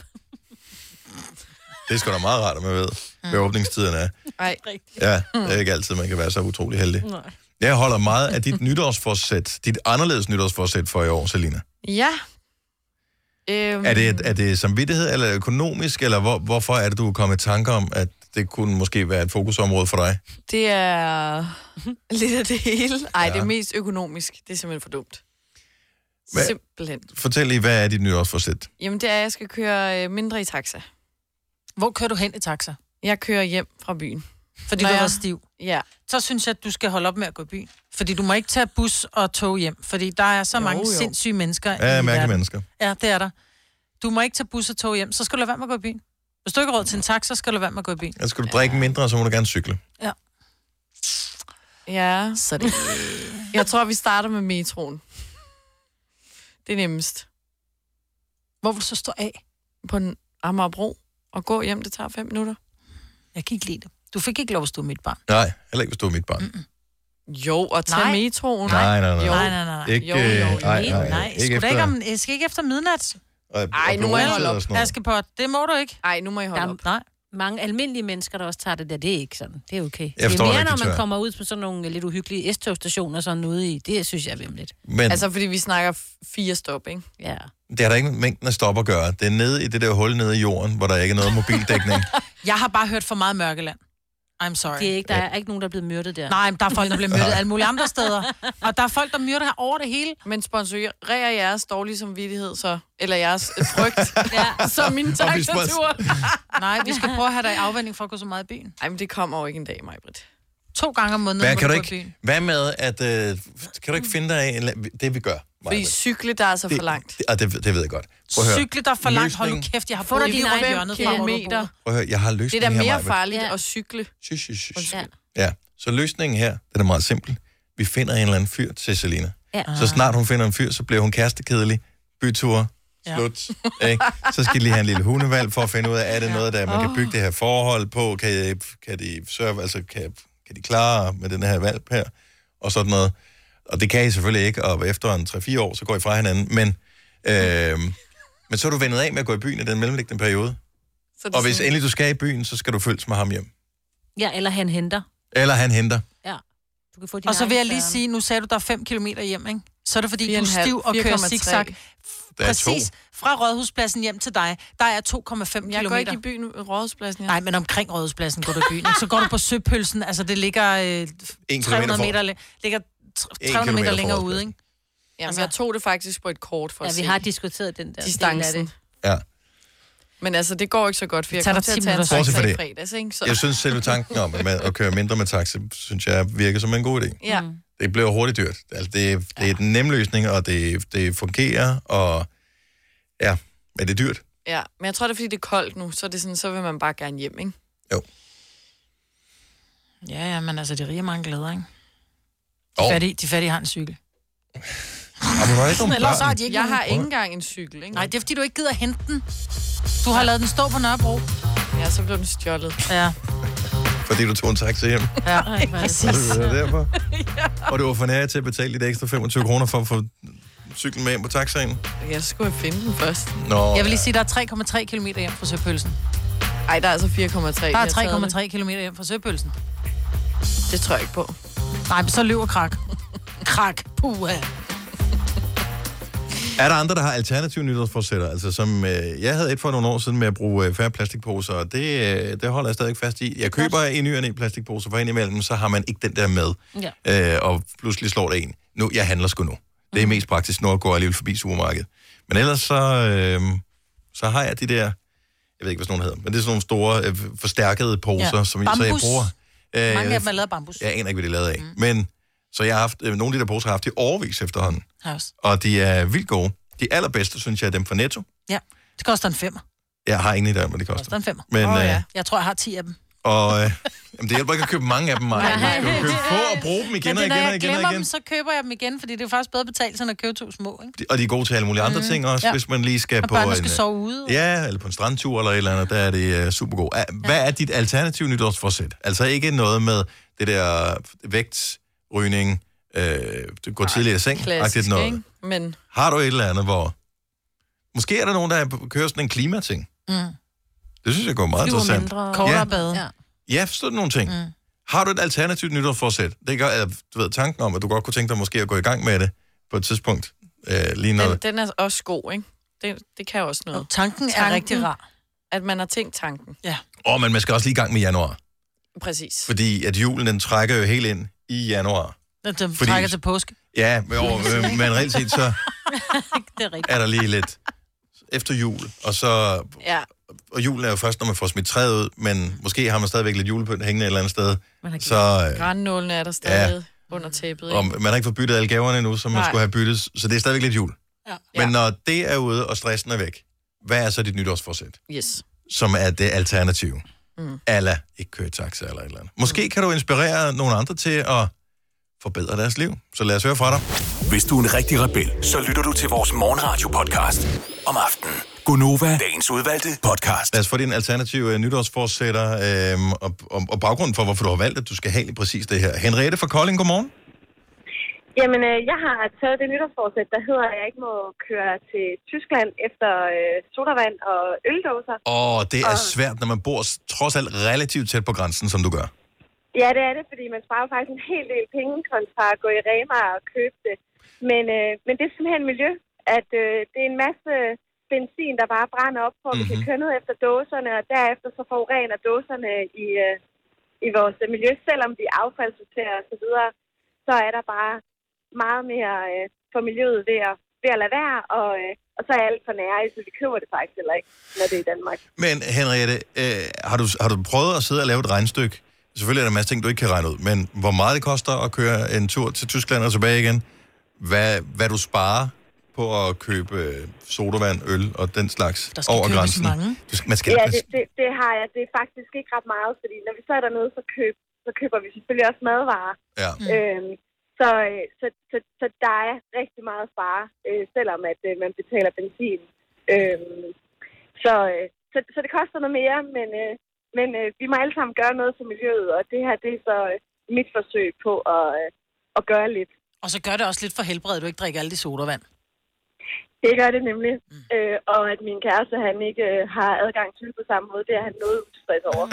A: det er sgu da meget rart, at man ved,
C: Mm.
A: hvad åbningstiderne er.
D: Nej.
A: Ja, det er ikke altid, man kan være så utrolig heldig. Jeg holder meget af dit nytårsforsæt, dit anderledes nytårsforsæt for i år, Selina.
D: Ja. Øhm,
A: Er det,
C: Mm.
A: er det samvittighed eller økonomisk, eller hvor, hvorfor er det, du er kommet i tanke om, at det kunne måske være et fokusområde for dig?
D: Det er lidt af det hele. Ej,
A: Ja.
D: ja. det er mest økonomisk. Det er simpelthen for dumt.
A: Hvad-
D: Simpelthen.
A: Fortæl lige, hvad er dit nytårsforsæt?
D: Jamen, det er, at jeg skal køre øh, mindre i taxa.
C: Hvor kører du hen i taxa?
D: Jeg kører hjem fra byen.
C: Fordi
D: Når
C: du har
D: jeg-
C: været stiv.
D: Ja.
C: Så synes jeg, at du skal holde op med at gå i byen. Fordi du må ikke tage bus og tog hjem. Fordi der er så
D: Jo,
C: jo, mange
D: jo.
C: jo. sindssyge mennesker. i
A: Ja, mærkelige
C: verden.
A: mennesker.
C: Ja, det er der. Du må ikke tage bus og tog hjem. Så skal du lade være med at gå i byen. Hvis du ikke har råd til en taxa, så skal du lade være med at gå i byen.
A: Altså, skal du drikke mindre, så må du gerne cykle.
D: Ja.
C: Så det...
D: jeg tror, vi starter med metroen. Det er nemmest.
C: Hvor vil du så stå af?
D: På en Amagerbro og gå hjem. Det tager fem minutter.
C: Jeg kan ikke lide det. Du fik ikke lov at stå mit barn.
A: Nej, heller ikke, hvis du er mit barn. Mm-mm.
D: Jo, og tage
C: Nej.
D: metroen.
A: Nej, nej, nej.
D: Jo.
C: Nej, nej, nej. nej.
A: Ikke, øh, nej, nej,
C: nej.
A: ikke efter-
C: Ikke efter... ikke om, jeg skal ikke efter midnat.
A: Nej,
C: Askepot, det må du ikke.
D: Nej, nu må jeg
C: holde der, op. Nej.
H: Mange almindelige mennesker, der også tager det der, det er ikke sådan. Det er okay.
A: Jeg
H: det
A: forstår
H: er
A: det
H: mere,
A: ikke, det
H: når
A: tør
H: man
A: jeg.
H: kommer ud på sådan nogle lidt uhyggelige S-togstationer sådan ude i. Det synes jeg er vemmeligt.
A: Men-
D: Altså, fordi vi snakker f- fire stop, ikke?
H: Ja.
A: Det har der ikke mængden af stop at gøre. Det er nede i det der hul nede i jorden, hvor der ikke er noget mobildækning.
C: Jeg har bare hørt for meget Mørkeland. I'm sorry.
H: Det er ikke, der er ikke nogen, der er blevet myrdet der.
C: Nej, men der er folk, der bliver myrdet
H: Nej.
C: alle mulige andre steder. Og der er folk, der myrder her over det hele.
D: Men sponsorerer jeres dårlige samvittighed så, eller jeres øh, frygt, ja. så min
C: Og vi spons-
D: taktatur.
C: Nej, vi skal prøve at have dig i afvending for at gå så meget i byen.
D: Ej, men det kommer jo ikke en dag, Majbrit.
C: To gange om måneden
A: Hvad,
C: må
A: kan du
C: gå i byen.
A: ikke, hvad med, at øh, kan du ikke finde dig af en, la- det, vi gør?
D: Fordi cykle, der er så for langt.
A: Det, ah, det, det ved jeg godt. Prøv at høre.
C: Cykle dig for langt, hold nu
A: Løsningen-
C: kæft, jeg har
D: Få
C: fået
D: dig
C: lige
D: dine
C: rundt i
D: fem
C: hjørnet fra, hvor du
D: kilometer.
A: Prøv at høre, jeg har
D: Det er
A: løsningen
D: da
A: her,
D: mere
A: Maja.
D: farligt at cykle.
A: Shush, shush, shush.
D: Undskyld.
A: Ja, så løsningen her, den er meget simpel. Vi finder en eller anden fyr til Selina.
H: Ja.
D: Ah.
A: Så snart hun finder en fyr, så bliver hun kærestekedelig. Byture. Slut. Ikke? Så skal de lige have en lille hundevalg for at finde ud af, er det noget, der man kan bygge det her forhold på? Kan, kan de serve, altså kan, kan de klare med den her valg her? Og sådan noget. Og det kan I selvfølgelig ikke, og efter en 3-4 år, så går I fra hinanden. Men, øh, men så er du vendet af med at gå i byen i den mellemliggende periode.
D: Så det
A: Og hvis
H: sådan-
A: endelig du skal i byen, så skal du følges med ham hjem.
H: Ja, eller han henter.
A: Eller han henter.
H: Ja. Du kan få din
C: Og så
H: egen
C: vil jeg lige
H: Søren.
C: sige, nu sagde du, der er 5 km hjem, ikke? Så er det fordi, du er
D: 4,5,
C: stiv og kører
D: 4,3.
C: zigzag.
A: Der er to.
C: Præcis. Fra Rådhuspladsen hjem til dig, der er 2,5 km.
D: Jeg går ikke i byen ved Rådhuspladsen. Jeg.
C: Nej, men omkring Rådhuspladsen går du i byen. ikke? Så går du på Søpølsen, altså det ligger øh,
A: En kilometer
C: 300
A: for-
C: meter, læ- ligger
A: En
C: 300
A: kilometer
C: meter
A: for
C: længere ude,
A: Rådhuspladsen.
C: ikke?
D: Jamen, jeg tog det faktisk på et kort for
H: Ja,
D: at
H: vi
D: se
H: har diskuteret den der. del af
D: distancen.
H: det.
A: Ja.
D: Men altså, det går ikke så godt, for jeg
H: tager
D: kommer
H: dig
D: til at
H: 10
D: tage en
A: minutter. Bortset fra
D: taxa i
A: det.
D: fredags, ikke? Så.
A: Jeg synes, selve tanken om at, man, at køre mindre med taxa, synes jeg virker som en god idé.
D: Ja.
A: Det bliver hurtigt dyrt. Altså, det, det er den nemme løsning, og det, det fungerer, og ja, men det er dyrt.
D: ja, men jeg tror, det er, fordi det er koldt nu, så, er det sådan, så vil man bare gerne hjem, ikke?
C: Ja, ja, men altså, det riger mange glæder, ikke? De
A: Jo.
C: fattige, de fattige har en cykel.
A: Og man har ikke nogen
C: Ellers så har
A: børn.
C: de ikke
D: Jeg
C: nogen.
D: har ikke engang en cykel, ikke?
C: Nej, det er fordi, du ikke gider hente den. Du har lavet den stå på Nørrebro.
D: Ja, så blev den stjålet.
C: Ja.
A: Fordi du tog en taxa hjem.
C: Ja,
A: Så det var derfor. Og du var for nær til at betale lidt ekstra 25 kroner for at få cyklen med hjem på taxaen.
D: Jeg skulle have finde den først.
A: Nå,
C: Jeg vil lige sige, der er 3,3 km hjem fra Søpølsen.
D: Ej, der er altså 4,3.
C: Der
D: Jeg har taget
C: er 3,3 km hjem fra Søpølsen.
D: Det tror jeg ikke på.
C: Nej, men så løber krak. Krak. Puha.
A: Er der andre, der har alternative nytårsforsætter? Altså som, øh, jeg havde et for nogle år siden med at bruge øh, færre plastikposer, og det, øh, det holder jeg stadig fast i. Jeg køber en ny og en plastikpose, for indimellem, så har man ikke den der med.
O: Ja.
A: Øh, og pludselig slår det en. Nu, jeg handler sgu nu. Det
C: Mhm.
A: er mest praktisk, når jeg går alligevel forbi supermarkedet. Men ellers så, øh, så har jeg de der, jeg ved ikke, hvad sådan nogle hedder, men det er sådan nogle store, øh, forstærkede poser,
C: Ja.
A: ja. som jeg, så jeg
C: Bambus.
A: bruger. Øh,
C: Mange af
A: jeg,
C: dem er lavet af bambus. Mhm.
A: jeg aner ikke, hvad de er lavet af. Mm. Men, så jeg har haft, øh, nogle af de der poser har jeg haft i overvis efterhånden.
C: Har jeg også.
A: Og de er vildt gode. De allerbedste, synes jeg, er dem fra Netto.
C: Ja, det koster en femmer. Det
A: Jeg har ingen idé om, hvad det koster.
C: koster en femmer.
A: Men, Åh, ja. øh,
C: Jeg tror, jeg har 10 af dem.
A: Og øh, jamen, det hjælper ikke at købe mange af dem, Maja. Man skal jo købe få og bruge dem igen og
C: Men det,
A: igen
C: når
A: og
C: jeg
A: igen og
C: glemmer
A: igen.
C: dem, så køber jeg dem igen, fordi det er faktisk bedre betalt, end at købe to små. Ikke?
A: Og de er gode til alle mulige andre
C: Mhm.
A: ting også,
C: Ja.
A: hvis man lige skal
C: Og
A: på
C: børnene
A: en...
C: skal
A: øh,
C: sove ude.
A: Ja, eller på en strandtur eller et eller andet, der er det uh, super godt. Hvad er dit alternative nytårsforsæt? Altså ikke noget med det der vægt, rygning, øh, gå tidligere i seng, agtigt
D: Klassisk,
A: noget.
D: ikke? Men
A: Har du et eller andet, hvor... Måske er der nogen, der kører sådan en klimating.
C: Mm.
A: Det synes jeg går meget
C: Flyver
A: interessant.
C: mindre.
A: ja,
C: Kortere bade. Ja.
A: ja, forstår du nogle ting? Mm. Har du et alternativt nytårsforsæt? Det gør, at du ved, tanken om, at du godt kunne tænke dig måske at gå i gang med det på et tidspunkt. Øh, lige når...
D: den, den er også god, ikke? Det, det kan også noget. Og
C: tanken,
A: er rigtig
C: rar.
D: At man har tænkt tanken.
C: Ja.
A: Åh, men man skal også lige i gang med januar.
D: Præcis.
A: Fordi at julen, den trækker jo helt ind i januar.
C: Den
A: Fordi-
C: trækker til påske.
A: Ja, men, jo, øh, men reelt set, så
C: det er rigtigt.
A: er der lige lidt efter jul. Og så
D: Ja.
A: og julen er jo først, når man får smidt træet ud, men måske har man stadigvæk lidt julepynt hængende et eller andet sted.
D: Man har
A: Så, øh,
D: Grænnålene er der stadig ja. under tæppet.
A: og man har ikke fået byttet alle gaverne endnu, som man
D: Nej.
A: skulle have byttet, så det er stadigvæk lidt jul.
D: Ja.
A: Men når det er ude, og stressen er væk, hvad er så dit nytårsforsæt,
D: Yes.
A: som er det alternative?
D: Mm.
A: Alla, ikke køre i taxa eller et eller andet. Måske kan du inspirere nogle andre til at forbedre deres liv. Så lad os høre fra dig.
G: Hvis du er en rigtig rebel, så lytter du til vores morgenradio-podcast om aftenen. Gunova, dagens udvalgte podcast.
A: Lad os få din alternative øh, nytårsforsætter øh, og, og, og baggrunden for, hvorfor du har valgt, at du skal have lige præcis det her. Henriette fra Kolding, godmorgen.
P: Jamen, øh, jeg har taget det nytårsforsæt, der hedder, at jeg ikke må køre til Tyskland efter øh, sodavand og øldåser.
A: Åh, det er
P: Og-
A: svært, når man bor s- trods alt relativt tæt på grænsen, som du gør.
P: Ja, det er det, fordi man sparer jo faktisk en hel del penge kontra at gå i Rema og købe det. Men, øh, men det er simpelthen miljø, at øh, det er en masse benzin, der bare brænder op, for at vi kan køre ned efter dåserne, og derefter så forurener dåserne i, øh, i vores øh, miljø, selvom de affaldssorterer og så videre, så er der bare meget mere øh, for miljøet ved at, ved at lade være, og, øh, og så er alt for nære, så vi køber det faktisk heller ikke, når det er i Danmark.
A: Men Henriette, øh, har, du, har du prøvet at sidde og lave et regnstykke? Selvfølgelig er der en masse ting, du ikke kan regne ud, men hvor meget det koster at køre en tur til Tyskland og tilbage igen? Hvad, hvad du sparer på at købe øh, sodavand, øl og den slags
P: Der skal
A: over
P: købes
A: grænsen?
P: mange.
A: Du skal, man skal,
P: ja, det, det, det har jeg. Det er faktisk ikke ret meget, fordi når vi så er dernede, så, køb, så køber vi selvfølgelig også madvarer.
A: Ja.
P: Øhm, så, øh, så, så, så der er rigtig meget at spare, øh, selvom at øh, man betaler benzin. Øhm, så, øh, så, så det koster noget mere, men, øh, men øh, vi må alle sammen gøre noget for miljøet, og det her det er så øh, mit forsøg på at, øh, at gøre lidt.
C: Og så gør det også lidt for helbredet, at du ikke drikker alle de sodavand.
P: Det gør det nemlig. Mm. Øh, og at min kæreste, han ikke øh, har adgang til på samme måde, det er han noget utilfreds over.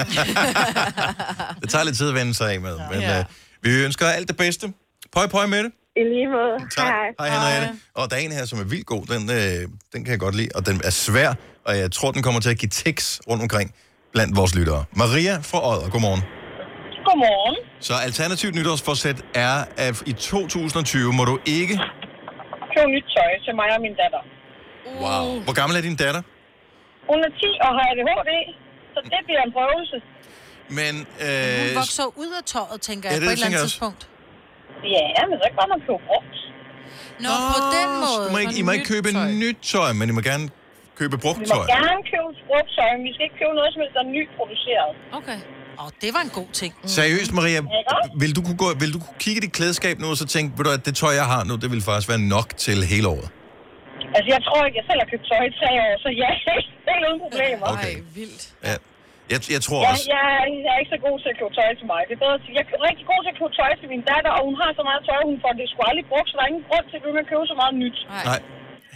A: det tager lidt tid at vende sig af med, men øh, vi ønsker alt det bedste. Pøj, pøj med det.
P: I lige måde.
A: Tak. Hej, Henriette. Og der er en her, som er vildt god. Den, øh, den kan jeg godt lide, og den er svær, og jeg tror, den kommer til at give tekst rundt omkring blandt vores lyttere. Maria fra Odder, godmorgen.
Q: Godmorgen.
A: Så alternativt nytårsforsæt er, at i 2020 må du ikke...
Q: Køb nyt tøj til mig og min datter.
A: Wow. Hvor gammel er din datter?
Q: Hun er 10 og har ADHD, så det bliver en prøvelse.
A: Men,
C: Hun
A: øh,
C: vokser ud af tøjet, tænker
A: Ja,
C: jeg,
A: det
C: på et eller
A: tænker
C: andet
A: jeg også.
C: tidspunkt.
Q: Ja, men så kan godt nok købe brugt.
C: Nå, på den måde.
A: I må ikke, I må ikke købe nyt tøj, men I må gerne købe
Q: Vi
A: brugt
Q: må
A: tøj.
Q: gerne købe brugt tøj, men vi skal ikke købe noget, som helst, der er nyproduceret.
C: Okay. Og det var en god ting. Mm.
A: Mm. Seriøst, Maria,
Q: Ikke?
A: vil du kunne, gå, vil du kunne kigge i dit klædeskab nu og så tænke, ved du, at det tøj, jeg har nu, det vil faktisk være nok til hele året?
Q: Altså, jeg tror ikke, jeg selv har købt tøj i tre år, så ja, det er uden problemer.
A: Okay.
Q: Ej, vildt.
A: Ja. Jeg, jeg tror
Q: Ja,
A: også...
Q: jeg, er- jeg er ikke så god til at købe tøj til mig. Det er bedre til, jeg er rigtig god til at købe tøj til min datter, og hun har så meget tøj, hun får det sgu aldrig brugt, så der er ingen grund til at begynde at købe så meget nyt.
A: Nej,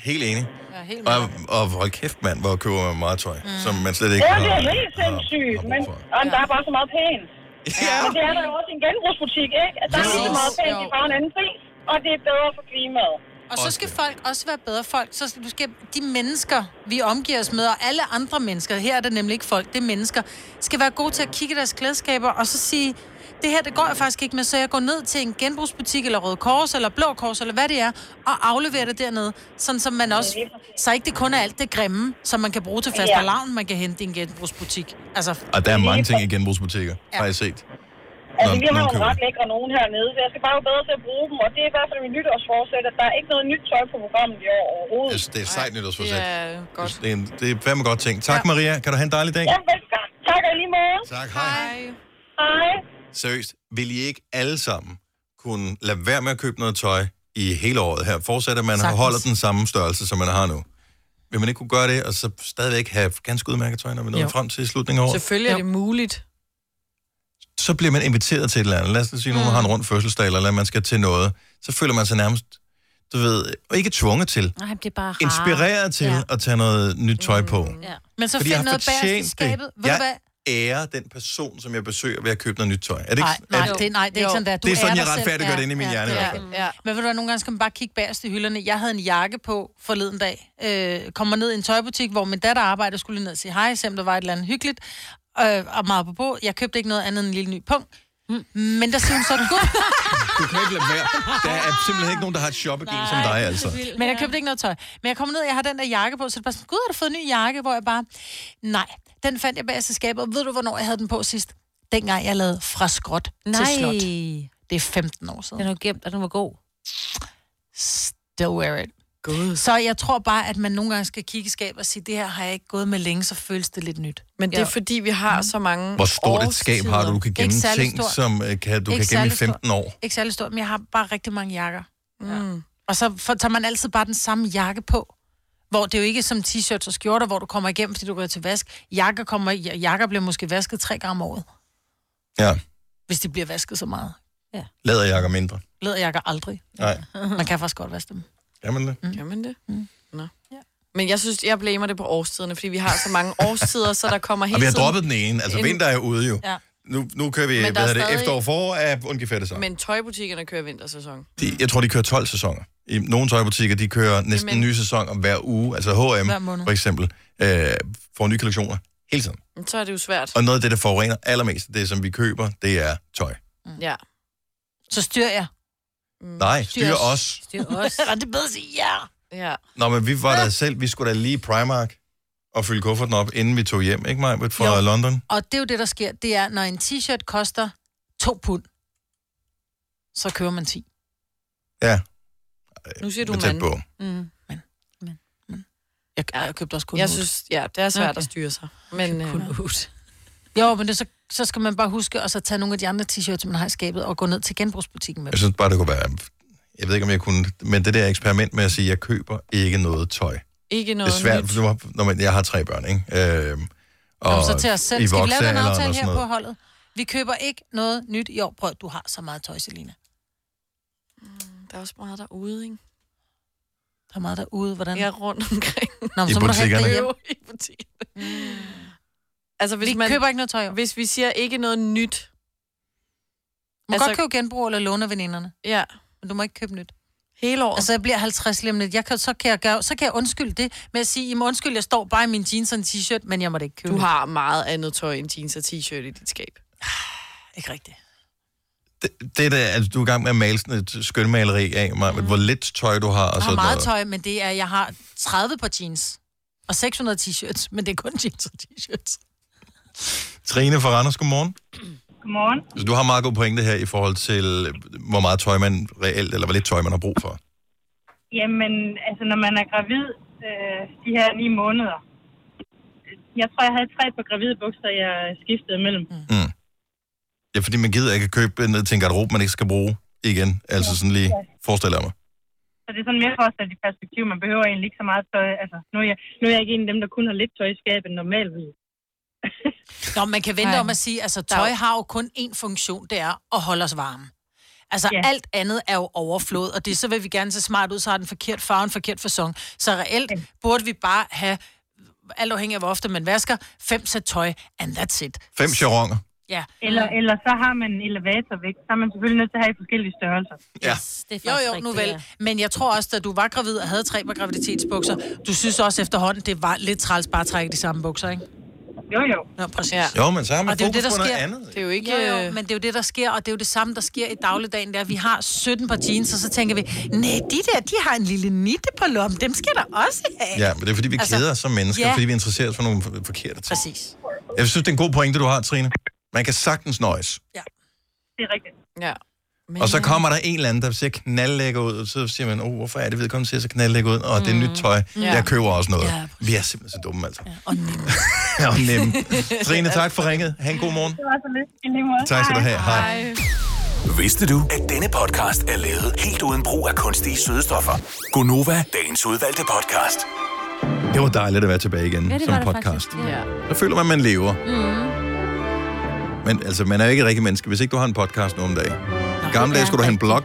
A: helt enig.
C: Ja, helt
A: Og, og hold kæft, mand, hvor køber man meget tøj, mm. som man slet ikke
Q: Ja, det
A: har.
Q: er helt sindssygt, men og der er bare så meget pænt. Ja. Men det er der jo også i en genbrugsbutik, ikke? At der er lige så meget pænt, de får en anden pris, og det er bedre for klimaet.
C: Og så skal folk også være bedre folk. Så du skal, de mennesker, vi omgiver os med, og alle andre mennesker, her er det nemlig ikke folk, det er mennesker, skal være gode til at kigge i deres klædeskaber og så sige, det her, det går jeg faktisk ikke med, så jeg går ned til en genbrugsbutik, eller Røde Kors, eller Blå Kors, eller hvad det er, og afleverer det dernede, sådan som man også, så ikke det kun er alt det grimme, som man kan bruge til fast
A: Ja.
C: lavn, man kan hente i en genbrugsbutik. Altså,
A: Og der er mange ting i genbrugsbutikker, har jeg set.
Q: Altså,
A: Nå,
Q: vi har
A: nogen
Q: jo
A: køber.
Q: ret lækre nogen hernede, så jeg skal bare være bedre til at bruge dem. Og det er i hvert fald min nytårsforsæt, at der er ikke noget nyt tøj på programmet i år overhovedet.
A: Altså, det er sejt nytårsforsæt.
Q: Det er godt.
A: Det er, en, det er fandme godt ting. Tak, Maria. Kan du have en dejlig dag?
Q: Ja, velkommen. Tak og i lige måde.
A: Tak, hej.
Q: Hej.
A: Seriøst, vil I ikke alle sammen kunne lade være med at købe noget tøj i hele året her? Fortsat, at man
O: Sagtens.
A: Sagtens. holder den samme størrelse, som man har nu. Vil man ikke kunne gøre det, og så stadigvæk have ganske udmærket tøj, når vi
D: Jo.
A: når frem til slutningen af året?
D: Selvfølgelig er det muligt.
A: så bliver man inviteret til et eller andet. Lad os nu sige, at
C: Mm.
A: nogen har en rund fødselsdag, eller man skal til noget. Så føler man sig nærmest, du ved, og ikke tvunget til,
H: Nej, det er bare rart.
A: inspireret til ja. at tage noget nyt tøj på.
H: Ja.
C: Mm. Men så
A: Fordi jeg
C: find
A: har
C: noget bagerst i
A: fortjent det.
C: skabet. Ved du hvad?
A: Jeg ærer den person, som jeg besøger ved at købe noget nyt tøj. Er det ikke,
C: Nej, nej,
A: er
C: det, nej, det er ikke sådan der. Du
A: det er sådan,
C: dig
A: jeg
C: selv.
A: retfærdiggør det inde i min hjerne. i
C: det
A: hvert
C: er
A: fald.
C: det. Ja. Men ved du hvad, nogle gange skal man bare kigge bagerst i hylderne. Jeg havde en jakke på forleden dag. Øh, kommer ned i en tøjbutik, hvor min datter arbejder, skulle lige ned og sige hej, se om der var et eller andet hyggeligt. Øh, og meget på på. Jeg købte ikke noget andet end en lille ny punkt. Mm. Men der siger hun så, gud,
A: Du kan ikke lade være. Der er simpelthen ikke nogen, der har et shoppegen som dig, altså.
C: men jeg købte ikke noget tøj. Men jeg kommer ned, jeg har den der jakke på, så det er bare sådan, gud, har du fået en ny jakke? Hvor jeg bare, nej, den fandt jeg bagerst i skabet. Og ved du, hvornår jeg havde den på sidst? Dengang jeg lavede fra skråt til
H: Nej.
C: slot. Det er 15 år siden.
H: Den var gemt, og den var god.
C: Still wear it. God. Så jeg tror bare, at man nogle gange skal kigge i skab og sige, det her har jeg ikke gået med længe, så føles det lidt nyt. Mhm.
D: Men det er, fordi vi har så mange
A: Hvor stort et skab har du, du kan gemme
C: Ikke særlig
A: ting,
C: stort.
A: som øh, kan, du
C: Ikke
A: kan gemme i
C: særlig stort.
A: 15 år?
C: Ikke særlig stort, men jeg har bare rigtig mange jakker. Mm. Og så for, tager man altid bare den samme jakke på. Hvor det er jo ikke som t-shirts og skjorter, hvor du kommer igennem, fordi du går til vask. Jakker, kommer, ja, jakker bliver måske vasket tre gange om året,
A: Ja,
C: hvis de bliver vasket så meget.
A: læderjakker mindre.
C: Læderjakker aldrig.
A: Nej,
C: Man kan faktisk godt vaske dem.
A: kan man det?
D: Kan man det? Mm. Nå. Men jeg synes, jeg blamer det på årstiderne, fordi vi har så mange årstider, så der kommer hele
A: Og vi har
D: tiden
A: droppet den ene. Altså,
D: en-
A: vinter er jo ude jo.
D: Ja.
A: Nu, nu kører vi,
D: Men der
A: hvad
D: er
A: hedder det,
D: stadig-
A: efterår og forår er ungefær det samme.
D: Men tøjbutikkerne kører vintersæson.
A: De, jeg tror, de kører 12 sæsoner. I nogle tøjbutikker, de kører næsten en ny sæson om hver uge. Altså
D: Hver
A: H&M
D: måned.
A: for eksempel, øh, får nye kollektioner hele tiden.
D: Men Så er det jo svært.
A: Og noget af det, der forurener allermest, det som vi køber, det er tøj.
D: Ja.
C: Så styrer jeg. Mm.
A: Nej, styr os.
C: Styr os. Eller det er bedre at sige ja.
D: Ja.
A: Nå, men vi var der selv, vi skulle da lige i Primark og fylde kufferten op, inden vi tog hjem, ikke mig, fra
C: Jo.
A: London?
C: Og det er jo det, der sker. Det er, når en t-shirt koster to pund, så køber man 10.
A: Ja.
D: Nu siger du
A: Men Øh, tæt
D: mand.
A: på.
C: Mm. Men, men, men. Jeg, jeg købte også kun
D: Jeg
C: otte.
D: synes, ja, det er svært
C: Okay.
D: at styre sig. Men, øh,
C: Jo, men det, så, så skal man bare huske at så tage nogle af de andre t-shirts, man har i skabet, og gå ned til genbrugsbutikken med
A: Jeg
C: dem.
A: synes bare, det kunne være... Jeg ved ikke, om jeg kunne... Men det der eksperiment med at sige, at jeg køber ikke noget tøj.
D: Ikke
A: det er svært, for nu har- når man, jeg har tre børn, ikke? Øhm, og
C: Kom så til os selv.
A: i
C: Skal vi lave den
A: voksealderen og sådan
C: aftale her på
A: noget.
C: holdet? Vi køber ikke noget nyt i år. Prøv, du har så meget tøj, Selina.
D: Mm, der er også meget derude, ikke?
C: Der er meget derude. Hvordan?
D: Jeg er rundt omkring.
C: Nå, men I så må du have det butikkerne. derhjemme.
D: I butikkerne. Altså, hvis
C: Vi
D: man,
C: køber ikke noget tøj.
D: Hvis vi siger ikke noget nyt.
C: Du må altså, godt købe genbrug eller låne af veninderne.
D: Ja.
C: Men du må ikke købe nyt.
D: Hele året.
C: Altså, jeg bliver 50 lige om lidt. Jeg kan, så, kan jeg gøre, så kan jeg undskylde det med at sige, I må undskylde, jeg står bare i min jeans og en t-shirt, men jeg må da ikke købe
D: Du
C: nyt.
D: har meget andet tøj end jeans og t-shirt i dit skab.
C: Ikke rigtigt.
A: Det der, altså, du er i gang med at male sådan et skønmaleri af mig, mm. hvor lidt tøj du har og
C: Jeg har
A: sådan
C: meget
A: noget.
C: tøj, men det er, jeg har 30 par jeans og 600 t-shirts, men det er kun jeans og t-shirts.
A: Trine fra Randers, godmorgen.
R: Godmorgen.
A: Så du har meget god pointe her i forhold til, øh, hvor meget tøj man reelt, eller hvor lidt tøj man har brug for.
R: Jamen, altså når man er gravid øh, de her ni måneder. Jeg tror, jeg havde tre på gravide bukser, jeg skiftede mellem. Mm.
A: Ja, fordi man gider ikke at købe ned til en garderobe, man ikke skal bruge igen. Altså sådan lige, forestiller jeg mig.
R: Så det er sådan mere for at sætte i perspektiv. Man behøver egentlig ikke så meget tøj. Altså, nu, er jeg, nu er jeg ikke en af dem, der kun har lidt tøj i skabet normalt.
C: Nå, man kan vente
R: Ej.
C: Ej. om at sige, altså tøj har jo kun én funktion, det er at holde os varme. Altså
R: Ja.
C: ja. alt andet er jo overflod, og det så vil vi gerne se smart ud, så har den forkert farve, en forkert fasong. Så reelt burde vi bare have, alt afhængig af hvor ofte man vasker, fem sæt tøj, and that's it.
A: Fem charonger.
C: Ja.
R: Eller, eller så har man en elevatorvægt. Så er man selvfølgelig nødt til at have i forskellige størrelser.
A: Ja.
C: Det er jo, jo, nu vel. Men jeg tror også, da du var gravid og havde tre par graviditetsbukser, du synes også efterhånden, det var lidt træls bare at trække de samme bukser, ikke?
R: Jo, jo.
C: Nå, præcis.
A: Ja. Jo, men så har man
C: Og det er jo
A: fokus
C: det, der
A: på noget
C: sker.
A: andet.
C: Det er jo ikke... øh, Jo, jo, men det er jo det, der sker, og det er jo det samme, der sker i dagligdagen, der vi har 17 par jeans, og så tænker vi, nej, de der, de har en lille nitte på lommen, dem skal der også have.
A: Ja, men det er fordi, vi altså, keder os som mennesker,
C: ja. Altså-
A: fordi vi interesserer os for nogle f- forkerte ting.
C: Præcis.
A: Jeg synes, det er en god pointe, du har, Trine. Man kan sagtens nøjes.
R: Det er rigtigt.
D: Ja.
A: Men... Og så kommer der en eller anden, der ser knaldlækker ud, og så siger man, oh, hvorfor er det vedkommende ser så knaldlækker ud? Og det er nyt tøj.
C: Mm. Ja.
A: Jeg køber også noget.
C: Ja,
A: vi er simpelthen så dumme, altså. Ja, og nemme. Trine, tak for ringet. Ha' en god morgen.
R: Det var så lidt. I lige måde.
A: Tak skal du have. Hej.
G: Vidste du, at denne podcast er lavet helt uden brug af kunstige sødestoffer? Gonova, dagens udvalgte podcast.
A: Det var dejligt at være tilbage igen
G: Ja, det
A: som
G: var det
A: podcast.
G: faktisk, ja.
A: Så føler man, man lever.
G: Mm.
A: Men altså, man er jo ikke et rigtigt menneske, hvis ikke du har en podcast nu om dagen. I gamle dage skulle du have en blog.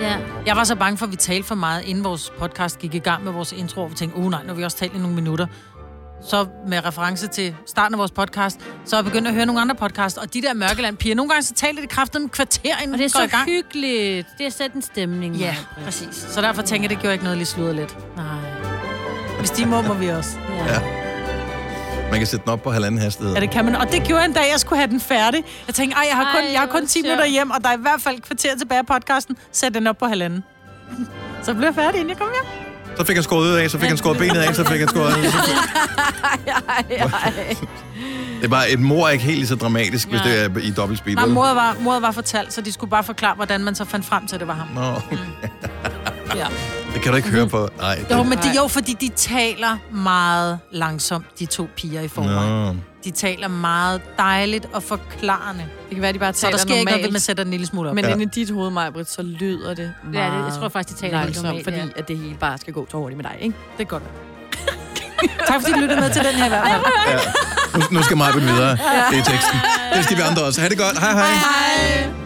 C: Ja. Jeg var så bange for, at vi talte for meget, inden vores podcast gik i gang med vores intro, og vi tænkte, oh nej, nu har vi også talt i nogle minutter. Så med reference til starten af vores podcast, så er jeg begyndt at høre nogle andre podcasts, og de der Mørkeland-piger, nogle gange så taler de kraftigt om kvarter, inden
H: Og det er
C: vi går i
H: så
C: gang.
H: hyggeligt. Det er sat en stemning.
C: Ja, præcis. Så derfor tænker jeg, det gjorde ikke noget lige sludder lidt. Nej. Hvis de må, må vi også.
A: Ja. Man kan sætte den op på halvanden hastighed.
C: Ja, det kan man. Og det gjorde jeg en dag, jeg skulle have den færdig. Jeg tænkte, ej, jeg har kun,
H: Ej,
C: jeg har kun 10
H: hvor
C: minutter
H: sjovt.
C: hjem, og der er i hvert fald et kvarter tilbage af podcasten. Sæt den op på halvanden. Så blev jeg færdig, inden jeg kom hjem.
A: Så fik han skåret ud af, så fik han skåret benet af, så fik han skåret... Det er bare, et mor er ikke helt lige så dramatisk, hvis
C: Nej.
A: det er i dobbeltspeed.
C: Nej,
A: vel?
C: mor var, mor var fortalt, så de skulle bare forklare, hvordan man så fandt frem til, at det var ham.
A: Nå,
C: Ja.
A: det kan du ikke høre på. Nej,
C: Jo, men de, jo, fordi de taler meget langsomt, de to piger i forvejen.
A: Nå.
C: De taler meget dejligt og forklarende. Det kan være, de bare så
D: taler
C: der sker ikke noget,
D: normalt.
C: ved, at man sætter den en lille smule op.
D: Men inde i dit hoved, Majbrit, så lyder det meget
C: jeg tror faktisk, de taler helt
D: langsomt,
C: normalt,
D: fordi
C: ja.
D: at det hele bare skal gå så hurtigt med dig, ikke?
C: Det er godt. tak fordi du lyttede med til den her i hvert fald.
A: Nu, nu skal Maja videre. Det er teksten. Det skal vi andre også. Ha' det godt. Hej hej.
C: Hej.